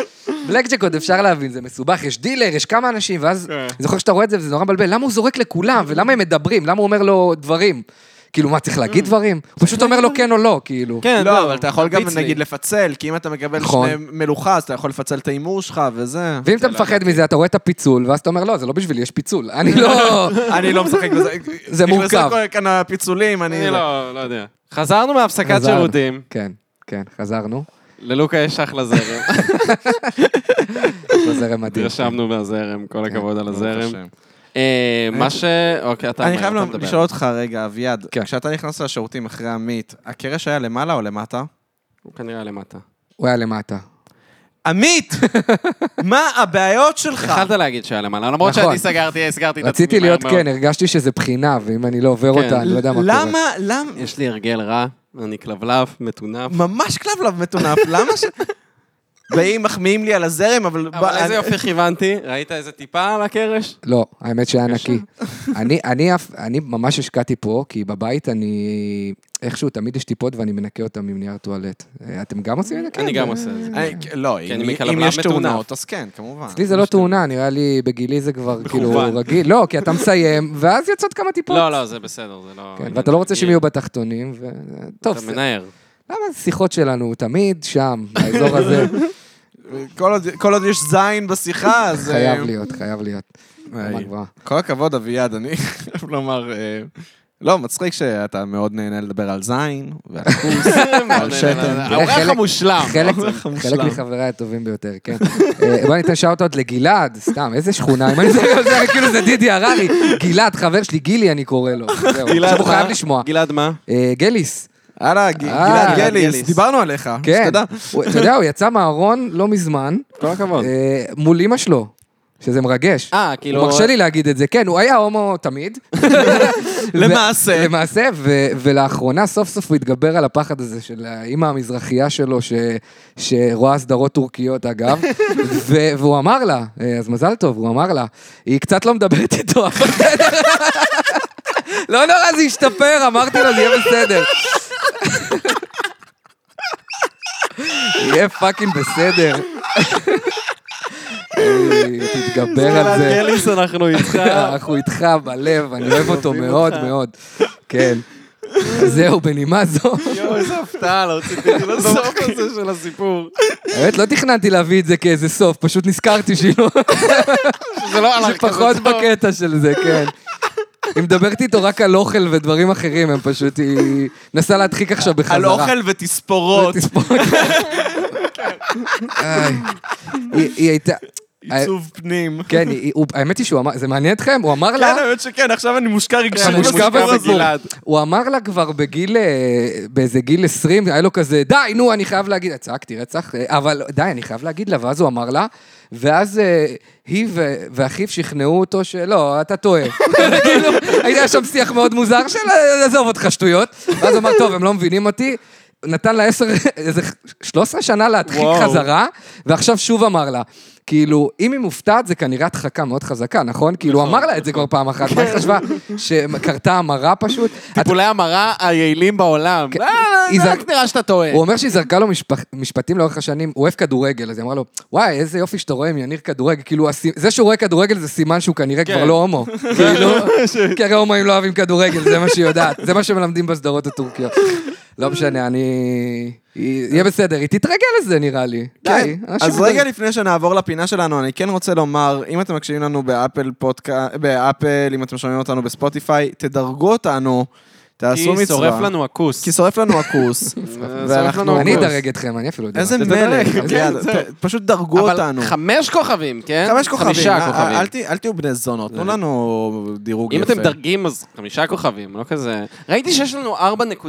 Speaker 3: בלקג'ק עוד אפשר להבין, זה מסובך, יש דילר, יש כמה אנשים, ואז
Speaker 2: כן.
Speaker 3: אני זוכר שאתה רואה את זה וזה נורא מבלבל, למה הוא זורק לכולם, ולמה הם מדברים, למה הוא אומר לו דברים? כאילו, מה, צריך להגיד דברים? הוא פשוט אומר לו כן או לא, כאילו.
Speaker 2: כן,
Speaker 1: לא, אבל אתה יכול גם,
Speaker 2: מרביץ לי.
Speaker 1: נגיד, לפצל, כי אם אתה מקבל
Speaker 3: נכון.
Speaker 1: שני מלוכה, אז אתה יכול לפצל את ההימור שלך וזה.
Speaker 3: ואם אתה מפחד מזה, אתה רואה את הפיצול, ואז אתה אומר, לא, זה לא בשבילי, יש פיצול. אני לא...
Speaker 1: אני לא משחק בזה.
Speaker 3: זה מורכב.
Speaker 1: נכנסו כל כאן הפיצולים, אני...
Speaker 2: אני לא, לא יודע. חזרנו מהפסקת
Speaker 3: חזרנו.
Speaker 2: שירותים,
Speaker 3: כן, כן, חזרנו.
Speaker 2: ללוקה יש אחלה זרם.
Speaker 3: יש לו זרם מדהים.
Speaker 2: התרשמנו מהזרם,
Speaker 3: כן,
Speaker 2: כל הכבוד על
Speaker 1: ברוך
Speaker 2: הזרם.
Speaker 1: השם.
Speaker 2: אה, מה ש... אוקיי, אתה
Speaker 1: אני
Speaker 2: מה,
Speaker 1: חייב
Speaker 2: אתה
Speaker 1: למ-
Speaker 2: מדבר.
Speaker 1: לשאול אותך רגע, אביעד,
Speaker 3: כן.
Speaker 1: כשאתה נכנס לשירותים אחרי עמית, הקרש היה למעלה או למטה?
Speaker 2: הוא כנראה למטה.
Speaker 3: הוא היה למטה.
Speaker 1: עמית! מה הבעיות שלך?
Speaker 2: התחלת להגיד שהיה למעלה, למרות
Speaker 3: נכון.
Speaker 2: שאני סגרתי, הסגרתי את עצמי.
Speaker 3: רציתי
Speaker 2: מהר
Speaker 3: להיות
Speaker 2: מאוד.
Speaker 3: כן, הרגשתי שזה בחינה, ואם אני לא עובר
Speaker 2: כן.
Speaker 3: אותה, אני לא יודע מה קורה.
Speaker 1: למה, למה,
Speaker 3: כן.
Speaker 2: יש לי הרגל רע, אני כלבלב, מטונף.
Speaker 1: ממש כלבלב מטונף, למה ש... באים, מחמיאים לי על הזרם, אבל...
Speaker 2: אבל
Speaker 1: בא-
Speaker 2: איזה
Speaker 1: אני-
Speaker 2: יופי כיוונתי, ראית איזה טיפה על הקרש?
Speaker 3: לא, האמת שהיה נקי. אני, אני, אף- אני ממש השקעתי פה, כי בבית אני... איכשהו תמיד יש טיפות ואני מנקה אותן עם נייר טואלט. אה, אתם גם עושים את זה?
Speaker 2: אני גם עושה את זה.
Speaker 1: אני- לא,
Speaker 2: כי
Speaker 1: אם
Speaker 2: אני מכלבלב
Speaker 1: אם יש
Speaker 2: מטונף.
Speaker 1: תאונות, אז כן, כמובן.
Speaker 3: אצלי זה לא תאונה, נראה לי בגילי זה כבר כאילו
Speaker 2: מכוון.
Speaker 3: רגיל. לא, כי אתה מסיים, ואז יוצאות כמה טיפות.
Speaker 2: לא, לא, זה בסדר, זה לא...
Speaker 3: כן, ואתה לא רוצה שהם יהיו בתחתונים, ו... טוב,
Speaker 2: אתה מנער.
Speaker 3: למה השיחות שלנו תמיד שם, באזור הזה?
Speaker 1: כל עוד- כל עוד יש זין בשיחה, אז... אה,
Speaker 3: חייב להיות, חייב להיות. רמה גבוהה.
Speaker 1: כל הכבוד, אביעד, אני חייב לומר... אה, לא, מצחיק שאתה מאוד נהנה לדבר על זין, ועל כוס,
Speaker 3: אה,
Speaker 1: ועל שתן.
Speaker 2: האורח
Speaker 3: חלק-
Speaker 2: אה, המושלם.
Speaker 3: חלק,
Speaker 1: המושלם.
Speaker 3: חלק מחבריי הטובים ביותר, כן. אה, בוא ניתן שאוט-אוט לגלעד, סתם, איזה שכונה, אם אני זוכר את זה, כאילו זה דידי הררי. גלעד, חבר שלי, גילי אני קורא לו. זהו, עכשיו הוא חייב לשמוע.
Speaker 2: אה? גלעד מה?
Speaker 3: אה, גליס,
Speaker 1: הלאה, ג- אה, גלעד
Speaker 3: גלעד
Speaker 1: גליס,
Speaker 2: גליס.
Speaker 1: דיברנו עליך,
Speaker 3: כן.
Speaker 1: שתדע.
Speaker 3: הוא- אתה יודע, הוא יצא מהארון לא מזמן,
Speaker 2: כל הכבוד.
Speaker 3: אה, מול אימא שלו. שזה מרגש.
Speaker 2: אה, כאילו-
Speaker 3: הוא מרשה לי להגיד את זה. כן, הוא היה הומו תמיד.
Speaker 1: למעשה.
Speaker 3: למעשה, ו- ולאחרונה סוף סוף הוא התגבר על הפחד הזה של האימא המזרחייה שלו, ש- שרואה סדרות טורקיות אגב, ו- והוא אמר לה, אה, אז מזל טוב, הוא אמר לה, היא קצת לא מדברת איתו, אבל בסדר. לא נורא, זה ישתפר, אמרתי לו, זה יהיה בסדר. יהיה פאקינג בסדר. אה, תתגבר על זה.
Speaker 2: גלעד גליס, אנחנו איתך.
Speaker 3: אנחנו איתך בלב, אני אוהב אותו
Speaker 2: אוהבים
Speaker 3: מאוד
Speaker 2: אותך.
Speaker 3: מאוד. כן. זהו, בנימה זו.
Speaker 2: יואו, איזה הפתעה, לא אוקיי. ציפיתי לסוף הזה של הסיפור.
Speaker 3: האמת, לא תכננתי להביא את זה כאיזה סוף, פשוט נזכרתי שהיא לא...
Speaker 2: זה לא
Speaker 3: זה
Speaker 2: הלך
Speaker 3: פחות
Speaker 2: כזה טוב.
Speaker 3: בקטע של זה, כן. היא מדברת איתו רק על אוכל ודברים אחרים, הם פשוט, היא מנסה להדחיק עכשיו בחזרה.
Speaker 1: על אוכל ותספורות,
Speaker 3: תספורת. כן. איי. היא היא הייתה...
Speaker 1: עיצוב פנים.
Speaker 3: כן, היא- הוא- האמת היא שהוא אמר, זה מעניין אתכם? הוא אמר לה...
Speaker 1: כן, האמת שכן, עכשיו אני מושקע רגשית.
Speaker 3: אני מושקע
Speaker 1: בסיפור הזה.
Speaker 3: בסיפור. הוא אמר לה כבר בגיל, אה, באיזה גיל 20, היה לו כזה, די, נו, אני חייב להגיד, צעקתי רצח, אה, אבל די, אני חייב להגיד לה, ואז הוא אמר לה, ואז אה, היא ו- ואחיו שכנעו אותו שלא, אתה טועה. כאילו, היה שם שיח מאוד מוזר של "אה, עזוב אותך, שטויות. ואז הוא אמר, טוב, הם לא מבינים אותי. נתן לה עשר, איזה 13 שנה להדחיק
Speaker 2: וואו.
Speaker 3: חזרה, ועכשיו שוב אמר לה. כאילו, אם היא מופתעת, זה כנראה הדחקה מאוד חזקה, נכון? כאילו, הוא אמר לה את זה כבר פעם
Speaker 2: כן.
Speaker 3: אחת, מה היא חשבה? שקרתה המרה פשוט? אתה-
Speaker 2: טיפולי המרה היעילים בעולם.
Speaker 3: כן,
Speaker 2: אה,
Speaker 3: היא
Speaker 2: זה
Speaker 3: זר-
Speaker 2: רק נראה שאתה טועה.
Speaker 3: הוא אומר שהיא זרקה לו משפח- משפטים לאורך השנים, הוא אוהב כדורגל, אז היא אמרה לו, וואי, איזה יופי שאתה רואה עם יניר כדורגל, כאילו, הסי- זה שהוא רואה כדורגל זה סימן שהוא כנראה
Speaker 2: כן.
Speaker 3: כבר לא הומו. כאילו, כי הרי הומואים לא אוהבים כדורגל, זה מה שהיא יודעת, זה מה שמלמדים בסדרות הטורקיות. לא משנה, אני... יהיה בסדר, היא תתרגל לזה נראה לי. די, אנשים
Speaker 1: כן, אז
Speaker 3: מדברים.
Speaker 1: רגע לפני שנעבור לפינה שלנו, אני כן רוצה לומר, אם אתם מקשיבים לנו באפל פודקאסט, באפל, אם אתם שומעים אותנו בספוטיפיי, תדרגו אותנו, תעשו מצווה.
Speaker 2: כי שורף לנו הכוס.
Speaker 1: כי שורף לנו הכוס.
Speaker 2: שורף לנו
Speaker 1: ואנחנו-
Speaker 3: אני
Speaker 2: הכוס.
Speaker 3: אדרג אתכם, אני אפילו לא יודע.
Speaker 1: איזה
Speaker 2: תדרג, כן,
Speaker 1: מלך, כן,
Speaker 2: זהו.
Speaker 1: ת- פשוט דרגו אותנו.
Speaker 2: אבל חמש כוכבים, כן?
Speaker 1: חמש כוכבים,
Speaker 2: חמישה
Speaker 1: אה,
Speaker 2: כוכבים.
Speaker 1: אל ת- אל תהיו בני זונות, תנו לנו דירוג
Speaker 2: אם
Speaker 1: יפה.
Speaker 2: אתם מדרגים, אז חמישה כוכבים, לא כזה... ראיתי שיש לנו 4.9,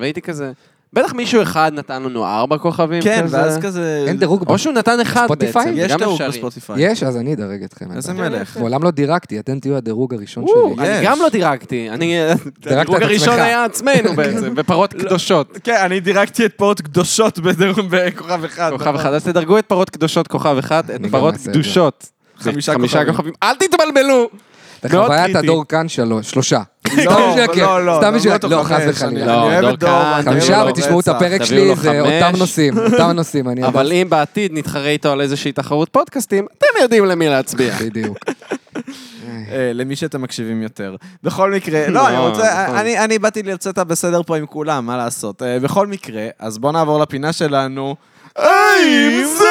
Speaker 2: והייתי כזה... בטח מישהו אחד נתן לנו ארבע כוכבים.
Speaker 1: כן,
Speaker 2: כזה.
Speaker 1: ואז כזה...
Speaker 3: אין דירוג
Speaker 2: או שהוא נתן אחד
Speaker 3: בספוטיפיי?
Speaker 2: בעצם,
Speaker 1: יש
Speaker 2: זה גם
Speaker 1: דירוג
Speaker 2: אפשרי.
Speaker 1: בספוטיפיי.
Speaker 3: יש, אז אני אדרג אתכם. אין
Speaker 1: איזה
Speaker 3: בעיה.
Speaker 1: מלך.
Speaker 3: מעולם לא דירקתי, אתם תהיו הדירוג הראשון
Speaker 2: וואו,
Speaker 3: שלי.
Speaker 2: אני
Speaker 1: יש.
Speaker 2: גם לא דירקתי, אני...
Speaker 3: את
Speaker 2: הדירוג הראשון
Speaker 3: עצמך.
Speaker 2: היה עצמנו בעצם, בפרות קדושות.
Speaker 1: כן, אני דירקתי את פרות קדושות בדירוג- בכוכב אחד.
Speaker 2: כוכב
Speaker 1: נכון.
Speaker 2: אחד, אז תדרגו את פרות קדושות כוכב אחד, את
Speaker 3: אני גם
Speaker 2: פרות
Speaker 3: אעשה את זה.
Speaker 2: קדושות.
Speaker 1: חמישה כוכבים.
Speaker 2: אל תתבלבלו! מאוד
Speaker 3: בחוויית
Speaker 2: קריטי.
Speaker 3: הדור כאן שלוש, שלושה.
Speaker 1: לא,
Speaker 3: סתם בשביל הכיף,
Speaker 1: לא, לא,
Speaker 3: סתם בשביל...
Speaker 1: לא,
Speaker 3: לא,
Speaker 1: לא,
Speaker 3: חס
Speaker 1: חמש,
Speaker 3: וחלילה.
Speaker 1: אני
Speaker 2: לא,
Speaker 1: אוהב
Speaker 2: דור
Speaker 1: את דור,
Speaker 2: כאן,
Speaker 1: אני
Speaker 2: תביאו
Speaker 3: חמישה
Speaker 2: לו
Speaker 3: ותשמעו את
Speaker 1: רצח.
Speaker 3: הפרק
Speaker 2: תביאו
Speaker 3: שלי,
Speaker 2: לו
Speaker 3: זה
Speaker 2: חמש.
Speaker 3: אותם נושאים, אותם נושאים, אני
Speaker 2: אבל אם בעתיד נתחרה איתו על איזושהי תחרות פודקאסטים, אתם יודעים למי להצביע.
Speaker 3: בדיוק.
Speaker 1: אה, למי שאתם מקשיבים יותר. בכל מקרה, לא, אני
Speaker 2: לא,
Speaker 1: רוצה,
Speaker 2: נכון.
Speaker 1: אני- אני באתי לרצות בסדר פה עם כולם, מה לעשות. אה, בכל מקרה, אז בואו נעבור לפינה שלנו. האם זה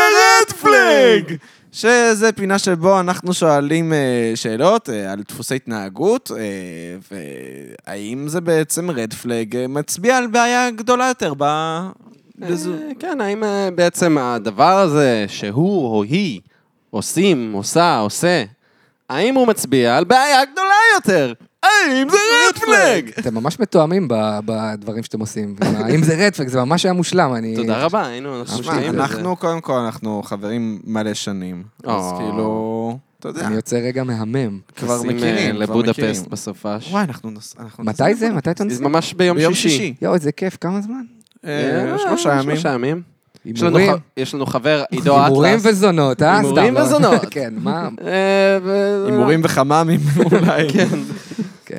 Speaker 1: רדפלג? שזה פינה שבו אנחנו שואלים אה, שאלות אה, על דפוסי התנהגות, אה, והאם זה בעצם רדפלג מצביע על בעיה גדולה יותר ב... בזו-
Speaker 2: אה, כן, האם אה, בעצם הדבר הזה שהוא או היא עושים, עושה, עושה, האם הוא מצביע על בעיה גדולה יותר? האם זה רדפלג?
Speaker 3: אתם ממש מתואמים ב- בדברים שאתם עושים. אם זה רדפק, זה ממש היה מושלם, אני...
Speaker 2: תודה רבה, היינו, אנחנו
Speaker 3: אהבתי את
Speaker 2: משקיעים בזה.
Speaker 1: אנחנו, קודם כל, אנחנו חברים מלא שנים. אז
Speaker 2: אה.
Speaker 1: כאילו, אתה יודע,
Speaker 3: אני יוצא רגע מהמם.
Speaker 1: כבר
Speaker 2: טסים, אה,
Speaker 1: מכירים, כבר מכירים.
Speaker 2: לבודפסט בסופש.
Speaker 1: וואי, אנחנו נוס- אנחנו נוסעים.
Speaker 3: מתי זה? מתי אתה
Speaker 2: זה
Speaker 3: נוסע?
Speaker 2: ממש ביום
Speaker 1: ביום
Speaker 2: שישי.
Speaker 1: שישי.
Speaker 3: יואו, איזה כיף, כמה זמן?
Speaker 1: אה,
Speaker 2: אה,
Speaker 1: שלושה ימים.
Speaker 2: שלושה ימים. יש לנו
Speaker 3: הימורים?
Speaker 2: ח- יש לנו חבר, עידו אטלס.
Speaker 3: הימורים וזונות, אה?
Speaker 2: הימורים
Speaker 3: סתם, לא.
Speaker 2: וזונות.
Speaker 3: כן, מה?
Speaker 2: אה, ו-
Speaker 1: הימורים וחממים אולי.
Speaker 3: כן.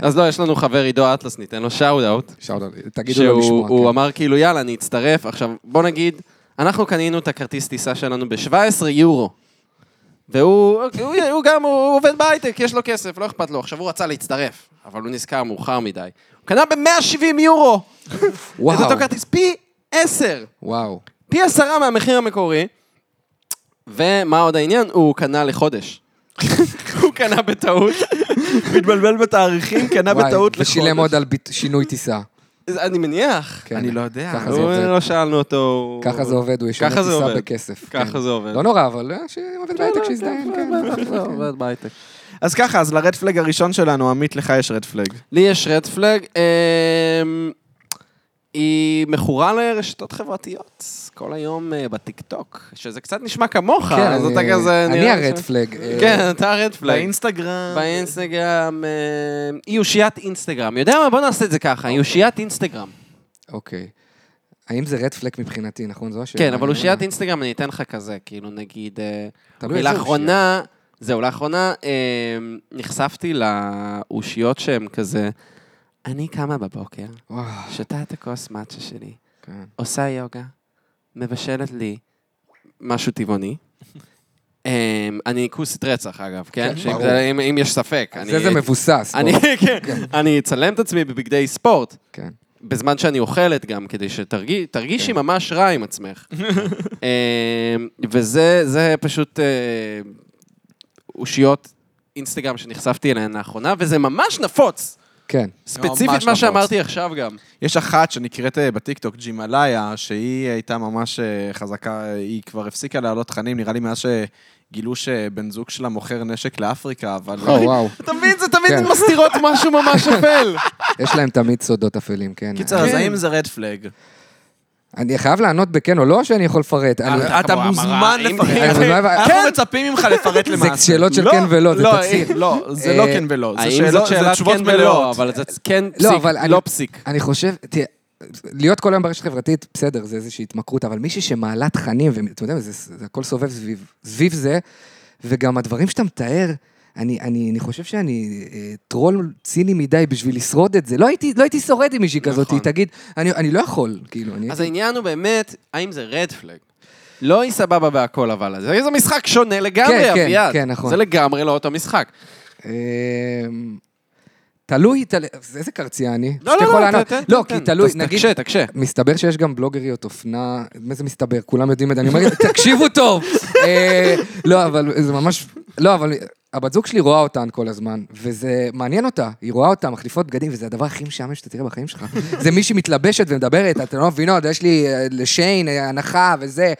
Speaker 2: אז לא, יש לנו חבר עידו אטלס, ניתן לו שאוט אאוט.
Speaker 3: שאול, תגידו לו לשמוע.
Speaker 2: שהוא
Speaker 3: כן.
Speaker 2: אמר כאילו, יאללה, אני אצטרף. עכשיו, בוא נגיד, אנחנו קנינו את הכרטיס טיסה שלנו ב-17 יורו. והוא הוא, הוא גם, הוא עובד בהייטק, יש לו כסף, לא אכפת לו. עכשיו, הוא רצה להצטרף, אבל הוא נזכר מאוחר מדי. הוא קנה ב-170 יורו את
Speaker 3: וואו,
Speaker 2: אותו כרטיס, פי 10.
Speaker 3: וואו.
Speaker 2: פי עשרה מהמחיר המקורי. ומה עוד העניין? הוא קנה לחודש. הוא קנה בטעות.
Speaker 1: מתבלבל בתאריכים, קנה
Speaker 3: וואי,
Speaker 1: בטעות לחודש.
Speaker 3: ושילם עוד על ביט- שינוי טיסה.
Speaker 2: זה אני מניח.
Speaker 3: כן.
Speaker 1: אני לא יודע.
Speaker 3: ככה זה
Speaker 2: הוא-
Speaker 3: עובד.
Speaker 2: לא שאלנו אותו. הוא-
Speaker 3: ככה זה עובד, הוא ישנה
Speaker 2: ככה זה
Speaker 3: טיסה
Speaker 2: עובד.
Speaker 3: בכסף. כן.
Speaker 2: ככה זה עובד.
Speaker 3: לא נורא, אבל אה, שעובד בהייטק שיזדיין, כן.
Speaker 2: אה, עובד בהייטק.
Speaker 1: אז ככה, אז לרד פלג הראשון שלנו, עמית, לך יש רד פלג.
Speaker 2: לי יש רד פלג. היא מכורה לרשתות חברתיות, כל היום אה, בטיקטוק, שזה קצת נשמע כמוך,
Speaker 3: כן,
Speaker 2: אז אתה
Speaker 3: אני-
Speaker 2: כזה...
Speaker 3: אני
Speaker 2: נראה
Speaker 3: הרד
Speaker 2: ש-
Speaker 3: פלג. אה,
Speaker 2: כן, אתה הרד פלג.
Speaker 1: באינסטגרם.
Speaker 2: באינסטגרם, אה, היא אושיית אינסטגרם. יודע מה? בוא נעשה את זה ככה, היא אושיית אינסטגרם.
Speaker 3: אוקיי. האם זה רד פלג מבחינתי, נכון? זו השאלה.
Speaker 2: כן, אבל אושיית אינסטגרם אני אתן לך כזה, כאילו נגיד... אה,
Speaker 3: תלוי איזה
Speaker 2: לאחרונה, זהו, לאחרונה אה, נחשפתי לאושיות שהן כזה, אני קמה בבוקר,
Speaker 3: וואו,
Speaker 2: שותה את הכוס מאצ'ה שלי,
Speaker 3: כן.
Speaker 2: עושה יוגה, מבשלת לי משהו טבעוני. אה, אני כוסית רצח, אגב, כן?
Speaker 3: כן,
Speaker 2: שאם
Speaker 3: ברור.
Speaker 2: זה- אם- אם יש ספק.
Speaker 3: אז
Speaker 2: אני-
Speaker 3: זה זה מבוסס.
Speaker 2: אני,
Speaker 3: בוא.
Speaker 2: כן, אני אצלם את עצמי בבגדי ספורט,
Speaker 3: כן.
Speaker 2: בזמן שאני אוכלת גם, כדי שתרגישי תרגישי ממש רע עם עצמך. אה, וזה זה פשוט אה, אושיות אינסטגרם שנחשפתי אליהן לאחרונה, וזה ממש נפוץ.
Speaker 3: כן.
Speaker 2: ספציפית מה
Speaker 1: נפוץ.
Speaker 2: שאמרתי עכשיו גם.
Speaker 1: יש אחת שנקראת אה, בטיקטוק ג'ימאליה, שהיא הייתה ממש אה, חזקה, אה, היא כבר הפסיקה להעלות תכנים, נראה לי מאז שגילו שבן זוג שלה מוכר נשק לאפריקה, אבל...
Speaker 3: או, אה, וואו.
Speaker 2: אתה מבין? זה תמיד
Speaker 3: כן.
Speaker 2: מסתירות משהו ממש אפל.
Speaker 3: יש להם תמיד סודות אפלים, כן.
Speaker 1: קיצר, אז
Speaker 2: כן.
Speaker 1: האם זה רד פלג?
Speaker 3: אני חייב לענות בכן או לא, או שאני יכול לפרט?
Speaker 2: אה,
Speaker 3: אני-
Speaker 1: אתה מוזמן לפרט.
Speaker 3: אז מה הבעיה?
Speaker 1: אנחנו מצפים ממך לפרט למעשה.
Speaker 3: זה שאלות של
Speaker 1: לא,
Speaker 3: כן ולא, זה
Speaker 1: לא,
Speaker 3: תצהיר.
Speaker 1: לא, זה לא
Speaker 3: אה,
Speaker 1: כן ולא. זה
Speaker 2: האם זאת
Speaker 1: שאלות, זה
Speaker 2: שאלת
Speaker 1: תשובות
Speaker 2: כן ולא,
Speaker 1: מלאות.
Speaker 2: אבל זה כן
Speaker 3: לא,
Speaker 2: פסיק,
Speaker 3: אבל אני-
Speaker 2: לא פסיק.
Speaker 3: אני חושב, תראה, להיות כל היום ברשת חברתית, בסדר, זה איזושהי התמכרות, אבל מישהי שמעלה תכנים, ואתם יודעים, זה, זה הכל סובב סביב, סביב זה, וגם הדברים שאתה מתאר, אני, אני, אני חושב שאני אה, טרול ציני מדי בשביל לשרוד את זה. לא הייתי, לא הייתי שורד עם מישהי כזאת,
Speaker 4: נכון.
Speaker 3: היא תגיד, אני, אני לא יכול, כאילו, אני...
Speaker 2: אז העניין הוא באמת, האם זה רד פלג? לא היא סבבה בהכל, אבל זה זה משחק שונה לגמרי,
Speaker 3: כן, כן,
Speaker 2: אביעד.
Speaker 3: כן, נכון.
Speaker 2: זה לגמרי לא אותו משחק.
Speaker 3: אמ, תלוי, תל- איזה קרצייה אני.
Speaker 4: לא, לא,
Speaker 3: שאתה יכול
Speaker 4: לא,
Speaker 3: לענות.
Speaker 4: תן, תן,
Speaker 3: לא,
Speaker 4: תן.
Speaker 3: כי תלוי,
Speaker 2: אז
Speaker 3: נגיד,
Speaker 2: תקשה, תקשה.
Speaker 3: מסתבר שיש גם בלוגריות אופנה, מה זה מסתבר? כולם יודעים את זה, אני אומר, תקשיבו טוב. אה, לא, אבל זה ממש, לא, אבל הבת זוג שלי רואה אותן כל הזמן, וזה מעניין אותה, היא רואה אותן, מחליפות בגדים, וזה הדבר הכי משעמם שאתה תראה בחיים שלך. זה מישהי מתלבשת ומדברת, אתן לא מבינות, יש לי אה, לשיין, אה, הנחה וזה.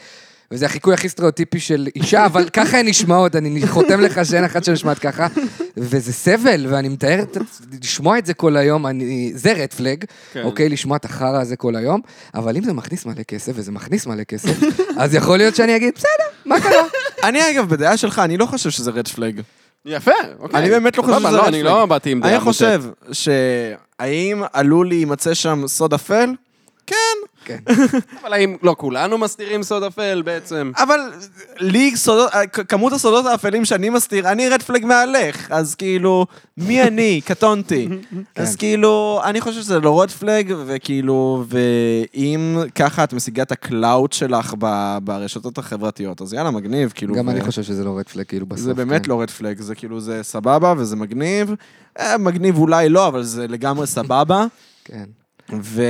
Speaker 3: וזה החיקוי הכי סטריאוטיפי של אישה, אבל ככה הן נשמעות, אני חותם לך שאין אחת שנשמעת ככה. וזה סבל, ואני מתאר, את- לשמוע את זה כל היום, אני, זה רד פלג,
Speaker 2: כן.
Speaker 3: אוקיי, לשמוע את החרא הזה כל היום, אבל אם זה מכניס מלא כסף, וזה מכניס מלא כסף, אז יכול להיות שאני אגיד, בסדר, מה קרה?
Speaker 1: אני אגב, בדעה שלך, אני לא חושב שזה רד פלג.
Speaker 2: יפה, אוקיי.
Speaker 1: אני באמת לא חושב
Speaker 2: סבבה,
Speaker 1: שזה
Speaker 2: לא,
Speaker 1: red
Speaker 2: אני
Speaker 1: flag.
Speaker 2: לא באתי עם דעה
Speaker 1: אני
Speaker 2: מוטעת.
Speaker 1: חושב שהאם עלול להימצא שם סוד אפל? כן,
Speaker 2: אבל האם לא כולנו מסתירים סוד אפל
Speaker 3: אה.
Speaker 2: בעצם?
Speaker 1: אבל לי סודות, אה, כ- כמות הסודות האפלים שאני מסתיר, אני רד פלג מהלך, אז כאילו, מי אני? קטונתי.
Speaker 3: כן.
Speaker 1: אז כאילו, אני חושב שזה לא רד פלג, וכאילו, ואם ככה את משיגה את הקלאוט שלך ב- ברשתות החברתיות, אז יאללה, מגניב, כאילו.
Speaker 3: גם
Speaker 1: ו-
Speaker 3: אני חושב שזה לא רד פלג, כאילו בסוף.
Speaker 1: זה באמת
Speaker 3: כן.
Speaker 1: לא רד פלג, זה כאילו, זה סבבה וזה מגניב. אה, מגניב אולי לא, אבל זה לגמרי סבבה.
Speaker 3: כן.
Speaker 1: ו...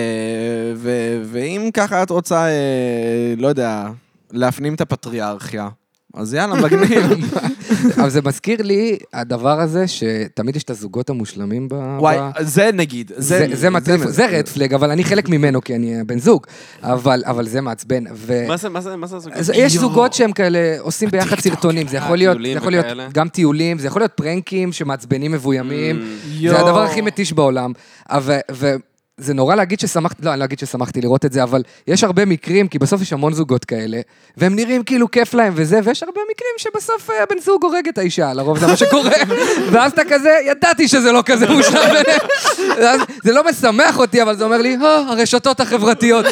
Speaker 1: ו... ואם ככה את רוצה, אה, לא יודע, להפנים את הפטריארכיה, אז יאללה, מגניב.
Speaker 3: אבל זה מזכיר לי, הדבר הזה, שתמיד יש את הזוגות המושלמים ב...
Speaker 1: וואי,
Speaker 3: ב-
Speaker 1: זה נגיד.
Speaker 3: זה,
Speaker 1: זה,
Speaker 3: זה, זה, זה רד פלג, אבל אני חלק ממנו, כי אני אה, בן זוג. אבל, אבל זה מעצבן. ו...
Speaker 2: מה זה, מה זה, מה זה הזוגיות?
Speaker 3: אז יש זוגות שהם כאלה, עושים ביחד סרטונים, זה יכול להיות, זה
Speaker 2: אה, טיולים
Speaker 3: יכול להיות
Speaker 2: וכאלה?
Speaker 3: גם טיולים, זה יכול להיות פרנקים שמעצבנים מבוימים,
Speaker 1: יואו.
Speaker 2: Mm.
Speaker 3: זה הדבר הכי מתיש בעולם. אבל- ו- זה נורא להגיד ששמחתי, לא, אני לא אגיד ששמחתי לראות את זה, אבל יש הרבה מקרים, כי בסוף יש המון זוגות כאלה, והם נראים כאילו כיף להם וזה, ויש הרבה מקרים שבסוף אה, הבן זוג הורג את האישה, לרוב זה מה שקורה, ואז אתה כזה, ידעתי שזה לא כזה מושלם ביניהם. ואז זה לא משמח אותי, אבל זה אומר לי, "אה, הרשתות החברתיות.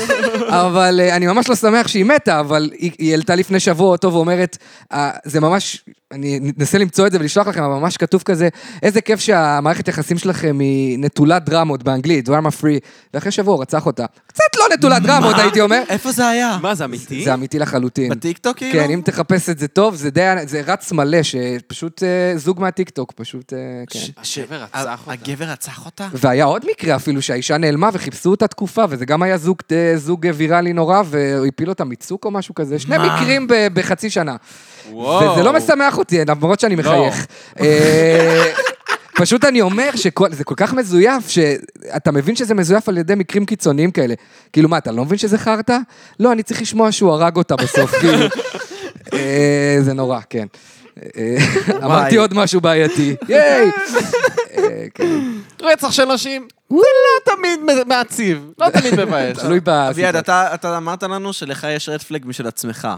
Speaker 3: אבל אה, אני ממש לא שמח שהיא מתה, אבל היא היא העלתה לפני שבוע אותו ואומרת, "אה, זה ממש, אני אנסה למצוא את זה ולשלוח לכם, אבל ממש כתוב כזה, איזה כיף שהמערכת יחסים שלכם היא נטולת דרמות באנגלית, דרמה פרי, ואחרי שבוע הוא רצח אותה. קצת לא נטולת דרמות, הייתי אומר.
Speaker 1: איפה זה היה?
Speaker 2: מה, זה אמיתי?
Speaker 3: זה אמיתי לחלוטין.
Speaker 1: בטיקטוק כאילו?
Speaker 3: כן, אם תחפש את זה טוב, זה די, זה רץ מלא, שפשוט אה, זוג מהטיקטוק, פשוט, אה, כן.
Speaker 2: השבר רצח אותה.
Speaker 1: הגבר רצח אותה?
Speaker 3: והיה עוד מקרה אפילו שהאישה נעלמה וחיפשו אותה תקופה, וזה גם היה זוג, אה, זוג אה, ויראלי נורא, והפיל אותה מצוק או משהו כזה. שני מקרים ב- בחצי שנה.
Speaker 2: וואו.
Speaker 3: וזה לא משמח אותי, למרות שאני מחייך. אה, פשוט אני אומר שזה כל כך מזויף, שאתה מבין שזה מזויף על ידי מקרים קיצוניים כאלה. כאילו, מה, אתה לא מבין שזה חרטא? לא, אני צריך לשמוע שהוא הרג אותה בסוף, כאילו. אה, זה נורא, כן. אה, אמרתי עוד משהו בעייתי. ייי! אה, כן.
Speaker 2: רצח של נשים, זה לא תמיד מ- מעציב, לא תמיד מבאס.
Speaker 3: תלוי
Speaker 1: אביעד,
Speaker 3: בסיטואציה.
Speaker 1: אתה אתה אמרת לנו שלך יש רד פלג משל עצמך.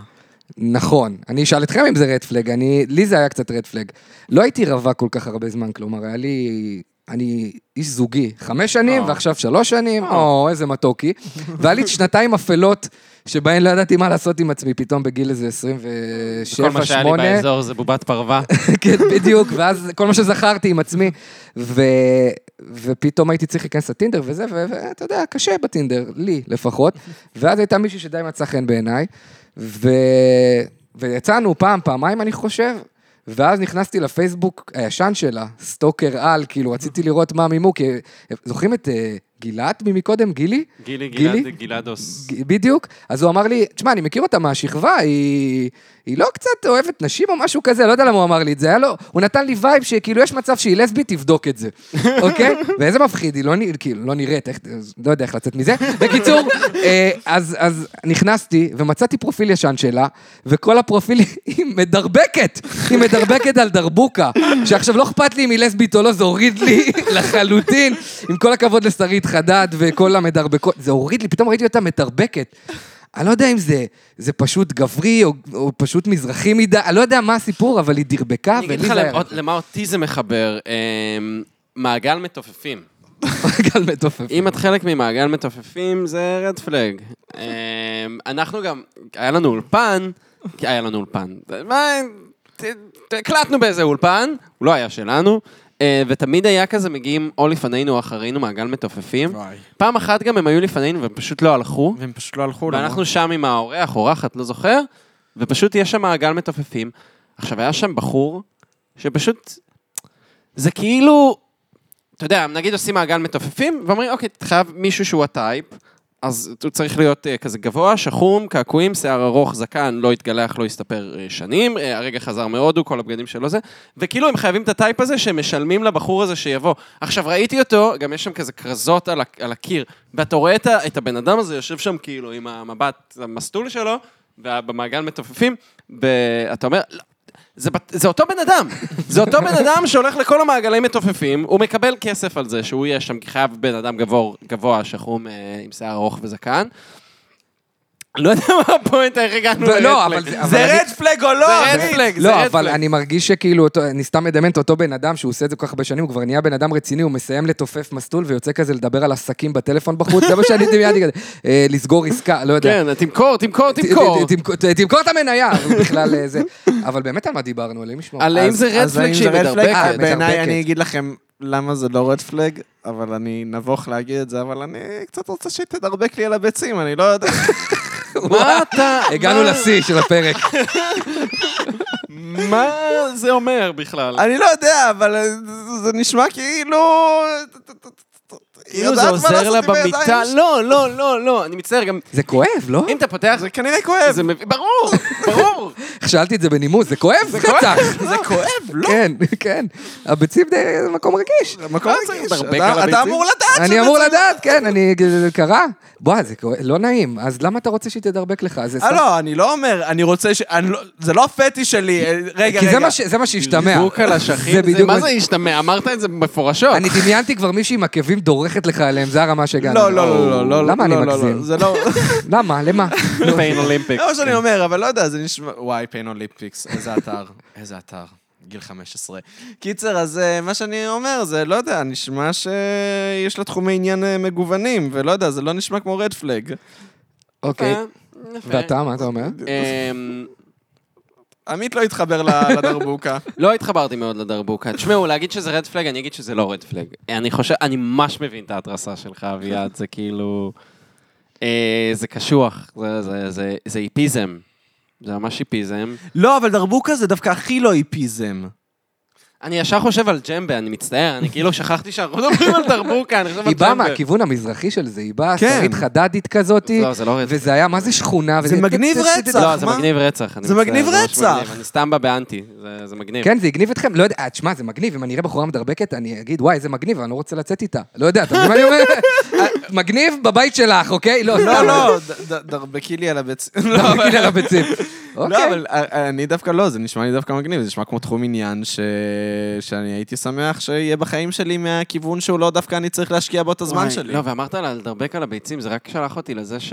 Speaker 3: נכון. אני אשאל אתכם אם זה רד פלג, אני... לי זה היה קצת רד פלג. לא הייתי רווק כל כך הרבה זמן, כלומר, היה לי... אני איש זוגי, חמש
Speaker 2: אה.
Speaker 3: שנים, ועכשיו שלוש שנים, או, איזה מתוקי. והיה לי שנתיים אפלות, שבהן לא ידעתי מה לעשות עם עצמי, פתאום בגיל איזה 27, 8.
Speaker 2: כל מה שהיה לי באזור זה בובת פרווה.
Speaker 3: כן, בדיוק, ואז כל מה שזכרתי עם עצמי, ו... ופתאום הייתי צריך להיכנס לטינדר וזה, ו- ואתה יודע, קשה בטינדר, לי לפחות, ואז הייתה מישהי שדי מצא חן בעיניי, ו... ויצאנו פעם, פעמיים, אני חושב, ואז נכנסתי לפייסבוק הישן שלה, סטוקר על, כאילו, רציתי לראות מה מימו, כי זוכרים את אה, גילת ממקודם, גילי?
Speaker 2: גילי,
Speaker 3: גילי?
Speaker 2: גלעד, גלעדוס.
Speaker 3: ג- בדיוק. אז הוא אמר לי, תשמע, אני מכיר אותה מהשכבה, היא, היא לא קצת אוהבת נשים או משהו כזה, לא יודע למה הוא אמר לי את זה, היה לו, הוא נתן לי וייב שכאילו יש מצב שהיא לסבית, תבדוק את זה, אוקיי? ואיזה מפחיד, היא לא, נ- כאילו, לא נראית, איך, לא יודע איך לצאת מזה. בקיצור, אה, אז, אז נכנסתי ומצאתי פרופיל ישן שלה, וכל הפרופיל היא מדרבקת, היא מדרבקת על דרבוקה, שעכשיו לא אכפת לי אם היא לסבית או לא, זה הוריד לי לחלוטין, עם כל הכבוד לשרית חדד וכל המדרבקות, זה הוריד לי, פתאום ראיתי אותה מדרבקת. אני לא יודע אם זה, זה פשוט גברי או, או פשוט מזרחי מדי, אני לא יודע מה הסיפור, אבל היא דרבקה,
Speaker 2: אני אגיד
Speaker 3: אה, ולי
Speaker 2: לך
Speaker 3: זה היה...
Speaker 2: למה- למה אותי זה מחבר, אמ, מעגל מתופפים.
Speaker 3: מעגל מתופף.
Speaker 2: אם את חלק ממעגל מתופפים, זה רד פלג. אמ, אנחנו גם, היה לנו אולפן, כי היה לנו אולפן. מה, ת- ת- הקלטנו באיזה אולפן, הוא לא היה שלנו, אה, ותמיד היה כזה מגיעים או לפנינו או אחרינו מעגל מתופפים.
Speaker 1: נכון.
Speaker 2: פעם אחת גם הם היו לפנינו והם פשוט לא הלכו,
Speaker 1: והם פשוט לא הלכו למה?
Speaker 2: ואנחנו שם עם האורח, אורחת, לא זוכר, ופשוט יש שם מעגל מתופפים. עכשיו, היה שם בחור שפשוט... זה כאילו... אתה יודע, נגיד עושים מעגל מתופפים, ואומרים, אוקיי, אתה חייב מישהו שהוא הטייפ, אז הוא צריך להיות אה, כזה גבוה, שחום, קעקועים, שיער ארוך, זקן, לא יתגלח, לא יסתפר אה, שנים, אה, הרגע חזר מהודו, כל הבגדים שלו זה, וכאילו הם חייבים את הטייפ הזה שמשלמים לבחור הזה שיבוא. עכשיו, ראיתי אותו, גם יש שם כזה כרזות על, ה- על הקיר, ואתה רואה את, ה- את הבן אדם הזה יושב שם כאילו עם המבט, המסטול שלו, ובמעגל מתופפים, ואתה אומר, "לא, זה, בת- זה אותו בן אדם, זה אותו בן אדם שהולך לכל המעגלי מתופפים, הוא מקבל כסף על זה שהוא יהיה שם, כי חייב בן אדם גבור, גבוה, שחום אה, עם שיער ארוך וזקן. לא יודע מה הפואנט, איך הגענו
Speaker 3: לא,
Speaker 2: ל-red
Speaker 3: אבל
Speaker 2: flag.
Speaker 3: זה-
Speaker 1: זה
Speaker 3: אבל אני-
Speaker 1: רד פלג או לא?
Speaker 2: זה
Speaker 1: אחי?
Speaker 2: רד פלג, זה
Speaker 3: לא,
Speaker 2: רד
Speaker 3: אבל
Speaker 2: פלג.
Speaker 3: אני מרגיש שכאילו, אותו- אני סתם מדמיין את אותו בן אדם שהוא עושה את זה כל כך הרבה שנים, הוא כבר נהיה בן אדם רציני, הוא מסיים לתופף מסלול ויוצא כזה לדבר על עסקים בטלפון בחוץ, זה מה שאני דמיינתי כזה, אה, לסגור עסקה, לא יודע.
Speaker 2: כן, תמכור, תמכור,
Speaker 3: ת-
Speaker 2: תמכור.
Speaker 3: ת- תמכור- ת- תמכור את המניה, הוא בכלל אה, זה. אבל באמת על מה דיברנו, אלוהים ישמור.
Speaker 2: על אם
Speaker 1: אז-
Speaker 2: זה רד
Speaker 1: אז
Speaker 2: פלג
Speaker 1: האם
Speaker 2: שהיא
Speaker 1: זה red flag?
Speaker 2: מדרבקת.
Speaker 1: אה, בעיניי
Speaker 3: מדרבקת.
Speaker 1: אני אגיד לכם למה זה לא רד פלג, אבל אני נבוך להגיד את זה, אבל אני קצת רוצה שהיא תדרבק לי על הביצים, אני לא יודע.
Speaker 2: מה אתה...
Speaker 3: הגענו
Speaker 2: מה-
Speaker 3: לשיא של הפרק.
Speaker 2: מה זה אומר בכלל?
Speaker 1: אני לא יודע, אבל זה נשמע כאילו... היא
Speaker 2: כאילו זה
Speaker 1: יודעת מה
Speaker 2: עוזר
Speaker 1: לעשות
Speaker 2: לה
Speaker 1: עם הידיים
Speaker 2: במיטה?
Speaker 1: שלה.
Speaker 2: לא, לא, לא, לא, אני מצטער, גם
Speaker 3: זה כואב, לא?
Speaker 2: אם אתה פותח...
Speaker 1: זה כנראה כואב.
Speaker 2: זה מב- ברור, ברור.
Speaker 3: איך שאלתי את זה בנימוס, זה כואב? זה כואב,
Speaker 1: זה כואב, לא?
Speaker 3: כן, כן. הביצים די- זה מקום רגיש.
Speaker 1: מקום
Speaker 2: צריך
Speaker 1: רגיש.
Speaker 2: לדרבק
Speaker 1: אתה-
Speaker 2: על הביצים?
Speaker 1: אתה אמור לדעת
Speaker 3: אני
Speaker 1: שזה
Speaker 3: אמור
Speaker 1: צריך-
Speaker 3: לדעת, כן, אני... זה קרה? בוא, זה כואב, לא נעים, אז למה אתה רוצה שהיא תדרבק לך? זה
Speaker 1: אה,
Speaker 3: סתם-
Speaker 1: לא, אני לא אומר, אני רוצה ש... אני לא- זה לא הפטי שלי. אה, רגע,
Speaker 3: כי זה
Speaker 1: רגע.
Speaker 3: מה ש- זה מה שהשתמע.
Speaker 2: זרוק על אשכים,
Speaker 3: זה
Speaker 2: זה-
Speaker 3: בדיוק
Speaker 2: מה
Speaker 3: מה-
Speaker 2: זה השתמע? אמרת את זה מפורשות.
Speaker 3: אני דמיינתי כבר מישהי עם עקבים דורכת לך עליהם, זה הרמה שהגענו.
Speaker 1: לא, לא, לא, לא, לא.
Speaker 3: למה אני
Speaker 1: לא, לא, לא,
Speaker 3: מגזים?
Speaker 1: זה לא...
Speaker 3: למה? למה?
Speaker 2: פיין
Speaker 3: אוקיי.
Speaker 2: אולימפיק.
Speaker 1: זה מה שאני אומר, אבל לא יודע, זה נשמע... וואי, פיין אוליפיקס, איזה אתר, איזה אתר. גיל 15. קיצר, אז אה, מה שאני אומר זה, לא יודע, נשמע שיש לה תחומי עניין אה, מגוונים, ולא יודע, זה לא נשמע כמו רד פלג.
Speaker 3: אוקיי.
Speaker 2: אה,
Speaker 3: ואתה, מה אתה אומר? אה,
Speaker 2: אמ,
Speaker 1: עמית לא התחבר ל- לדרבוקה.
Speaker 2: לא התחברתי מאוד לדרבוקה. תשמעו, להגיד שזה רד פלג, אני אגיד שזה לא רד פלג. אני חושב, אני ממש מבין את ההתרסה שלך, אביעד, זה כאילו... אה, זה קשוח, זה- זה- זה- זה היפיזם. זה ממש היפיזם.
Speaker 1: לא, אבל דרבוקה זה דווקא הכי לא היפיזם.
Speaker 2: אני ישר חושב על ג'מבה, אני מצטער, אני כאילו שכחתי שאנחנו מדברים על דרבוקה, אני חושב על
Speaker 3: היא באה
Speaker 2: ג'מבה.
Speaker 3: מהכיוון המזרחי של זה, היא באה
Speaker 1: כן.
Speaker 3: שרית חדדית כזאתי,
Speaker 2: לא, זה לא רד פלג.
Speaker 3: וזה היה, מה זה שכונה?
Speaker 1: זה
Speaker 3: וזה-
Speaker 1: מגניב רצח.
Speaker 2: לא, זה
Speaker 1: מה?
Speaker 2: מגניב רצח. אני
Speaker 1: זה
Speaker 2: מצטער,
Speaker 1: מגניב
Speaker 2: ממש
Speaker 1: רצח.
Speaker 2: מגניב. אני סתם בא באנטי, זה- זה מגניב.
Speaker 3: כן, זה הגניב אתכם? לא יודע, אה, תשמע, זה מגניב, אם אני אראה בחורה מדרבקת, אני אגיד, וואי, זה מגניב, אני לא רוצה לצאת איתה. לא יודע, אתה מבין מה אני אומר? אה, מגניב בבית שלך, אוקיי? לא,
Speaker 1: לא,
Speaker 3: סתם.
Speaker 1: לא, ד- ד- דרבקי לי על הביצים. לא,
Speaker 3: לא,
Speaker 1: אבל-
Speaker 3: כאילו, על הביצים.
Speaker 1: לא,
Speaker 3: אוקיי.
Speaker 1: אבל אה, אני דווקא לא, זה נשמע לי דווקא מגניב, זה נשמע כמו תחום עניין ש... שאני הייתי שמח שיהיה בחיים שלי מהכיוון שהוא לא דווקא אני צריך להשקיע בו את הזמן
Speaker 2: וואי,
Speaker 1: שלי.
Speaker 2: לא, ואמרת לה לדרבק על הביצים, זה רק שלח אותי לזה ש...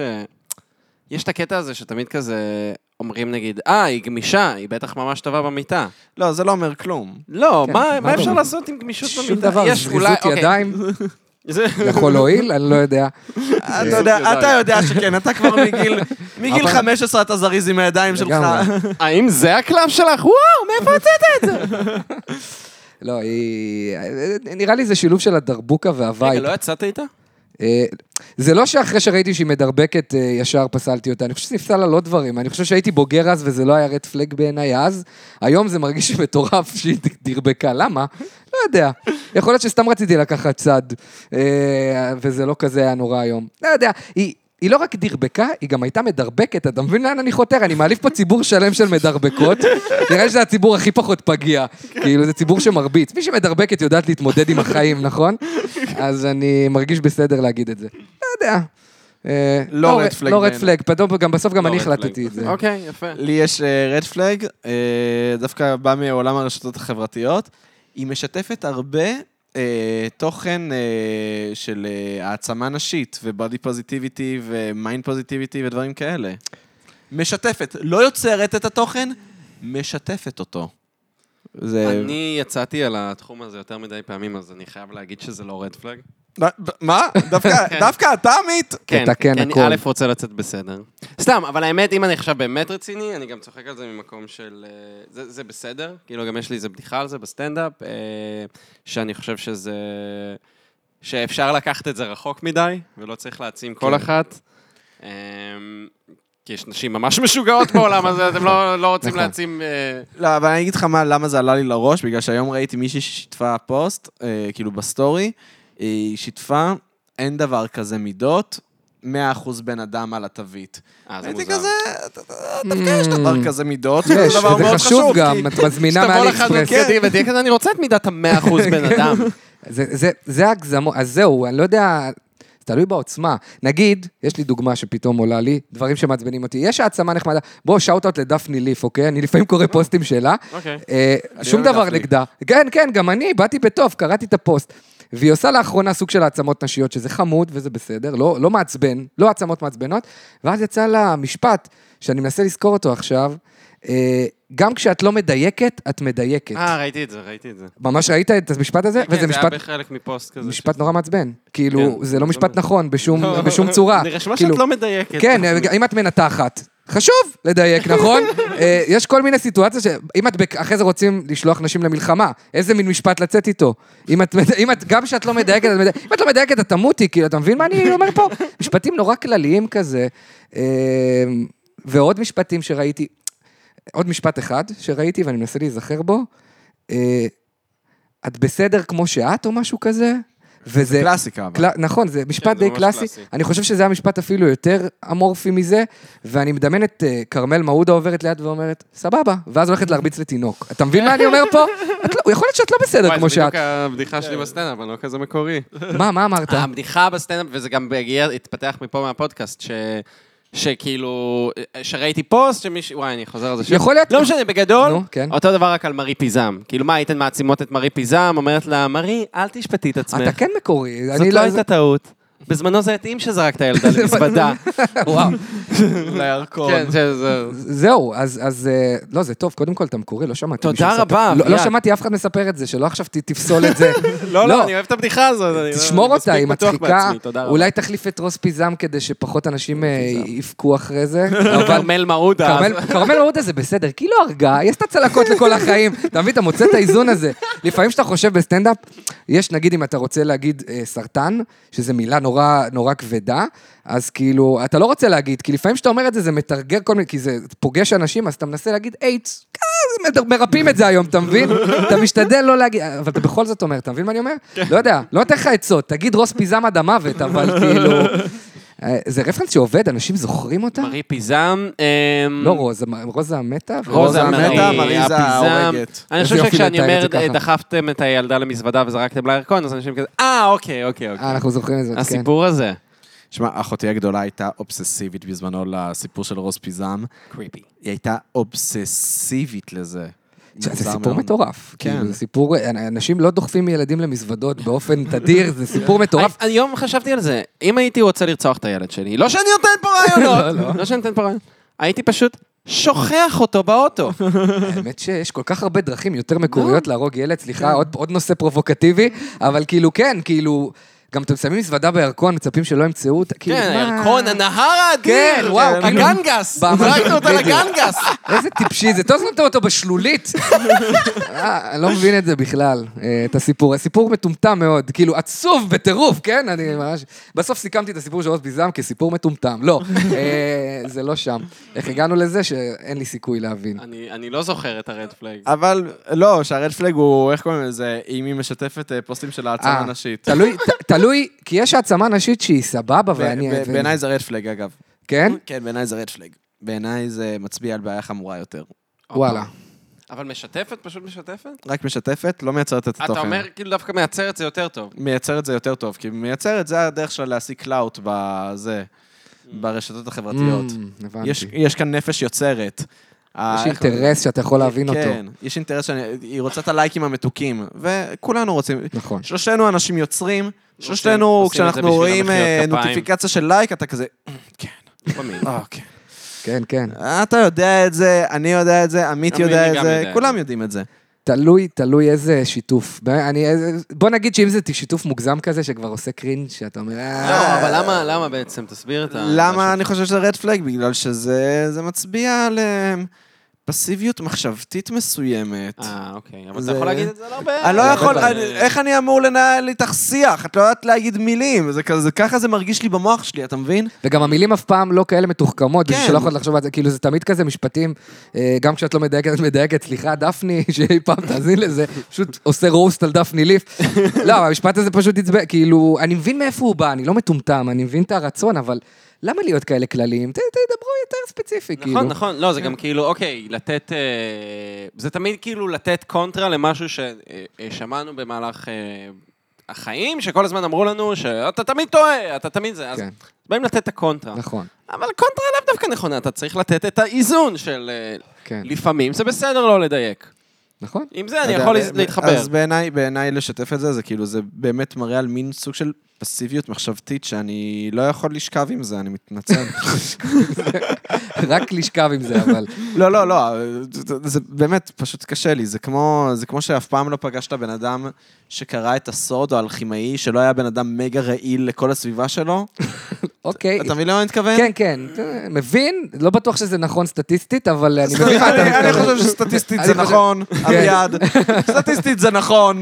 Speaker 2: יש את הקטע הזה שתמיד כזה אומרים נגיד, אה, היא גמישה, היא בטח ממש טובה במיטה.
Speaker 1: לא, זה לא אומר כלום.
Speaker 2: לא,
Speaker 3: כן,
Speaker 2: מה
Speaker 3: מה
Speaker 2: מה אפשר
Speaker 3: ברור.
Speaker 2: לעשות עם גמישות במיטה?
Speaker 3: שום דבר,
Speaker 2: יש אולי-
Speaker 3: זריזות
Speaker 2: אוקיי.
Speaker 3: ידיים,
Speaker 2: זה-
Speaker 3: יכול להועיל, אני לא יודע.
Speaker 1: אתה יודע, אתה יודע שכן, אתה כבר מגיל מגיל 15 אתה זריז עם הידיים שלך.
Speaker 3: לגמרי.
Speaker 2: האם זה הקלף שלך? וואו, מאיפה את זה?
Speaker 3: לא, היא... נראה לי זה שילוב של הדרבוקה
Speaker 2: רגע,
Speaker 3: והווייב.
Speaker 2: לא יצאת איתה?
Speaker 3: אה, זה לא שאחרי שראיתי שהיא מדרבקת, אה, ישר פסלתי אותה. אני חושב שנפסל על עוד דברים. אני חושב שהייתי בוגר אז וזה לא היה רד פלג בעיניי אז. היום זה מרגיש מטורף שהיא דרבקה. למה? לא יודע. יכול להיות שסתם רציתי לקחת צד, אה, וזה לא כזה היה נורא היום. לא יודע. היא... היא לא רק דרבקה, היא גם הייתה מדרבקת, אתה מבין לאן אני חותר? אני מעליב פה ציבור שלם של מדרבקות. נראה לי שזה הציבור הכי פחות פגיע. כאילו, זה ציבור שמרביץ. מי שמדרבקת יודעת להתמודד עם החיים, נכון? אז אני מרגיש בסדר להגיד את זה. לא יודע. אה,
Speaker 1: לא red flag
Speaker 3: לא רד
Speaker 1: בעיניי.
Speaker 3: פלג, פתאום גם בסוף גם
Speaker 2: לא
Speaker 3: אני
Speaker 2: red flag.
Speaker 3: החלטתי את זה.
Speaker 2: אוקיי, יפה.
Speaker 1: לי יש אה, רד פלג, אה, דווקא בא מעולם הרשתות החברתיות. היא משתפת הרבה אה, תוכן אה, של אה, העצמה נשית, ובודי פוזיטיביטי, ומיינד פוזיטיביטי, ודברים כאלה. משתפת, לא יוצרת את התוכן, משתפת אותו. זה...
Speaker 2: אני יצאתי על התחום הזה יותר מדי פעמים, אז אני חייב להגיד שזה לא רד פלג.
Speaker 1: מה? דווקא- דווקא אתה, עמית?
Speaker 2: כן,
Speaker 3: תתקן
Speaker 2: כי
Speaker 3: הכל.
Speaker 2: אני א' רוצה לצאת בסדר. סתם, אבל האמת, אם אני עכשיו באמת רציני, אני גם צוחק על זה ממקום של... אה, זה, זה בסדר, כאילו גם יש לי איזה בדיחה על זה בסטנדאפ, אה, שאני חושב שזה...
Speaker 3: כן.
Speaker 2: שאפשר לקחת את זה רחוק מדי, ולא צריך להעצים כל אחת. אה, כי יש נשים ממש משוגעות בעולם הזה, אתם לא, לא רוצים
Speaker 3: נכון.
Speaker 2: להעצים... אה,
Speaker 1: לא, אבל אני אגיד לך מה, למה זה עלה לי לראש, בגלל שהיום ראיתי מישהי ששיתפה פוסט, אה, כאילו בסטורי, היא שיתפה, אין דבר כזה מידות, 100% בן אדם על התווית.
Speaker 2: אה, זה
Speaker 1: הייתי
Speaker 2: מוזר.
Speaker 1: כזה, דווקא יש דבר כזה מידות,
Speaker 3: יש,
Speaker 1: זה דבר
Speaker 3: וזה
Speaker 1: מאוד
Speaker 3: Hmm. כן, חשוב
Speaker 1: חשוב,
Speaker 3: גם,
Speaker 1: כי-
Speaker 3: את מזמינה
Speaker 2: שתבוא
Speaker 3: מאלי
Speaker 2: לך זאת
Speaker 1: כן.
Speaker 3: אקספרס. כן.
Speaker 2: קדימה ותהיה כזה, אני רוצה את מידת המאה אחוז בן אדם.
Speaker 3: זה, זה, זה הגזמות, אז זהו, אני לא יודע, זה תלוי בעוצמה. נגיד, יש לי דוגמה שפתאום עולה לי, דברים שמעצבנים אותי. יש העצמה נחמדה, בוא, שאוט-אוט לדפני ליף, אוקיי? אני לפעמים קורא פוסטים שלה.
Speaker 2: אוקיי.
Speaker 3: אה, שום
Speaker 1: אוהב
Speaker 3: דבר
Speaker 1: דפני.
Speaker 3: נגדה. כן, כן, גם אני, באתי בטוב, קראתי את הפוסט. והיא עושה לאחרונה סוג של העצמות נשיות, שזה חמוד וזה בסדר, לא, לא מעצבן, לא העצמות מעצבנות. ואז יצא לה משפט, שאני מנסה לזכור אותו עכשיו, אה, גם כשאת לא מדייקת, את מדייקת.
Speaker 2: אה, ראיתי את זה, ראיתי את זה.
Speaker 3: ממש ראית את המשפט הזה?
Speaker 2: כן,
Speaker 3: וזה
Speaker 2: זה
Speaker 3: משפט
Speaker 2: היה בחלק מפוסט כזה.
Speaker 3: משפט נורא מעצבן. כאילו,
Speaker 2: כן.
Speaker 3: זה לא משפט
Speaker 2: לא.
Speaker 3: נכון בשום-
Speaker 2: לא,
Speaker 3: בשום צורה.
Speaker 2: נראה שמה
Speaker 3: כאילו,
Speaker 2: שאת לא מדייקת.
Speaker 3: כן, אם את מנתחת. חשוב לדייק, נכון? אה, יש כל מיני סיטואציות שאם את בק- אחרי זה רוצים לשלוח נשים למלחמה, איזה מין משפט לצאת איתו? אם את, מד- אם את, גם כשאת לא מדייקת, את מדייקת, אם את לא מדייקת, את תמותי, כאילו, אתה מבין מה אני אומר פה? משפטים נורא כלליים כזה. אה, ועוד משפטים שראיתי, עוד משפט אחד שראיתי, ואני מנסה להיזכר בו, אה, את בסדר כמו שאת, או משהו כזה? וזה...
Speaker 1: קלאסיקה, אבל.
Speaker 3: קל... נכון, זה משפט
Speaker 2: כן, זה
Speaker 3: די
Speaker 2: ממש
Speaker 3: קלאסי.
Speaker 2: קלאסי.
Speaker 3: אני חושב שזה המשפט אפילו יותר אמורפי מזה, ואני מדמיין את אה, כרמל מעודה עוברת ליד ואומרת, סבבה, ואז הולכת להרביץ לתינוק. אתה מבין מה אני אומר פה? את לא... יכול להיות שאת לא בסדר
Speaker 2: וואי,
Speaker 3: כמו
Speaker 2: זה בדיוק
Speaker 3: שאת.
Speaker 2: הבדיחה שלי בסטנדאפ, אבל לא כזה מקורי.
Speaker 3: מה, מה אמרת?
Speaker 2: אה, הבדיחה בסטנדאפ, וזה גם הגיע, התפתח מפה מהפודקאסט, ש... שכאילו, שראיתי פוסט שמישהו, וואי, אני חוזר על זה שוב.
Speaker 3: יכול להיות-
Speaker 2: לא משנה, בגדול,
Speaker 3: נו, כן.
Speaker 2: אותו דבר רק על מארי פיזם. כאילו, מה, הייתן מעצימות את מארי פיזם, אומרת לה, מארי, אל תשפטי את עצמך.
Speaker 3: אתה כן מקורי.
Speaker 2: אה, זאת
Speaker 3: אני
Speaker 2: לא הייתה טעות. בזמנו זה התאים שזרקת ילדה למזוודה.
Speaker 3: וואו.
Speaker 1: לירקון.
Speaker 2: כן, שזהו.
Speaker 3: זהו, אז, אז אה, לא, זה טוב, קודם כל אתה מקורי, לא שמעתי.
Speaker 2: תודה
Speaker 3: מישהו מספר-
Speaker 2: רבה,
Speaker 3: לא, לא
Speaker 2: אביעד.
Speaker 3: שמעתי אף אחד מספר את זה, שלא עכשיו ת- תפסול את זה.
Speaker 2: לא, לא, אני אוהב את הבדיחה הזאת. אני לא- אני
Speaker 3: תשמור אותה, היא
Speaker 2: מספיק בטוח
Speaker 3: מצחיקה.
Speaker 2: בעצמי, תודה רבה.
Speaker 3: אולי תחליף את רוס פיזם כדי שפחות אנשים אה, יבכו אחרי זה. אבל
Speaker 2: כרמל מעודה.
Speaker 3: כרמל- כרמל מעודה זה בסדר, כי היא לא הרגה, היא עשתה צלקות לכל החיים. אתה מבין, אתה מוצא את האיזון הזה. לפעמים כשאתה חושב בסטנדאפ, יש, נגיד, אם אתה רוצה להגיד אה, סרטן, שזו מילה נורא נורא כבדה, אז כאילו, אתה לא רוצה להגיד, כי לפעמים כשאתה אומר את זה, זה מתרגר כל מיני, כי זה פוגש אנשים, אז אתה מנסה להגיד איידס. כזה, מרפאים את זה היום, אתה מבין? אתה משתדל לא להגיד, אבל אתה בכל זאת אומר, אתה מבין מה אני אומר? לא יודע, לא נותן לך עצות, תגיד רוס פיזם עד המוות, אבל כאילו... אה, זה רפרנס שעובד, אנשים זוכרים אותה?
Speaker 2: מארי פיזם. אמ,
Speaker 3: לא רוזה, רוזה מתה?
Speaker 1: רוזה
Speaker 2: רוזה
Speaker 1: מתה,
Speaker 2: מרי,
Speaker 1: מריזה
Speaker 2: הפיזם.
Speaker 1: הורגת.
Speaker 2: אני
Speaker 3: איזה
Speaker 2: חושב
Speaker 3: יופי
Speaker 2: שכשאני
Speaker 3: לתאר
Speaker 2: אומר,
Speaker 3: את זה ככה.
Speaker 2: דחפתם את הילדה למזוודה וזרקתם לה ירקון, אז אנשים כזה, אה, אוקיי, אוקיי, אוקיי.
Speaker 3: אה, אנחנו זוכרים את זה, כן.
Speaker 2: הסיפור הזה.
Speaker 1: שמע, אחותי הגדולה הייתה אובססיבית בזמנו לסיפור של רוס פיזם.
Speaker 2: קריפי.
Speaker 1: היא הייתה אובססיבית לזה.
Speaker 3: תשמע, זה
Speaker 1: מוזר
Speaker 3: סיפור
Speaker 1: מאוד.
Speaker 3: מטורף.
Speaker 1: כן.
Speaker 3: כן. זה סיפור, אנ- אנשים לא דוחפים ילדים למזוודות באופן תדיר, זה סיפור מטורף.
Speaker 2: אני- היום חשבתי על זה, אם הייתי רוצה לרצוח את הילד שלי, לא שאני נותן פה רעיונות, לא שאני נותן פה רעיונות, הייתי פשוט שוכח אותו באוטו.
Speaker 3: כאילו, האמת שיש כל כך הרבה דרכים יותר מקוריות להרוג ילד,
Speaker 1: כן.
Speaker 3: סליחה, עוד- עוד נושא פרובוקטיבי, אבל כאילו, כן, כאילו, גם אתם שמים מזוודה בירקון, מצפים שלא ימצאו אותה, כאילו,
Speaker 2: כן,
Speaker 3: מה?
Speaker 2: הירקון, הנהר האדיר.
Speaker 3: כן, וואו, כאילו-
Speaker 2: הגנגס.
Speaker 3: באמנה-
Speaker 2: זרקנו אותה
Speaker 3: בדיוק.
Speaker 2: לגנגס.
Speaker 3: איזה טיפשי זה, טוב שמתם אותו בשלולית. אה, אני לא מבין את זה בכלל, אה, את הסיפור. הסיפור מטומטם מאוד, כאילו עצוב בטירוף, כן? אני ממש... בסוף סיכמתי את הסיפור של עוז ביזם כסיפור מטומטם. לא, אה, זה לא שם. איך הגענו לזה שאין לי סיכוי להבין.
Speaker 2: אני אני לא זוכר את הרד פלאג.
Speaker 1: אבל לא, שהרד פלג הוא, איך קוראים לזה, אם היא משתפת אה, פוסטים של העצמה
Speaker 3: אה,
Speaker 1: נשית.
Speaker 3: תלוי, ת- תלוי, כי יש העצמה נשית שהיא סבבה,
Speaker 1: ב-
Speaker 3: ואני...
Speaker 1: ב- בעיניי זה רד פלג, אגב.
Speaker 3: כן?
Speaker 1: כן, בעיניי זה רד פלג. בעיניי זה מצביע על בעיה חמורה יותר.
Speaker 3: אה, וואלה.
Speaker 2: אבל משתפת, פשוט משתפת?
Speaker 1: רק משתפת, לא מייצרת את התוכן.
Speaker 2: אתה אומר, כאילו דווקא מייצרת זה יותר טוב.
Speaker 1: מייצרת זה יותר טוב, כי מייצרת זה הדרך שלה להשיג קלאוט בזה,
Speaker 2: Mm.
Speaker 1: ברשתות החברתיות.
Speaker 3: Mm, הבנתי.
Speaker 1: אוקיי. יש-
Speaker 3: יש
Speaker 1: יש כאן נפש יוצרת. יש
Speaker 3: אינטרס שאתה יכול להבין אותו.
Speaker 1: כן, יש אינטרס, שאני- היא רוצה את הלייקים המתוקים, וכולנו רוצים.
Speaker 3: נכון.
Speaker 1: שלושתנו אנשים יוצרים, שלושתנו,
Speaker 2: עושים את זה
Speaker 1: כשאנחנו
Speaker 2: בשביל
Speaker 1: רואים אה,
Speaker 2: המחיאות כפיים.
Speaker 1: נוטיפיקציה של לייק, אתה כזה, "כן."
Speaker 2: לפעמים.
Speaker 1: אה, כן.
Speaker 3: כן, כן.
Speaker 1: אתה יודע את זה, אני יודע את זה, עמית
Speaker 2: תאמין לי
Speaker 1: יודע
Speaker 2: גם
Speaker 1: את זה,
Speaker 2: יודע.
Speaker 1: כולם יודעים את זה.
Speaker 3: תלוי, תלוי איזה שיתוף. באמת, אני, איזה- בוא נגיד שאם זה שיתוף מוגזם כזה, שכבר עושה קרינג', שאתה אומר...
Speaker 1: אה.
Speaker 3: "אה."
Speaker 2: לא, אבל למה, למה בעצם? תסביר את ה...
Speaker 1: למה אני חושב שזה רד פלג? בגלל שזה זה מצביע על אה, פסיביות מחשבתית מסוימת.
Speaker 2: אה, אוקיי. אבל
Speaker 1: זה-
Speaker 2: אתה יכול להגיד את זה על הרבה...
Speaker 1: אני לא
Speaker 2: הרבה
Speaker 1: יכול,
Speaker 2: דברים.
Speaker 1: אני- איך אני אמור לנהל איתך שיח? את לא יודעת להגיד מילים, זה כזה, ככה זה מרגיש לי במוח שלי, אתה מבין?
Speaker 3: וגם המילים אף פעם לא כאלה מתוחכמות, בשביל
Speaker 1: כן.
Speaker 3: שלא יכולת לחשוב על זה, כאילו זה תמיד כזה משפטים, אה, גם כשאת לא מדייקת, את מדייקת, סליחה, דפני, שאי פעם תאזין לזה, פשוט עושה רוסט על דפני ליף. לא, אבל המשפט הזה פשוט עצבן, כאילו, אני מבין מאיפה הוא בא, אני לא מטומטם, אני מבין את הרצון, אבל למה להיות כאלה כלליים? ת- תדברו יותר ספציפי, כאילו.
Speaker 2: נכון, נכון, לא, זה גם כאילו, אוקיי, לתת... אה, זה תמיד כאילו לתת קונטרה למשהו ששמענו במהלך אה, החיים, שכל הזמן אמרו לנו שאתה תמיד טועה, אתה תמיד זה. אז
Speaker 3: כן.
Speaker 2: באים לתת את הקונטרה.
Speaker 3: נכון,
Speaker 2: אבל קונטרה לאו דווקא נכונה, אתה צריך לתת את האיזון של... אה,
Speaker 3: כן,
Speaker 2: לפעמים זה בסדר לא לדייק.
Speaker 3: נכון.
Speaker 2: עם זה אני
Speaker 1: אתה
Speaker 2: יכול
Speaker 1: יודע,
Speaker 2: להז- להתחבר.
Speaker 1: אז בעיניי, בעיניי לשתף את זה, זה כאילו, זה באמת מראה על מין סוג של פסיביות מחשבתית שאני לא יכול לשכב עם זה, אני מתנצל.
Speaker 3: רק לשכב עם זה, אבל...
Speaker 1: לא, לא, לא, זה- זה באמת פשוט קשה לי. זה כמו, זה כמו שאף פעם לא פגשת בן אדם שקרא את הסוד או אלכימאי, שלא היה בן אדם מגה רעיל לכל הסביבה שלו.
Speaker 3: אוקיי.
Speaker 1: אתה מבין למה אני מתכוון?
Speaker 3: כן, כן, מבין, לא בטוח שזה נכון סטטיסטית, אבל אני מבין מה אתה
Speaker 1: אני
Speaker 3: מתכוון.
Speaker 1: אני חושב שסטטיסטית
Speaker 3: אני
Speaker 1: זה
Speaker 3: חושב-
Speaker 1: נכון, אביעד. סטטיסטית זה נכון.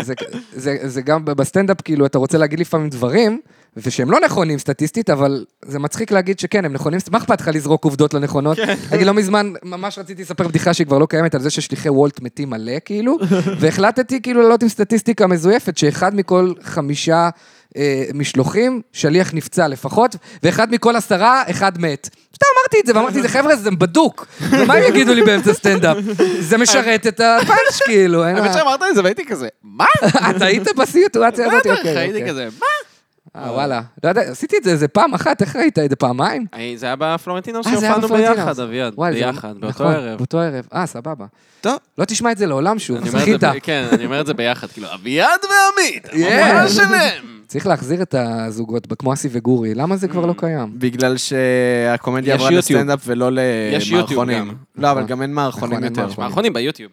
Speaker 3: זה, זה, זה גם בסטנדאפ, כאילו, אתה רוצה להגיד לפעמים דברים, ושהם לא נכונים סטטיסטית, אבל זה מצחיק להגיד שכן, הם נכונים, מה אכפת לך לזרוק עובדות לא נכונות? נגיד, לא מזמן, ממש רציתי לספר בדיחה שהיא כבר לא קיימת, על זה ששליחי וולט מתים מלא, כאילו, והחלטתי כאילו לעלות עם סטטיסטיקה מזויפת, שאחד מכל חמישה... אה, משלוחים, שליח נפצע לפחות, ואחד מכל עשרה, אחד מת. סתם אמרתי את זה, ואמרתי, זה חבר'ה, זה בדוק. ומה הם יגידו לי באמצע סטנדאפ? זה משרת את הפאנץ', כאילו. אין
Speaker 2: האמת
Speaker 3: ה-
Speaker 2: שאמרת את זה והייתי כזה, מה?
Speaker 3: את היית בסיטואציה הזאת?
Speaker 2: בטח,
Speaker 3: אוקיי,
Speaker 2: הייתי
Speaker 3: אוקיי.
Speaker 2: כזה, מה?
Speaker 3: אה, וואלה. לא יודע, עשיתי את זה איזה פעם אחת, איך ראית את זה פעמיים?
Speaker 2: היי, זה היה בפלורנטינוס
Speaker 3: אה, זה היה
Speaker 2: שהופענו
Speaker 3: בפלורנטינוס.
Speaker 2: ביחד, אביעד,
Speaker 3: וואי, זה-
Speaker 2: ביחד, באותו
Speaker 3: נכון,
Speaker 2: ערב.
Speaker 3: באותו ערב. אה, סבבה.
Speaker 1: טוב.
Speaker 3: לא תשמע את זה לעולם שוב,
Speaker 2: אני אומר את זה
Speaker 3: זכית.
Speaker 2: ב- כן, אני אומר את זה ביחד, כאילו, אביעד ועמית,
Speaker 3: Yeah.
Speaker 2: המופע שלהם.
Speaker 3: צריך להחזיר את הזוגות, ב- כמו אסי וגורי, למה זה כבר לא
Speaker 2: Mm.
Speaker 3: קיים?
Speaker 1: בגלל שהקומדיה
Speaker 2: יש
Speaker 1: עברה
Speaker 2: יוטיוב.
Speaker 1: לסטנדאפ ולא
Speaker 2: יש יוטיוב
Speaker 1: למערכונים.
Speaker 2: גם.
Speaker 1: לא, אבל גם אין מערכונים
Speaker 3: נכון, אין
Speaker 1: יותר.
Speaker 3: מערכונים.
Speaker 2: מערכונים ביוטיוב.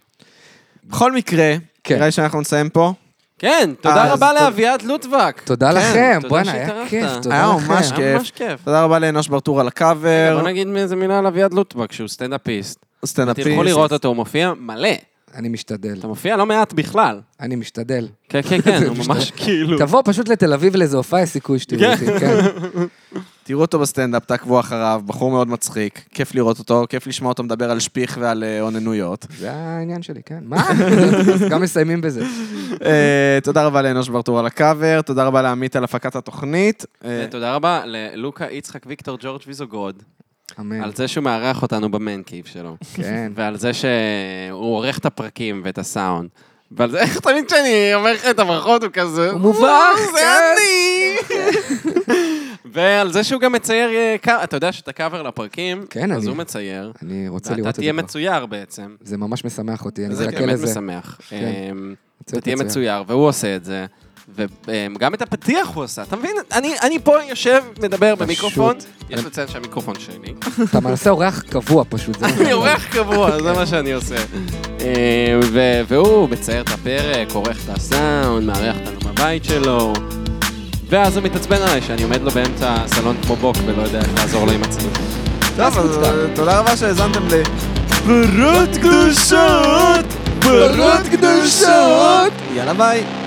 Speaker 1: בכל מקרה,
Speaker 3: כן.
Speaker 1: נראה לי שאנחנו נסיים פה.
Speaker 2: כן, תודה
Speaker 1: אז
Speaker 2: רבה לאביעד לוטבק. כן,
Speaker 3: תודה לכם,
Speaker 2: תודה
Speaker 3: בואנה, היה
Speaker 2: שהתארחת.
Speaker 3: כיף,
Speaker 1: היה
Speaker 3: תודה
Speaker 1: ממש
Speaker 3: לכם.
Speaker 1: כיף.
Speaker 2: היה ממש כיף.
Speaker 1: תודה רבה לאנוש ברטור על
Speaker 2: בוא
Speaker 1: הקאבר,
Speaker 2: נגיד איזה מילה על אביעד לוטבק, שהוא סטנדאפיסט.
Speaker 1: סטנדאפיסט.
Speaker 2: תלכו לראות אותו, הוא מופיע מלא.
Speaker 3: אני משתדל,
Speaker 2: אתה מופיע לא מעט בכלל.
Speaker 3: אני משתדל.
Speaker 2: כן, כן, כן, הוא ממש כאילו...
Speaker 3: תבוא פשוט לתל אביב לאיזה הופעה, יש סיכוי שתראו אותי, כן.
Speaker 1: תראו אותו בסטנדאפ, תעקבו אחריו, בחור מאוד מצחיק, כיף לראות אותו, כיף לשמוע אותו מדבר על שפיך ועל אה, אוננויות.
Speaker 3: זה העניין שלי, כן. מה? גם מסיימים בזה.
Speaker 1: אה, תודה רבה לאנוש ברטור על הקאבר, תודה רבה לעמית על הפקת התוכנית. אה,
Speaker 2: תודה רבה ללוקה יצחק ויקטור ג'ורג' ויזוגרוד,
Speaker 3: אמן.
Speaker 2: על זה שהוא מארח אותנו במן קייב שלו,
Speaker 3: כן.
Speaker 2: ועל זה שהוא עורך את הפרקים ואת הסאונד. ועל זה, איך תמיד כשאני אומר לך את הברכות, הוא כזה...
Speaker 3: הוא מובך,
Speaker 2: "אה, זה
Speaker 3: כן."
Speaker 2: אני! ועל זה שהוא גם מצייר... אה, ק- אתה יודע שאת הקאבר לפרקים,
Speaker 3: כן,
Speaker 2: אז
Speaker 3: אני-
Speaker 2: הוא מצייר,
Speaker 3: אני רוצה לראות
Speaker 2: ואתה
Speaker 3: את זה.
Speaker 2: תהיה
Speaker 3: כבר.
Speaker 2: מצויר בעצם.
Speaker 3: זה ממש משמח אותי, אני
Speaker 2: זה
Speaker 3: מחכה
Speaker 2: באמת
Speaker 3: לזה.
Speaker 2: משמח.
Speaker 3: כן.
Speaker 2: אמ,
Speaker 3: מצוין,
Speaker 2: אתה תהיה
Speaker 3: מצוין.
Speaker 2: מצויר, והוא עושה את זה. וגם את הפתיח הוא עשה, אתה מבין? אני, אני פה יושב, מדבר במיקרופון, יש לציין שהמיקרופון שלי.
Speaker 3: אתה מנסה אורח קבוע פשוט. זה מה
Speaker 2: אני
Speaker 3: שאני אומר.
Speaker 2: אורח קבוע, זה מה שאני עושה. אה, ו- והוא מצייר את הפרק, עורך את הסאונד, מארח אותנו בבית שלו, ואז הוא מתעצבן עליי שאני עומד לו באמצע הסלון כמו בוק ולא יודע איך לעזור לו עם עצמי.
Speaker 1: טוב, אז אה, תודה רבה שהאזנתם ל... פרות קדושות! פרות קדושות! יאללה ביי.